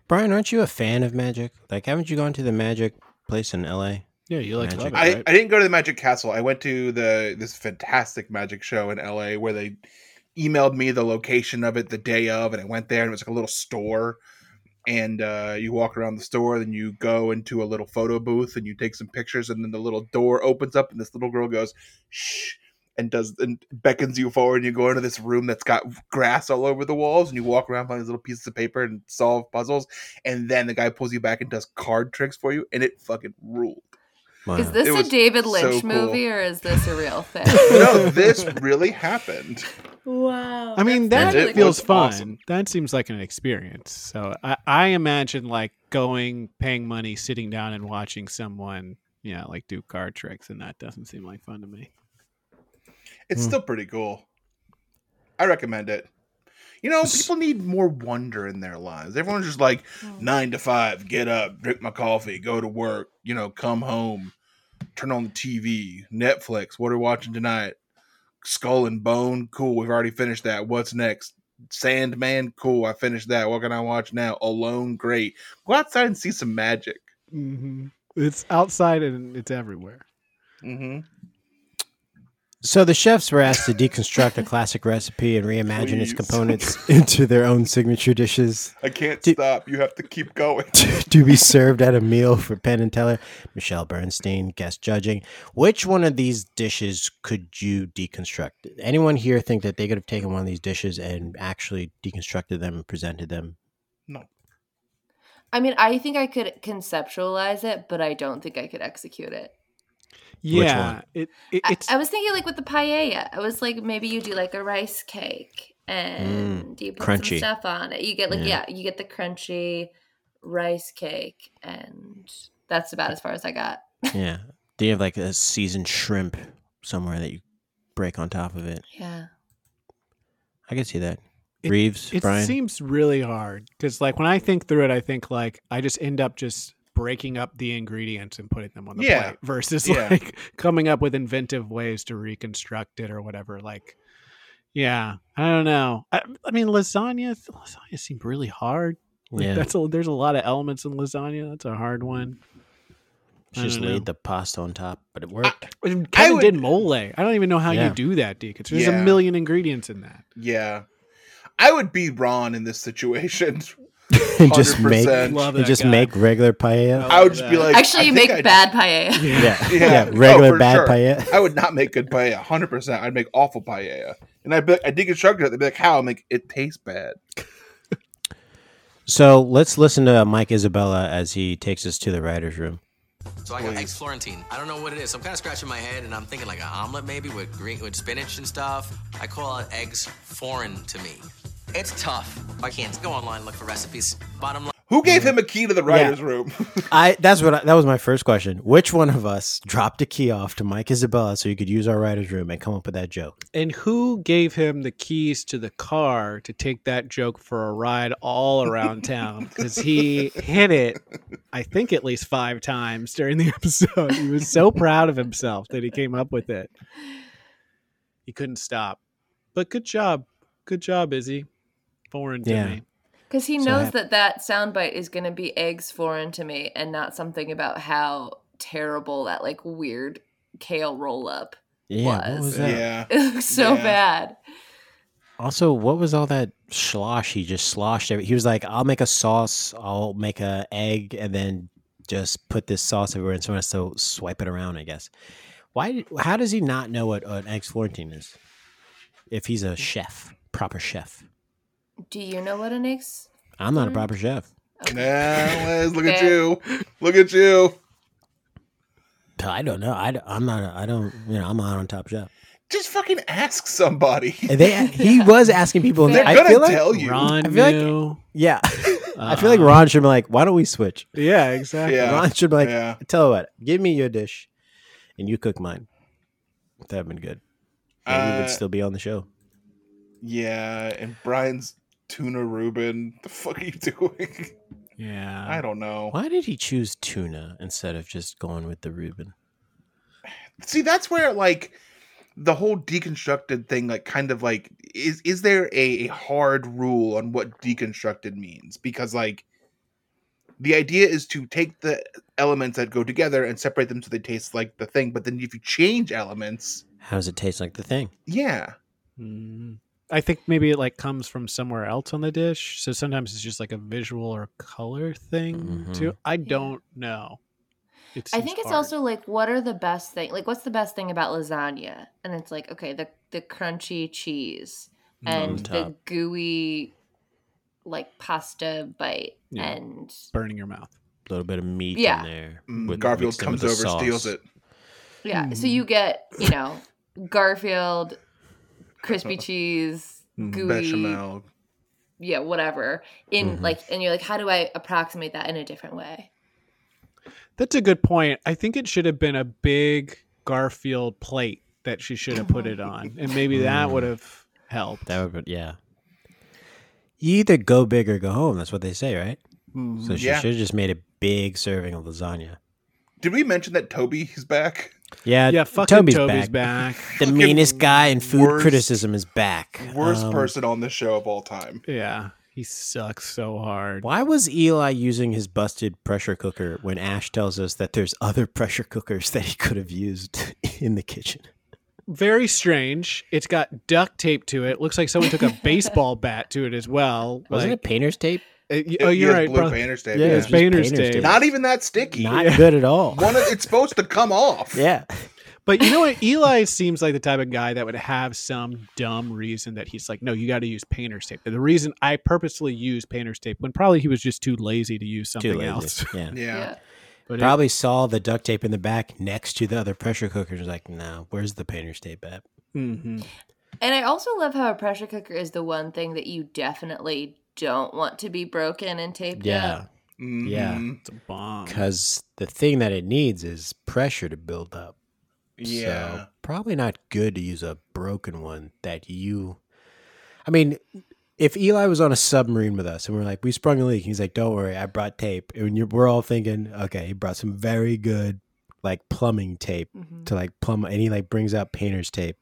[SPEAKER 2] Brian, aren't you a fan of magic? Like, haven't you gone to the magic place in LA?
[SPEAKER 3] Yeah, you like
[SPEAKER 2] Magic.
[SPEAKER 3] love it,
[SPEAKER 4] I,
[SPEAKER 3] right?
[SPEAKER 4] I didn't go to the Magic Castle. I went to the this fantastic magic show in LA where they emailed me the location of it the day of, and I went there and it was like a little store. And uh, you walk around the store, then you go into a little photo booth and you take some pictures, and then the little door opens up, and this little girl goes, shh. And does and beckons you forward, and you go into this room that's got grass all over the walls, and you walk around find these little pieces of paper and solve puzzles, and then the guy pulls you back and does card tricks for you, and it fucking ruled.
[SPEAKER 2] Wow.
[SPEAKER 5] Is
[SPEAKER 4] It
[SPEAKER 5] this
[SPEAKER 4] was
[SPEAKER 5] a David
[SPEAKER 4] so
[SPEAKER 5] Lynch
[SPEAKER 4] cool.
[SPEAKER 5] movie or is this a real thing?
[SPEAKER 4] no, this really happened.
[SPEAKER 5] wow.
[SPEAKER 3] I mean, that
[SPEAKER 5] that's
[SPEAKER 4] really cool.
[SPEAKER 3] feels
[SPEAKER 4] That's
[SPEAKER 3] fun.
[SPEAKER 4] awesome.
[SPEAKER 3] That seems like an experience. So I, I imagine like going, paying money, sitting down and watching someone, you know, like do card tricks, and that doesn't seem like fun to me.
[SPEAKER 4] It's
[SPEAKER 2] Hmm.
[SPEAKER 4] still pretty cool. I recommend it. You know,
[SPEAKER 2] S-
[SPEAKER 4] people need more wonder in their lives. Everyone's just like nine to five, get up, drink my coffee, go to work, you know, come home, turn on the TV, Netflix, what are we watching tonight? Skull and Bone, cool, we've already finished that. What's next? Sandman, cool, I finished that. What can I watch now? Alone, great. Go outside and see some magic.
[SPEAKER 3] Mm-hmm. It's outside and it's everywhere.
[SPEAKER 4] Mm-hmm.
[SPEAKER 2] So the chefs were asked to deconstruct a classic recipe and reimagine its
[SPEAKER 4] Please.
[SPEAKER 2] components into their own signature dishes
[SPEAKER 4] I can't
[SPEAKER 2] Do-
[SPEAKER 4] stop. You have to keep going.
[SPEAKER 2] to, to be served at a meal for Penn and Teller. Michelle Bernstein, guest judging. Which one of these dishes could you deconstruct? Anyone here think that they could have taken one of these dishes and actually deconstructed them and presented them?
[SPEAKER 5] I mean, I think I could conceptualize it, but I don't think I could execute it.
[SPEAKER 2] Which
[SPEAKER 3] Yeah,
[SPEAKER 2] one?
[SPEAKER 3] it, it
[SPEAKER 5] I,
[SPEAKER 3] it's
[SPEAKER 5] I was thinking like with the paella. I was like, maybe you do like a rice cake and you put some
[SPEAKER 2] crunchy.
[SPEAKER 5] stuff on it. You get like
[SPEAKER 2] Yeah.
[SPEAKER 5] yeah. you get the crunchy rice cake, and that's about as far as I got.
[SPEAKER 2] Yeah. Do you have like a seasoned shrimp somewhere that you break on top of it.
[SPEAKER 5] Yeah.
[SPEAKER 2] I can see that.
[SPEAKER 3] It-
[SPEAKER 2] Reeves,
[SPEAKER 3] It
[SPEAKER 2] Brian.
[SPEAKER 3] seems really hard because, like, when I think through it, I think like I just end up just breaking up the ingredients and putting them on the
[SPEAKER 4] Yeah.
[SPEAKER 3] plate versus
[SPEAKER 4] Yeah.
[SPEAKER 3] like coming up with inventive ways to reconstruct it or whatever. Like, yeah, I don't know. I, I mean, lasagna lasagna seemed really hard. Like,
[SPEAKER 2] yeah,
[SPEAKER 3] that's a, there's a lot of elements in lasagna. That's a hard one. I
[SPEAKER 2] just
[SPEAKER 3] don't know.
[SPEAKER 2] laid the pasta on top, but it worked.
[SPEAKER 3] Kevin
[SPEAKER 4] would-
[SPEAKER 3] did mole. I don't even know how
[SPEAKER 2] Yeah.
[SPEAKER 3] you do that, Deacon. There's
[SPEAKER 4] Yeah.
[SPEAKER 3] a million ingredients in that.
[SPEAKER 4] Yeah. I would be Ron in this situation.
[SPEAKER 2] And just make
[SPEAKER 4] 100%.
[SPEAKER 3] Love
[SPEAKER 2] and
[SPEAKER 3] that
[SPEAKER 2] just
[SPEAKER 3] guy.
[SPEAKER 2] make regular paella.
[SPEAKER 4] I would just be like,
[SPEAKER 5] Actually,
[SPEAKER 4] I
[SPEAKER 5] you
[SPEAKER 4] think
[SPEAKER 5] make
[SPEAKER 4] I-
[SPEAKER 5] bad paella.
[SPEAKER 2] Yeah, yeah,
[SPEAKER 4] Yeah.
[SPEAKER 2] regular
[SPEAKER 4] Oh, for
[SPEAKER 2] bad
[SPEAKER 4] sure.
[SPEAKER 2] paella.
[SPEAKER 4] I would not make good paella, hundred percent. I'd make awful paella, and I'd be like, I deconstruct it. They'd be like, "How?" I'm like, "It tastes bad."
[SPEAKER 2] So let's listen to uh, Mike Isabella as he takes us to the writers' room.
[SPEAKER 7] So I got eggs Florentine. I don't know what it is. I'm kind of scratching my head, and I'm thinking like an omelet maybe with green with spinach and stuff. I call it eggs foreign to me. It's tough. I can't go online and look for recipes. Bottom line,
[SPEAKER 4] Who gave him a key to the writers' room?
[SPEAKER 2] I that's what I, that was my first question. Which one of us dropped a key off to Mike Isabella so you could use our writers' room and come up with that joke?
[SPEAKER 3] And who gave him the keys to the car to take that joke for a ride all around town? Because he hit it, I think, at least five times during the episode. He was so proud of himself that he came up with it. He couldn't stop. But good job. Good job, Izzy. Foreign to
[SPEAKER 2] Yeah.
[SPEAKER 3] me.
[SPEAKER 5] Because he
[SPEAKER 2] So
[SPEAKER 5] knows
[SPEAKER 2] hap-
[SPEAKER 5] that that soundbite is going to be eggs foreign to me and not something about how terrible that like weird kale roll up.
[SPEAKER 2] Yeah, what
[SPEAKER 5] Was.
[SPEAKER 2] was that?
[SPEAKER 4] yeah,
[SPEAKER 5] It looks so
[SPEAKER 4] Yeah.
[SPEAKER 5] bad.
[SPEAKER 2] Also, what was all that slosh he just sloshed? Every- he was like, "I'll make a sauce, I'll make a egg, and then just put this sauce everywhere." And someone has to swipe it around, I guess. Why? did- How does he not know what an ex Florentine is? If he's a chef, proper chef,
[SPEAKER 5] Do you know what an eggs?
[SPEAKER 2] I'm not a
[SPEAKER 5] Mm.
[SPEAKER 2] proper chef.
[SPEAKER 4] nah, Liz, look at
[SPEAKER 5] Yeah.
[SPEAKER 4] you, look at you.
[SPEAKER 2] Mm. I don't know. I, am not. A, I don't. You know, I'm not on top chef.
[SPEAKER 4] Just fucking ask somebody.
[SPEAKER 2] And they he was asking people. and
[SPEAKER 5] They're
[SPEAKER 2] I
[SPEAKER 4] They're
[SPEAKER 2] feel
[SPEAKER 4] gonna
[SPEAKER 2] like
[SPEAKER 4] tell you.
[SPEAKER 3] Ron
[SPEAKER 2] I feel like-
[SPEAKER 3] knew.
[SPEAKER 2] yeah. I feel like Ron should be like, why don't we switch?
[SPEAKER 3] um, Yeah, exactly.
[SPEAKER 4] Yeah.
[SPEAKER 2] Ron should be like,
[SPEAKER 4] yeah,
[SPEAKER 2] tell you what, give me your dish, and you cook mine. That'd been good. Maybe we
[SPEAKER 4] Uh,
[SPEAKER 2] would still be on the show.
[SPEAKER 4] yeah. And Brian's tuna Reuben. The fuck are you doing?
[SPEAKER 3] Yeah.
[SPEAKER 4] I don't know.
[SPEAKER 2] Why did he choose tuna instead of just going with the Reuben?
[SPEAKER 4] see that's where like the whole deconstructed thing like kind of like is is there a, a hard rule on what deconstructed means because like the idea is to take the elements that go together and separate them so they taste like the thing but then if you change elements
[SPEAKER 2] How does it taste like the thing?
[SPEAKER 4] yeah
[SPEAKER 3] Mm. I think maybe it like comes from somewhere else on the dish. So sometimes it's just like a visual or color thing
[SPEAKER 2] Mm-hmm.
[SPEAKER 3] too. I don't know. It
[SPEAKER 5] I
[SPEAKER 3] seems
[SPEAKER 5] think it's
[SPEAKER 3] hard.
[SPEAKER 5] also like, what are the best thing? Like, what's the best thing about lasagna? And it's like, okay, the the crunchy cheese
[SPEAKER 4] Mm,
[SPEAKER 2] Mm.
[SPEAKER 5] and the gooey, like pasta bite,
[SPEAKER 3] Yeah.
[SPEAKER 5] and
[SPEAKER 3] burning your mouth.
[SPEAKER 2] A little bit of meat
[SPEAKER 5] Yeah.
[SPEAKER 2] in there.
[SPEAKER 4] Mm,
[SPEAKER 2] with-
[SPEAKER 4] garfield
[SPEAKER 2] mixed in with
[SPEAKER 4] comes
[SPEAKER 2] the
[SPEAKER 4] over steals
[SPEAKER 2] sauce.
[SPEAKER 4] it
[SPEAKER 5] yeah. So you get, you know, Garfield, crispy cheese, gooey,
[SPEAKER 4] bechamel
[SPEAKER 5] yeah, whatever. In
[SPEAKER 2] Mhm.
[SPEAKER 5] like, and you're like, how do I approximate that in a different way?
[SPEAKER 3] That's a good point. I think it should have been a big Garfield plate that she should have put it on, and maybe that would have helped.
[SPEAKER 2] Mm. That would, yeah. You either go big or go home. That's what they say, right? So she
[SPEAKER 4] Mm, Yeah.
[SPEAKER 2] should have just made a big serving of lasagna.
[SPEAKER 4] did we mention that toby is back
[SPEAKER 2] Yeah,
[SPEAKER 3] yeah, fucking Toby's, back.
[SPEAKER 2] The meanest guy in food
[SPEAKER 4] worst-
[SPEAKER 2] criticism is back.
[SPEAKER 4] worst
[SPEAKER 2] Um,
[SPEAKER 4] person on this show of all time
[SPEAKER 3] yeah, he sucks so hard.
[SPEAKER 2] Why was Eli using his busted pressure cooker when Ash tells us that there's other pressure cookers that he could have used in the kitchen?
[SPEAKER 3] very strange. It's got duct tape to it. Looks like someone took a baseball bat to it as well.
[SPEAKER 2] Wasn't
[SPEAKER 3] like,
[SPEAKER 2] it painter's tape?
[SPEAKER 3] it?
[SPEAKER 4] It-
[SPEAKER 3] oh,
[SPEAKER 4] he
[SPEAKER 3] you're
[SPEAKER 4] has
[SPEAKER 3] right.
[SPEAKER 4] blue
[SPEAKER 3] bro.
[SPEAKER 4] Banner State,
[SPEAKER 2] Yeah,
[SPEAKER 4] yeah.
[SPEAKER 3] it's
[SPEAKER 2] just painter's
[SPEAKER 3] painter's tape.
[SPEAKER 2] tape.
[SPEAKER 4] not even that sticky
[SPEAKER 2] Not good at all.
[SPEAKER 4] one of, it's supposed to come off
[SPEAKER 2] yeah.
[SPEAKER 3] But you know what? Eli seems like the type of guy that would have some dumb reason that he's like, no, you got to use painter's tape. The reason I purposely used painter's tape when probably he was just too lazy to use something
[SPEAKER 2] Too lazy.
[SPEAKER 3] else.
[SPEAKER 2] Yeah.
[SPEAKER 4] yeah.
[SPEAKER 3] But it-
[SPEAKER 2] Probably saw the duct tape in the back next to the other pressure cookers. Like, no, where's the painter's tape at?
[SPEAKER 3] Mhm.
[SPEAKER 5] And I also love how a pressure cooker is the one thing that you definitely don't want to be broken and taped
[SPEAKER 2] Yeah.
[SPEAKER 5] up.
[SPEAKER 2] Yeah.
[SPEAKER 4] Mhm.
[SPEAKER 3] it's a bomb.
[SPEAKER 2] Um, Because the thing that it needs is pressure to build up.
[SPEAKER 4] Yeah.
[SPEAKER 2] So probably not good to use a broken one that you. I mean, if Eli was on a submarine with us and we're like, we sprung a leak, he's like, don't worry, I brought tape. And you're, we're all thinking, okay, he brought some very good, like, plumbing tape
[SPEAKER 5] Mhm.
[SPEAKER 2] to, like, plumb. And he, like, brings out painter's tape.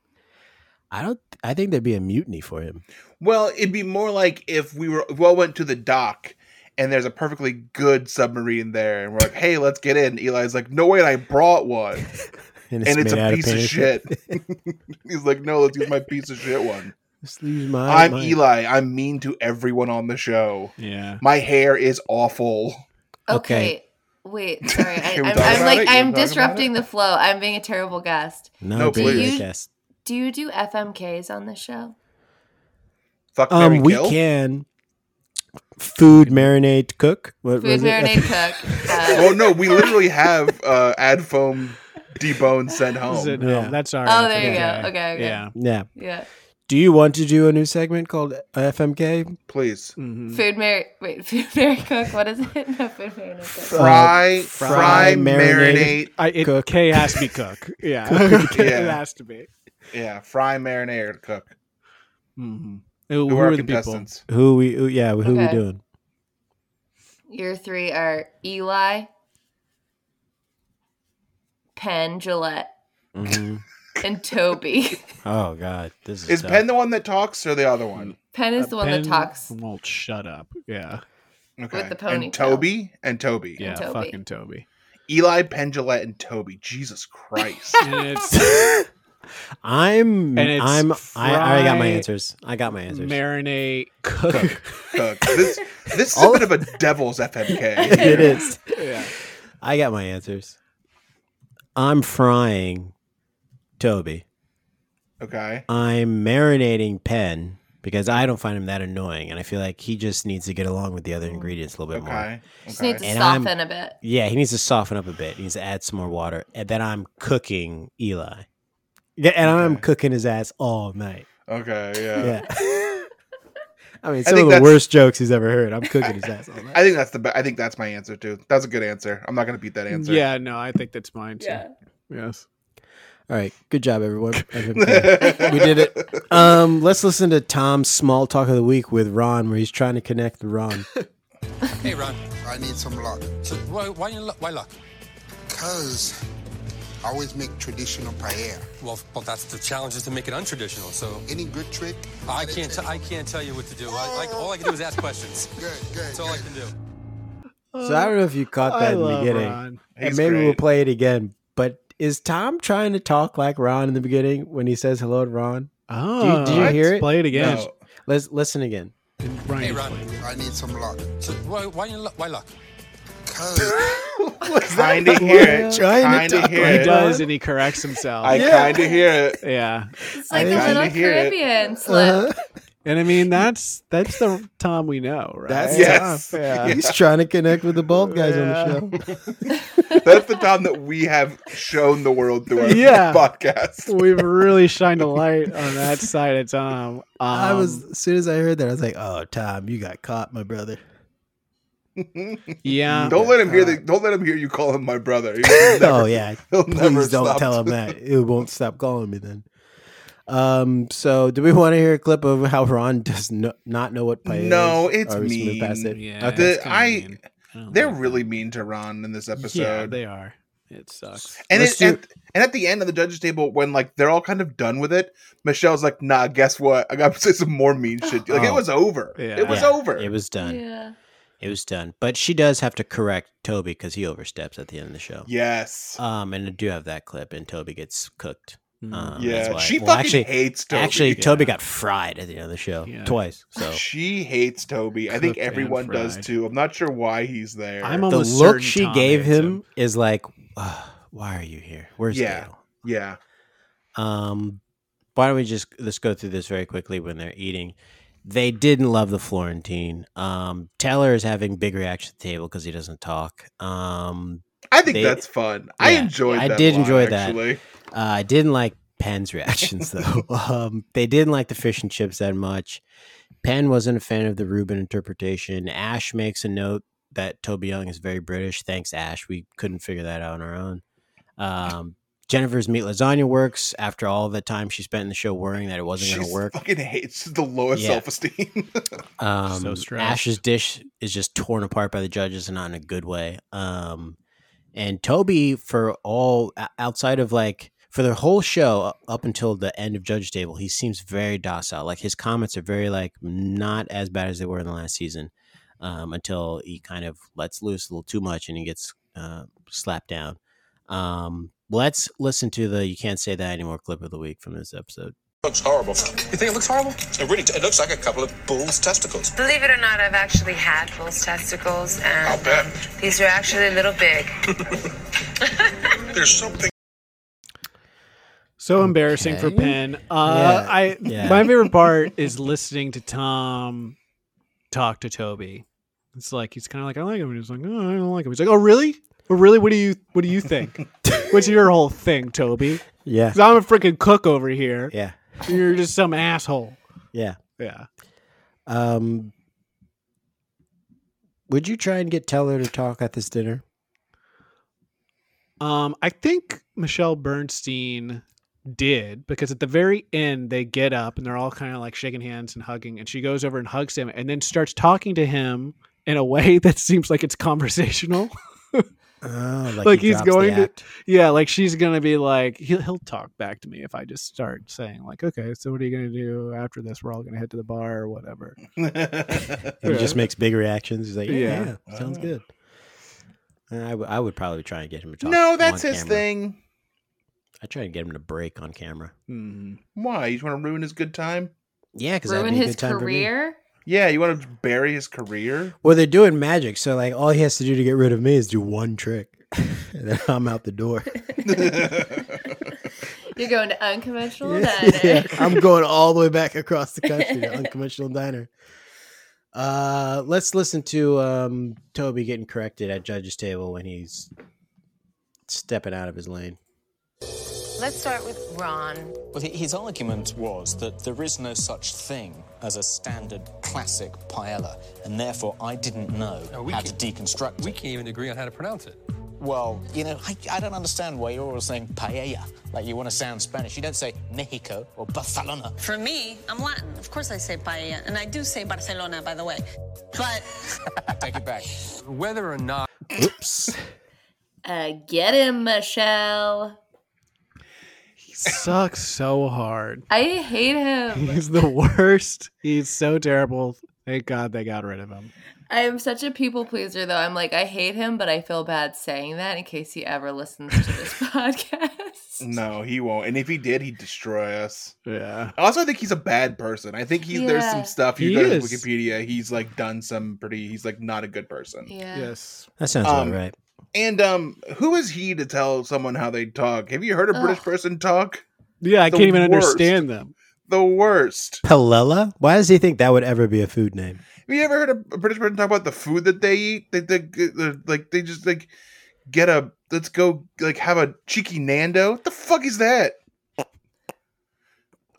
[SPEAKER 2] I don't, I think there'd be a mutiny for him.
[SPEAKER 4] Well, it'd be more like if we were if we all went to the dock and there's a perfectly good submarine there, and we're like, "Hey, let's get in." Eli's like, "No way, I brought one, and it's
[SPEAKER 2] made out
[SPEAKER 4] a piece of
[SPEAKER 2] painter's tape.
[SPEAKER 4] shit." He's like, "No, let's use my piece of shit one."
[SPEAKER 2] Just use mine.
[SPEAKER 4] I'm
[SPEAKER 2] mine.
[SPEAKER 4] Eli. I'm mean to everyone on the show.
[SPEAKER 3] Yeah.
[SPEAKER 4] My hair is awful.
[SPEAKER 5] Okay.
[SPEAKER 2] Okay.
[SPEAKER 5] Wait, sorry. I,
[SPEAKER 4] Can we
[SPEAKER 5] I'm,
[SPEAKER 4] talk
[SPEAKER 5] I'm
[SPEAKER 4] about it?
[SPEAKER 5] like
[SPEAKER 4] Can we
[SPEAKER 5] I'm
[SPEAKER 4] talk about
[SPEAKER 5] disrupting the flow. I'm being a terrible guest.
[SPEAKER 2] No,
[SPEAKER 4] No,
[SPEAKER 2] baby,
[SPEAKER 5] please.
[SPEAKER 2] I guess.
[SPEAKER 5] Do you do FMKs on this show?
[SPEAKER 4] Fuck Mary
[SPEAKER 2] Um, we
[SPEAKER 4] Kill.
[SPEAKER 2] can food marinade cook. What
[SPEAKER 5] Food
[SPEAKER 2] was it?
[SPEAKER 5] marinade cook. Uh,
[SPEAKER 4] Oh no, we literally have uh, ad foam debone sent
[SPEAKER 3] Is it-
[SPEAKER 4] home.
[SPEAKER 2] Yeah.
[SPEAKER 3] no, that's all right.
[SPEAKER 5] Oh, there you
[SPEAKER 3] Yeah.
[SPEAKER 5] go. Okay, okay.
[SPEAKER 3] Yeah.
[SPEAKER 2] yeah.
[SPEAKER 5] Yeah.
[SPEAKER 2] Do you want to do a new segment called FMK?
[SPEAKER 4] Please
[SPEAKER 3] Mhm.
[SPEAKER 5] Food Mary. Wait, Food Mary Cook. What is it? No, Food Marinade Cook.
[SPEAKER 4] fry, fry,
[SPEAKER 2] fry,
[SPEAKER 4] marinate.
[SPEAKER 2] marinate.
[SPEAKER 3] I, it,
[SPEAKER 2] Cook.
[SPEAKER 3] K has to be cook. Yeah. It
[SPEAKER 4] Yeah.
[SPEAKER 3] has to be.
[SPEAKER 4] Yeah, fry, marinate, or cook.
[SPEAKER 3] Mm-hmm. Who,
[SPEAKER 4] Who,
[SPEAKER 3] who
[SPEAKER 4] are,
[SPEAKER 3] are the people?
[SPEAKER 4] contestants?
[SPEAKER 2] Who we? Who, yeah, who we
[SPEAKER 5] Okay.
[SPEAKER 2] doing?
[SPEAKER 5] Your three are Eli, Penn, Gillette, and Toby.
[SPEAKER 2] Mm-hmm. Oh God, this is.
[SPEAKER 4] Is
[SPEAKER 2] tough.
[SPEAKER 4] Penn the one that talks or the other one?
[SPEAKER 5] Penn is
[SPEAKER 3] Uh,
[SPEAKER 5] the one
[SPEAKER 3] Ben
[SPEAKER 5] that talks.
[SPEAKER 3] Won't shut up. Yeah.
[SPEAKER 4] Okay.
[SPEAKER 5] the
[SPEAKER 4] And
[SPEAKER 5] ponytail.
[SPEAKER 4] Toby and Toby.
[SPEAKER 3] Yeah.
[SPEAKER 5] Toby.
[SPEAKER 3] Fucking Toby.
[SPEAKER 4] Eli Pendulette and Toby. Jesus Christ.
[SPEAKER 3] And it's
[SPEAKER 2] I'm.
[SPEAKER 3] And it's
[SPEAKER 2] I'm. I, I already got my
[SPEAKER 3] fry-
[SPEAKER 2] answers. I got my answers.
[SPEAKER 3] marinate cook.
[SPEAKER 4] Cook. This this is a
[SPEAKER 2] All-
[SPEAKER 4] bit of a devil's FMK.
[SPEAKER 2] it is.
[SPEAKER 3] yeah.
[SPEAKER 2] I got my answers. I'm frying Toby.
[SPEAKER 4] Okay.
[SPEAKER 2] I'm marinating Penn because I don't find him that annoying, and I feel like he just needs to get along with the other ingredients a little bit more.
[SPEAKER 4] Okay.
[SPEAKER 5] Just
[SPEAKER 4] Okay.
[SPEAKER 5] need to
[SPEAKER 2] And I'm-
[SPEAKER 5] soften a bit.
[SPEAKER 2] Yeah, he needs to soften up a bit. He needs to add some more water. And then I'm cooking Eli. Yeah, and I'm
[SPEAKER 4] Okay.
[SPEAKER 2] cooking his ass all night.
[SPEAKER 4] okay. Yeah.
[SPEAKER 2] Yeah. I mean,
[SPEAKER 4] think
[SPEAKER 2] some of the
[SPEAKER 4] that's-
[SPEAKER 2] worst jokes he's ever heard. I'm cooking his ass all night.
[SPEAKER 4] I think that's the. Be- I think that's my answer too. That's a good answer. I'm not gonna beat that answer.
[SPEAKER 3] Yeah. No, I think that's mine too.
[SPEAKER 5] Yeah.
[SPEAKER 3] Yes.
[SPEAKER 2] All right. Good job, everyone. FMK. we did it. Um, let's listen to Tom's small talk of the week with Ron, where he's trying to connect the Ron.
[SPEAKER 8] Hey, Ron.
[SPEAKER 9] I need some luck.
[SPEAKER 8] So why why you lo- why luck?
[SPEAKER 9] Cause I always make traditional paella.
[SPEAKER 8] Well, f- well, that's the challenge is to make it untraditional. So
[SPEAKER 9] Any good trick?
[SPEAKER 8] I can't t- I can't tell you what to do. I, I, all I can do is ask questions.
[SPEAKER 9] Good, good.
[SPEAKER 8] That's all I can do.
[SPEAKER 2] So I don't know if you caught
[SPEAKER 3] I
[SPEAKER 2] that in the
[SPEAKER 3] love
[SPEAKER 2] beginning.
[SPEAKER 3] Ron.
[SPEAKER 2] And
[SPEAKER 4] He's
[SPEAKER 2] maybe we'll
[SPEAKER 4] great.
[SPEAKER 2] play it again. But is Tom trying to talk like Ron in the beginning when he says hello to Ron?
[SPEAKER 3] Oh,
[SPEAKER 2] did you hear
[SPEAKER 3] let's
[SPEAKER 2] it?
[SPEAKER 3] Play it again.
[SPEAKER 4] No.
[SPEAKER 2] Let's listen again.
[SPEAKER 3] And Ryan
[SPEAKER 8] Hey, Ron.
[SPEAKER 3] played it.
[SPEAKER 9] I need some luck.
[SPEAKER 8] So why why you lo- why luck?
[SPEAKER 9] Cause
[SPEAKER 4] Kinda hear it.
[SPEAKER 2] Trying to
[SPEAKER 4] Kinda
[SPEAKER 2] talk
[SPEAKER 4] hear
[SPEAKER 3] He
[SPEAKER 2] like Ron.
[SPEAKER 4] it.
[SPEAKER 3] does, and he corrects himself.
[SPEAKER 4] I
[SPEAKER 2] Yeah.
[SPEAKER 4] kinda hear it.
[SPEAKER 3] yeah.
[SPEAKER 5] It's like
[SPEAKER 2] I kinda
[SPEAKER 5] a little
[SPEAKER 4] hear it. Uh-huh.
[SPEAKER 5] Caribbean slip.
[SPEAKER 3] And I mean, that's that's the Tom we know, right?
[SPEAKER 2] That's
[SPEAKER 4] Yes.
[SPEAKER 2] Tom.
[SPEAKER 3] Yeah.
[SPEAKER 2] He's trying to connect with the bald guys on the show.
[SPEAKER 4] That's the time that we have shown the world through our
[SPEAKER 3] Yeah.
[SPEAKER 2] Oh
[SPEAKER 4] podcast.
[SPEAKER 3] We've really shined a light on that side of Tom. Um,
[SPEAKER 2] I was as soon as I heard that, I was like, "Oh, Tom, you got caught, my brother."
[SPEAKER 3] yeah.
[SPEAKER 4] Don't let him hear the, Don't let him hear you call him my brother. He'll never-
[SPEAKER 2] oh yeah,
[SPEAKER 4] he'll never
[SPEAKER 2] please don't
[SPEAKER 4] stop.
[SPEAKER 2] tell him that. It won't stop calling me then. Um. So, do we want to hear a clip of how Ron does no, not know what play
[SPEAKER 4] No,
[SPEAKER 2] is?
[SPEAKER 4] it's
[SPEAKER 2] Or we smooth
[SPEAKER 4] mean.
[SPEAKER 2] past it? Okay.
[SPEAKER 3] Yeah, it's
[SPEAKER 4] The-
[SPEAKER 3] kinda
[SPEAKER 4] I-
[SPEAKER 3] mean. I don't
[SPEAKER 4] They're
[SPEAKER 3] like
[SPEAKER 4] really mean to Ron in this
[SPEAKER 3] that.
[SPEAKER 4] episode.
[SPEAKER 3] Yeah, they are. It sucks.
[SPEAKER 4] and,
[SPEAKER 2] Let's
[SPEAKER 4] it, and and at the end of the judges table, when like they're all kind of done with it, Michelle's like, "Nah, guess what? I got to say some more mean shit. Like it
[SPEAKER 2] Oh.
[SPEAKER 4] was over.
[SPEAKER 3] Yeah.
[SPEAKER 4] It was
[SPEAKER 2] Yeah,
[SPEAKER 4] over.
[SPEAKER 2] It was done.
[SPEAKER 5] Yeah.
[SPEAKER 2] It was done. But she does have to correct Toby because he oversteps at the end of the show.
[SPEAKER 4] yes,
[SPEAKER 2] Um, and I do have that clip, and Toby gets cooked. Um, that's
[SPEAKER 4] yeah.
[SPEAKER 2] why-
[SPEAKER 4] She
[SPEAKER 2] well,
[SPEAKER 4] fucking
[SPEAKER 2] actually,
[SPEAKER 4] hates Toby.
[SPEAKER 2] actually,
[SPEAKER 4] Actually,
[SPEAKER 2] Toby got fried at the end of the show
[SPEAKER 3] Yeah.
[SPEAKER 2] twice. So
[SPEAKER 4] she hates Toby. I think
[SPEAKER 3] Cooked and
[SPEAKER 4] everyone does
[SPEAKER 3] fried.
[SPEAKER 4] too. I'm not sure why he's there.
[SPEAKER 3] I'm
[SPEAKER 2] the
[SPEAKER 3] almost
[SPEAKER 2] look
[SPEAKER 3] certain
[SPEAKER 2] she
[SPEAKER 3] Tom
[SPEAKER 2] gave
[SPEAKER 3] hates
[SPEAKER 2] him, is like, "Ugh, "Why are you here? Where's
[SPEAKER 4] Yeah.
[SPEAKER 2] Dale?"
[SPEAKER 4] yeah,
[SPEAKER 2] Um, why don't we just let's go through this very quickly when they're eating. They didn't love the Florentine. Um, Taylor is having big reaction at the table because he doesn't talk. Um,
[SPEAKER 4] I think
[SPEAKER 2] They-
[SPEAKER 4] that's fun. I
[SPEAKER 2] yeah,
[SPEAKER 4] enjoyed.
[SPEAKER 2] I
[SPEAKER 4] that
[SPEAKER 2] did
[SPEAKER 4] a lot,
[SPEAKER 2] enjoy that.
[SPEAKER 4] actually.
[SPEAKER 2] Uh, I didn't like Penn's reactions though. um, they didn't like the fish and chips that much. Penn wasn't a fan of the Reuben interpretation. Ash makes a note that Toby Young is very British. Thanks, Ash. We couldn't figure that out on our own. Um, Jennifer's meat lasagna works after all the time she spent in the show worrying that it wasn't going
[SPEAKER 4] She's
[SPEAKER 2] to work.
[SPEAKER 4] fucking hates the lowest
[SPEAKER 2] Yeah.
[SPEAKER 4] self esteem.
[SPEAKER 2] Um,
[SPEAKER 3] So stressed.
[SPEAKER 2] Ash's dish is just torn apart by the judges and not in a good way. Um, and Toby, for all o- outside of like for the whole show u- up until the end of Judge Table, he seems very docile. Like his comments are very like not as bad as they were in the last season um, until he kind of lets loose a little too much and he gets uh, slapped down. Um, let's listen to the "You Can't Say That Anymore" clip of the week from this episode.
[SPEAKER 10] looks horrible.
[SPEAKER 8] You think it looks horrible?
[SPEAKER 10] It really it looks like a couple of bull's testicles.
[SPEAKER 11] Believe it or not, I've actually had bull's testicles,
[SPEAKER 10] I'll
[SPEAKER 11] and
[SPEAKER 10] bet.
[SPEAKER 11] these are actually a little big.
[SPEAKER 10] There's something
[SPEAKER 3] So embarrassing for
[SPEAKER 2] Okay.
[SPEAKER 3] Penn. Uh,
[SPEAKER 2] Yeah.
[SPEAKER 3] I
[SPEAKER 2] Yeah.
[SPEAKER 3] my favorite part is listening to Tom talk to Toby. It's like he's kind of like I like him, and he's like oh, I don't like him. He's like oh really? Oh really? What do you what do you think? What's your whole thing, Toby?
[SPEAKER 2] Yeah,
[SPEAKER 3] 'Cause I'm a freaking cook over here.
[SPEAKER 2] yeah,
[SPEAKER 3] You're just some asshole.
[SPEAKER 2] yeah.
[SPEAKER 3] Yeah.
[SPEAKER 2] Um, would you try and get Teller to talk at this dinner?
[SPEAKER 3] Um, I think Michelle Bernstein did because at the very end they get up and they're all kind of like shaking hands and hugging, and she goes over and hugs him and then starts talking to him in a way that seems like it's conversational.
[SPEAKER 2] Oh,
[SPEAKER 3] Like he's
[SPEAKER 2] drops the
[SPEAKER 3] going to-
[SPEAKER 2] act.
[SPEAKER 3] yeah, like she's gonna be like he'll he'll talk back to me if I just start saying like, okay, so what are you gonna do after this? We're all gonna head to the bar or whatever.
[SPEAKER 2] He just makes big reactions. He's like, yeah,
[SPEAKER 3] Yeah.
[SPEAKER 2] yeah, sounds good. And I, w- I would probably try and get him to talk.
[SPEAKER 4] no, that's
[SPEAKER 2] on
[SPEAKER 4] his
[SPEAKER 2] camera.
[SPEAKER 4] thing.
[SPEAKER 2] I try and get him to break on camera.
[SPEAKER 3] Mhm.
[SPEAKER 4] Hmm. Why? You want to ruin his good time?
[SPEAKER 2] Yeah, because that'd
[SPEAKER 5] Ruin
[SPEAKER 2] be a
[SPEAKER 5] his
[SPEAKER 2] good time for me.
[SPEAKER 5] career.
[SPEAKER 4] Yeah, you want to bury his career?
[SPEAKER 2] Well, they're doing magic, so like all he has to do to get rid of me is do one trick, and then I'm out the door.
[SPEAKER 5] You're going to unconventional
[SPEAKER 2] Yeah,
[SPEAKER 5] dining.
[SPEAKER 2] yeah, I'm going all the way back across the country to unconventional diner. Uh, let's listen to um, Toby getting corrected at judge's table when he's stepping out of his lane.
[SPEAKER 11] Let's start with Ron.
[SPEAKER 10] Well, his argument was that there is no such thing as a standard classic paella, and therefore I didn't know
[SPEAKER 8] No, we
[SPEAKER 10] how
[SPEAKER 8] can-
[SPEAKER 10] to deconstruct
[SPEAKER 8] We
[SPEAKER 10] it.
[SPEAKER 8] can't even agree on how to pronounce it.
[SPEAKER 10] Well, you know, I, I don't understand why you're always saying paella. Like you want to sound Spanish. You don't say Mexico or Barcelona.
[SPEAKER 11] For me, I'm Latin. Of course, I say paella, and I do say Barcelona, by the way. But
[SPEAKER 10] Take it back.
[SPEAKER 8] Whether or not
[SPEAKER 2] Oops.
[SPEAKER 5] Uh, get him, Michelle.
[SPEAKER 3] He sucks so hard.
[SPEAKER 5] I hate him.
[SPEAKER 3] He's the worst. He's so terrible. Thank God they got rid of him.
[SPEAKER 5] I am such a people pleaser, though. I'm like, I hate him, but I feel bad saying that in case he ever listens to this podcast.
[SPEAKER 2] Mm.
[SPEAKER 4] No, he won't. And if he did, he'd destroy us.
[SPEAKER 3] Yeah.
[SPEAKER 4] I also think he's a bad person. I think he's there's
[SPEAKER 5] Yeah.
[SPEAKER 4] some stuff you
[SPEAKER 3] He
[SPEAKER 4] go to
[SPEAKER 3] is.
[SPEAKER 4] Wikipedia. He's like done some pretty. He's like not a good person.
[SPEAKER 5] Yeah.
[SPEAKER 3] Yes.
[SPEAKER 2] That sounds
[SPEAKER 4] Um,
[SPEAKER 2] about right.
[SPEAKER 4] And um, who is he to tell someone how they talk? Have you heard a British
[SPEAKER 5] Ugh.
[SPEAKER 4] person talk?
[SPEAKER 3] Yeah, I
[SPEAKER 4] The
[SPEAKER 3] can't even
[SPEAKER 4] worst.
[SPEAKER 3] understand them.
[SPEAKER 4] The worst.
[SPEAKER 2] Palella? Why does he think that would ever be a food name?
[SPEAKER 4] Have you ever heard a a British person talk about the food that they eat? They, they, they're, like they just like get a let's go like have a cheeky Nando. What the fuck is that?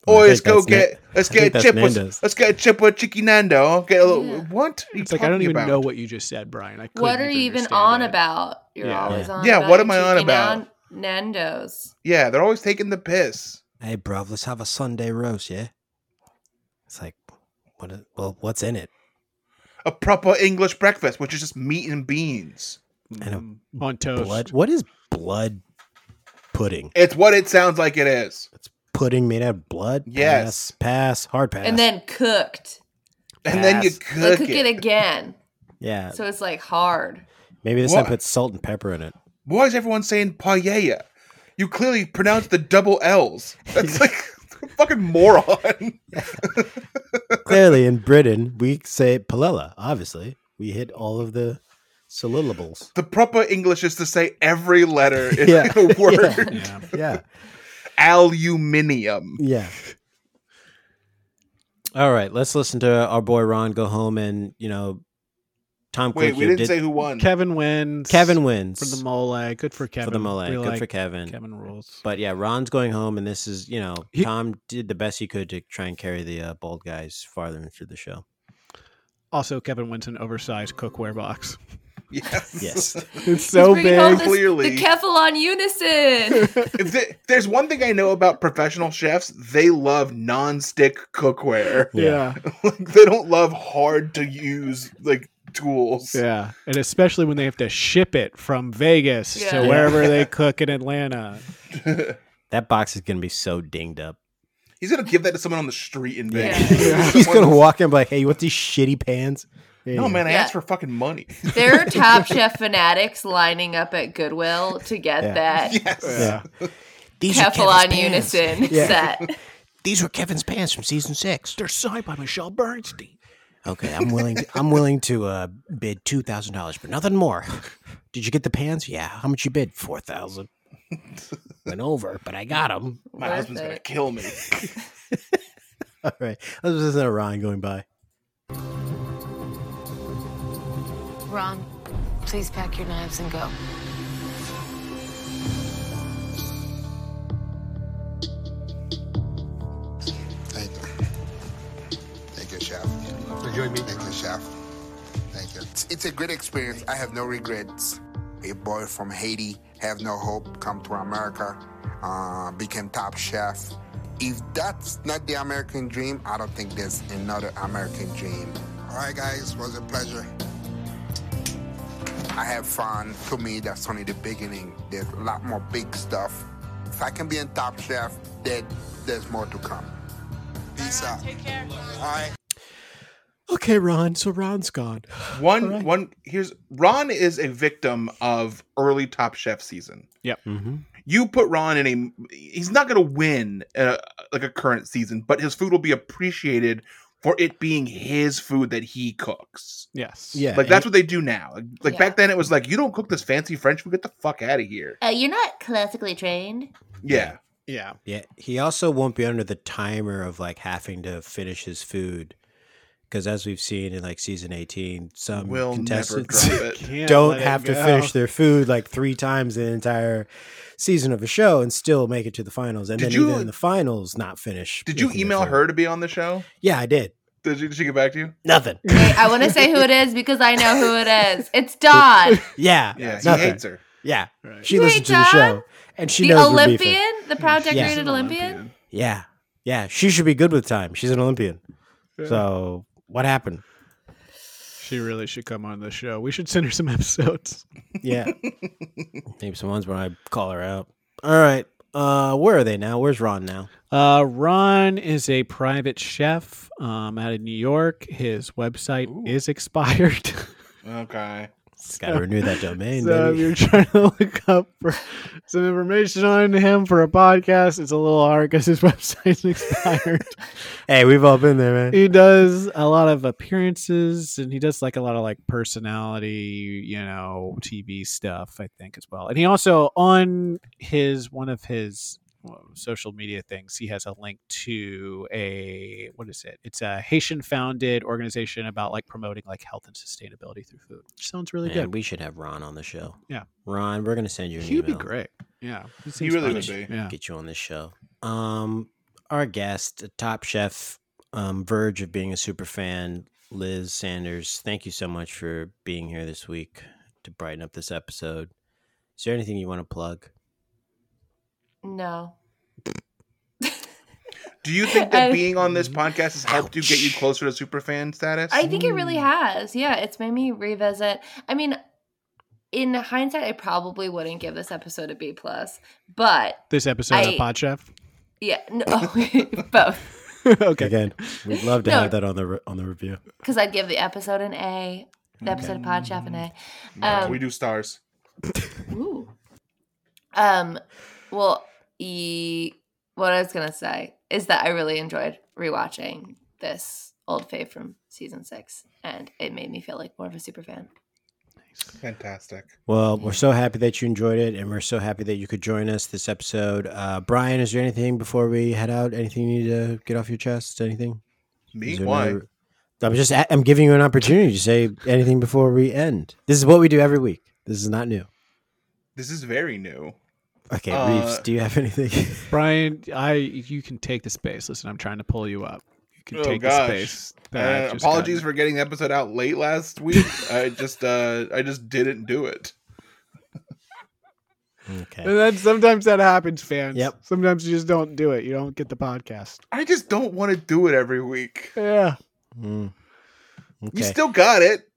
[SPEAKER 2] Well, I
[SPEAKER 4] Or let's
[SPEAKER 2] think
[SPEAKER 4] go
[SPEAKER 2] that's Na-
[SPEAKER 4] get let's
[SPEAKER 2] I think
[SPEAKER 4] get a
[SPEAKER 2] that's
[SPEAKER 4] chip with
[SPEAKER 2] Nando's.
[SPEAKER 4] let's get a chip with cheeky Nando. Get a little,
[SPEAKER 5] Yeah.
[SPEAKER 4] what? Are you
[SPEAKER 3] It's like I don't
[SPEAKER 4] talking
[SPEAKER 3] even
[SPEAKER 4] about?
[SPEAKER 3] know what you just said, Brian. I
[SPEAKER 5] What
[SPEAKER 3] couldn't
[SPEAKER 5] are you even
[SPEAKER 3] understand
[SPEAKER 5] on
[SPEAKER 3] it.
[SPEAKER 5] about? You're
[SPEAKER 3] Yeah.
[SPEAKER 5] always on.
[SPEAKER 4] Yeah,
[SPEAKER 5] about
[SPEAKER 4] what am I on
[SPEAKER 5] cheeky
[SPEAKER 4] about?
[SPEAKER 5] nan- Nando's.
[SPEAKER 4] Yeah, they're always taking the piss.
[SPEAKER 2] Hey, bro, let's have a Sunday roast, yeah? It's like, what? Is, well, what's in it?
[SPEAKER 4] A proper English breakfast, which is just meat and beans.
[SPEAKER 2] And
[SPEAKER 3] Mm. on
[SPEAKER 2] a
[SPEAKER 3] toast.
[SPEAKER 2] blood? What is blood pudding?
[SPEAKER 4] It's what it sounds like it is.
[SPEAKER 2] Pudding made out of blood? Pass,
[SPEAKER 4] Yes.
[SPEAKER 2] pass hard pass.
[SPEAKER 5] And then cooked.
[SPEAKER 4] And then you
[SPEAKER 2] Pass.
[SPEAKER 5] They
[SPEAKER 4] cook,
[SPEAKER 5] cook
[SPEAKER 4] it.
[SPEAKER 5] it again.
[SPEAKER 2] yeah,
[SPEAKER 5] So it's like hard.
[SPEAKER 2] maybe this
[SPEAKER 4] What?
[SPEAKER 2] time put salt and pepper in it.
[SPEAKER 4] Why is everyone saying paella? You clearly pronounce the double L's. That's like a fucking moron.
[SPEAKER 2] Clearly, in Britain, we say palella. Obviously, we hit all of the syllables.
[SPEAKER 4] The proper English is to say every letter in
[SPEAKER 2] Yeah.
[SPEAKER 4] the word.
[SPEAKER 2] Yeah. Yeah,
[SPEAKER 4] Aluminium.
[SPEAKER 2] yeah. All right, let's listen to our boy Ron go home and you know, Tom.
[SPEAKER 4] Wait,
[SPEAKER 2] Cook
[SPEAKER 4] we
[SPEAKER 2] here
[SPEAKER 4] didn't say who won.
[SPEAKER 3] Kevin wins.
[SPEAKER 2] Kevin wins
[SPEAKER 3] for the mole. Good for Kevin.
[SPEAKER 2] for the mole.
[SPEAKER 3] We
[SPEAKER 2] Good
[SPEAKER 3] like
[SPEAKER 2] for Kevin.
[SPEAKER 3] Kevin rules.
[SPEAKER 2] But yeah, Ron's going home, and this is you know
[SPEAKER 3] He-
[SPEAKER 2] Tom did the best he could to try and carry the uh, bald guys farther into the show.
[SPEAKER 3] also, Kevin wins an oversized cookware box.
[SPEAKER 4] Yes.
[SPEAKER 2] Yes.
[SPEAKER 3] It's so
[SPEAKER 5] Bring home
[SPEAKER 3] big.
[SPEAKER 5] this-
[SPEAKER 4] Clearly.
[SPEAKER 5] the Kefalon unison.
[SPEAKER 4] If the- there's one thing I know about professional chefs, they love non-stick cookware.
[SPEAKER 3] Yeah.
[SPEAKER 4] like, they don't love hard to use like tools.
[SPEAKER 3] Yeah. And especially when they have to ship it from Vegas
[SPEAKER 5] Yeah.
[SPEAKER 3] to
[SPEAKER 5] Yeah.
[SPEAKER 3] wherever they cook in Atlanta.
[SPEAKER 2] That box is gonna be so dinged up.
[SPEAKER 4] He's gonna give that to someone on the street in
[SPEAKER 5] Yeah.
[SPEAKER 4] Vegas.
[SPEAKER 2] He's gonna walk in and be like, "Hey, you want these shitty pans?"
[SPEAKER 4] No man, I
[SPEAKER 5] Yeah.
[SPEAKER 4] asked for fucking money.
[SPEAKER 5] There are Top Chef fanatics lining up at Goodwill to get
[SPEAKER 2] Yeah.
[SPEAKER 5] that
[SPEAKER 4] Yes.
[SPEAKER 3] Yeah.
[SPEAKER 6] These are Kevin's
[SPEAKER 5] Kefalon
[SPEAKER 6] pants.
[SPEAKER 5] unison set.
[SPEAKER 6] These were Kevin's pants from season six.
[SPEAKER 3] They're signed by Michelle Bernstein.
[SPEAKER 6] Okay, I'm willing. To, I'm willing to uh, bid two thousand dollars, but nothing more. Did you get the pants? Yeah. How much you bid? Four thousand. Went over, but I got them.
[SPEAKER 4] My
[SPEAKER 5] Worth
[SPEAKER 4] husband's gonna
[SPEAKER 5] it.
[SPEAKER 4] kill me.
[SPEAKER 2] All right, this is Ryan going by.
[SPEAKER 11] Ron, please pack your knives and go.
[SPEAKER 9] Thank you. Thank you, Chef. Enjoy meeting Thank you, Chef. Thank you. It's, it's a great experience. I have no regrets. A boy from Haiti, have no hope, come to America, uh, became top chef. If that's not the American dream, I don't think there's another American dream. All right, guys, was a pleasure. I have fun. To me, that's only the beginning. There's a lot more big stuff. If I can be in Top Chef, then there's more to come. Peace out. Take care. All right.
[SPEAKER 2] Okay, Ron. So Ron's gone.
[SPEAKER 4] One one here's Ron is a victim of early Top Chef season.
[SPEAKER 3] Yep.
[SPEAKER 6] Mm-hmm.
[SPEAKER 4] You put Ron in a he's not gonna win uh, like a current season, but his food will be appreciated for it being his food that he cooks.
[SPEAKER 3] Yes.
[SPEAKER 2] Yeah,
[SPEAKER 4] Like that's what they do now. Like, like,
[SPEAKER 5] Yeah.
[SPEAKER 4] back then, it was like you don't cook this fancy French food. Get the fuck out of here.
[SPEAKER 5] Uh, you're not classically trained.
[SPEAKER 4] Yeah,
[SPEAKER 3] Yeah.
[SPEAKER 2] Yeah, he also won't be under the timer of like having to finish his food because, as we've seen in like season eighteen, some
[SPEAKER 4] we'll never
[SPEAKER 2] um, contestants
[SPEAKER 4] drop it.
[SPEAKER 3] Can't
[SPEAKER 2] don't
[SPEAKER 3] let it
[SPEAKER 2] have to
[SPEAKER 3] go.
[SPEAKER 2] finish their food like three times the entire season of a show and still make it to the finals, and
[SPEAKER 4] Did
[SPEAKER 2] then
[SPEAKER 4] you-
[SPEAKER 2] even in the finals, not finish.
[SPEAKER 4] Did you
[SPEAKER 2] making their
[SPEAKER 4] email
[SPEAKER 2] food.
[SPEAKER 4] her to be on the show?
[SPEAKER 2] Yeah, I did.
[SPEAKER 4] Did, you, did she get back to you?
[SPEAKER 2] Nothing.
[SPEAKER 5] Hey, I want to say who it is because I know who it is. It's Don,
[SPEAKER 2] Yeah,
[SPEAKER 4] Yeah, he
[SPEAKER 2] nothing.
[SPEAKER 4] hates her.
[SPEAKER 2] Yeah,
[SPEAKER 3] Right.
[SPEAKER 2] she
[SPEAKER 5] Wait,
[SPEAKER 2] listened to the
[SPEAKER 5] John?
[SPEAKER 2] show, and she
[SPEAKER 5] the
[SPEAKER 2] knows we're beefing.
[SPEAKER 5] Olympian, the proud
[SPEAKER 3] She's
[SPEAKER 5] decorated
[SPEAKER 3] an
[SPEAKER 5] Olympian.
[SPEAKER 2] Yeah. Yeah. She should be good with time. She's an Olympian. So what happened?
[SPEAKER 3] She really should come on the show. We should send her some episodes.
[SPEAKER 2] Yeah. Maybe someone's when I call her out. All right. Uh where are they now? Where's Ron now?
[SPEAKER 3] Uh, Ron is a private chef um, out of New York. His website is expired.
[SPEAKER 4] Okay.
[SPEAKER 2] Gotta renew that domain,
[SPEAKER 3] so if
[SPEAKER 2] baby.
[SPEAKER 3] you're trying to look up for some information on him for a podcast, it's a little hard because his website's expired.
[SPEAKER 2] Hey, we've all been there, man.
[SPEAKER 3] he does a lot of appearances and he does like a lot of like personality, you know, TV stuff, I think, as well. And he also on his one of his well, social media things, he has a link to a what is it? It's a Haitian founded organization about like promoting like health and sustainability through food. Which sounds really
[SPEAKER 2] Man,
[SPEAKER 3] good.
[SPEAKER 2] we should have Ron on the show.
[SPEAKER 3] Yeah.
[SPEAKER 2] Ron, we're gonna send you an
[SPEAKER 3] He'd be
[SPEAKER 2] email.
[SPEAKER 3] great. Yeah.
[SPEAKER 4] He
[SPEAKER 3] seems
[SPEAKER 4] really
[SPEAKER 3] fun.
[SPEAKER 4] would be.
[SPEAKER 3] Yeah.
[SPEAKER 2] Get you on this show. Um our guest, top chef, um, verge of being a super fan, Liz Sanders, thank you so much for being here this week to brighten up this episode. Is there anything you want to plug?
[SPEAKER 5] No.
[SPEAKER 4] Do you think that
[SPEAKER 5] I-
[SPEAKER 4] being on this podcast has helped you get you closer to superfan status?
[SPEAKER 5] I think it really has. Yeah, it's made me revisit. I mean, in hindsight, I probably wouldn't give this episode a B plus, but
[SPEAKER 3] This episode
[SPEAKER 5] I-
[SPEAKER 3] of Pod Chef.
[SPEAKER 5] yeah, no, both
[SPEAKER 3] okay.
[SPEAKER 2] Again, we'd love to
[SPEAKER 5] No.
[SPEAKER 2] have that on the re- on the review.
[SPEAKER 5] because I'd give the episode an A, the episode of Pod Chef an A.
[SPEAKER 4] No,
[SPEAKER 5] Um,
[SPEAKER 4] we do stars.
[SPEAKER 5] Ooh. Um. Well, e- what I was gonna say is that I really enjoyed rewatching this old fave from season six, and it made me feel like more of a super fan.
[SPEAKER 4] Fantastic.
[SPEAKER 2] Well, we're so happy that you enjoyed it, and we're so happy that you could join us this episode. Uh, Brian, is there anything before we head out? Anything you need to get off your chest? Anything?
[SPEAKER 4] Me?
[SPEAKER 2] Is there
[SPEAKER 4] Why?
[SPEAKER 2] another- I'm just I'm giving you an opportunity to say anything before we end. This is what we do every week. This is not new.
[SPEAKER 4] This is very new.
[SPEAKER 2] Okay,
[SPEAKER 4] Uh,
[SPEAKER 2] Reeves, do you have anything?
[SPEAKER 3] Brian, I you can take the space. Listen, I'm trying to pull you up. could
[SPEAKER 4] Oh
[SPEAKER 3] take
[SPEAKER 4] gosh.
[SPEAKER 3] the space.
[SPEAKER 4] Uh, apologies for getting the episode out late last week. I just uh I just didn't do it.
[SPEAKER 3] for and then sometimes that happens, fans.
[SPEAKER 2] Yep.
[SPEAKER 3] Sometimes you just don't do it. You don't get the podcast.
[SPEAKER 4] I just don't want to do it every week.
[SPEAKER 3] Yeah.
[SPEAKER 2] Mm.
[SPEAKER 4] You
[SPEAKER 2] Okay.
[SPEAKER 4] still got it.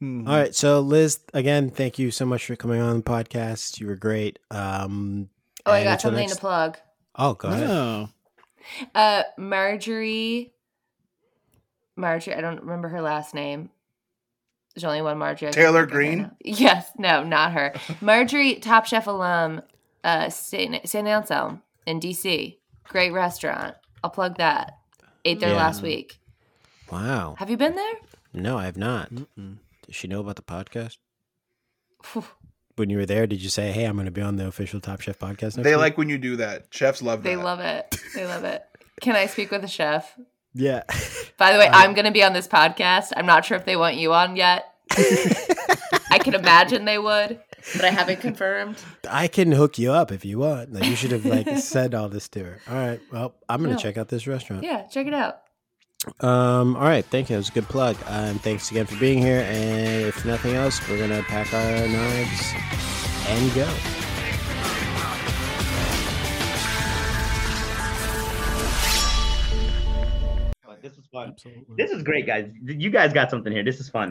[SPEAKER 3] Hmm.
[SPEAKER 2] All right. So, Liz, again, thank you so much for coming on the podcast. You were great. Um,
[SPEAKER 5] Oh, I
[SPEAKER 2] and
[SPEAKER 5] got
[SPEAKER 2] until
[SPEAKER 5] something
[SPEAKER 2] next-
[SPEAKER 5] to plug.
[SPEAKER 2] Oh, go ahead.
[SPEAKER 3] Oh.
[SPEAKER 5] Uh, Marjorie, Marjorie. I don't remember her last name. There's only one Marjorie. I can
[SPEAKER 4] Taylor
[SPEAKER 5] think of right
[SPEAKER 4] Green?
[SPEAKER 5] now. Yes, no, not her. Marjorie, Top Chef alum, uh, Saint, Saint Anselm in DC. Great restaurant. I'll plug that. Ate there
[SPEAKER 2] Yeah.
[SPEAKER 5] last week.
[SPEAKER 2] Wow.
[SPEAKER 5] Have you been there?
[SPEAKER 2] No, I have not.
[SPEAKER 3] Mm-mm.
[SPEAKER 2] Does she know about the podcast?
[SPEAKER 5] Phew.
[SPEAKER 2] When you were there, did you say, "Hey, I'm going to be on the official Top Chef podcast"? Next
[SPEAKER 4] They
[SPEAKER 2] week?
[SPEAKER 4] like when you do that. Chefs love that.
[SPEAKER 5] They love it. They love it. Can I speak with a chef?
[SPEAKER 2] yeah.
[SPEAKER 5] By the way, I'm going to be on this podcast. I'm not sure if they want you on yet. I can imagine they would, but I haven't confirmed.
[SPEAKER 2] I can hook you up if you want. Like, you should have like said all this to her. All right. Well, I'm going to
[SPEAKER 5] No.
[SPEAKER 2] check out this restaurant.
[SPEAKER 5] Yeah, check it out.
[SPEAKER 2] Um. All right. Thank you. That was a good plug. Um. Thanks again for being here. And if nothing else, we're gonna pack our knives and go.
[SPEAKER 12] This was fun. This is great, guys. You guys got something here. This is fun.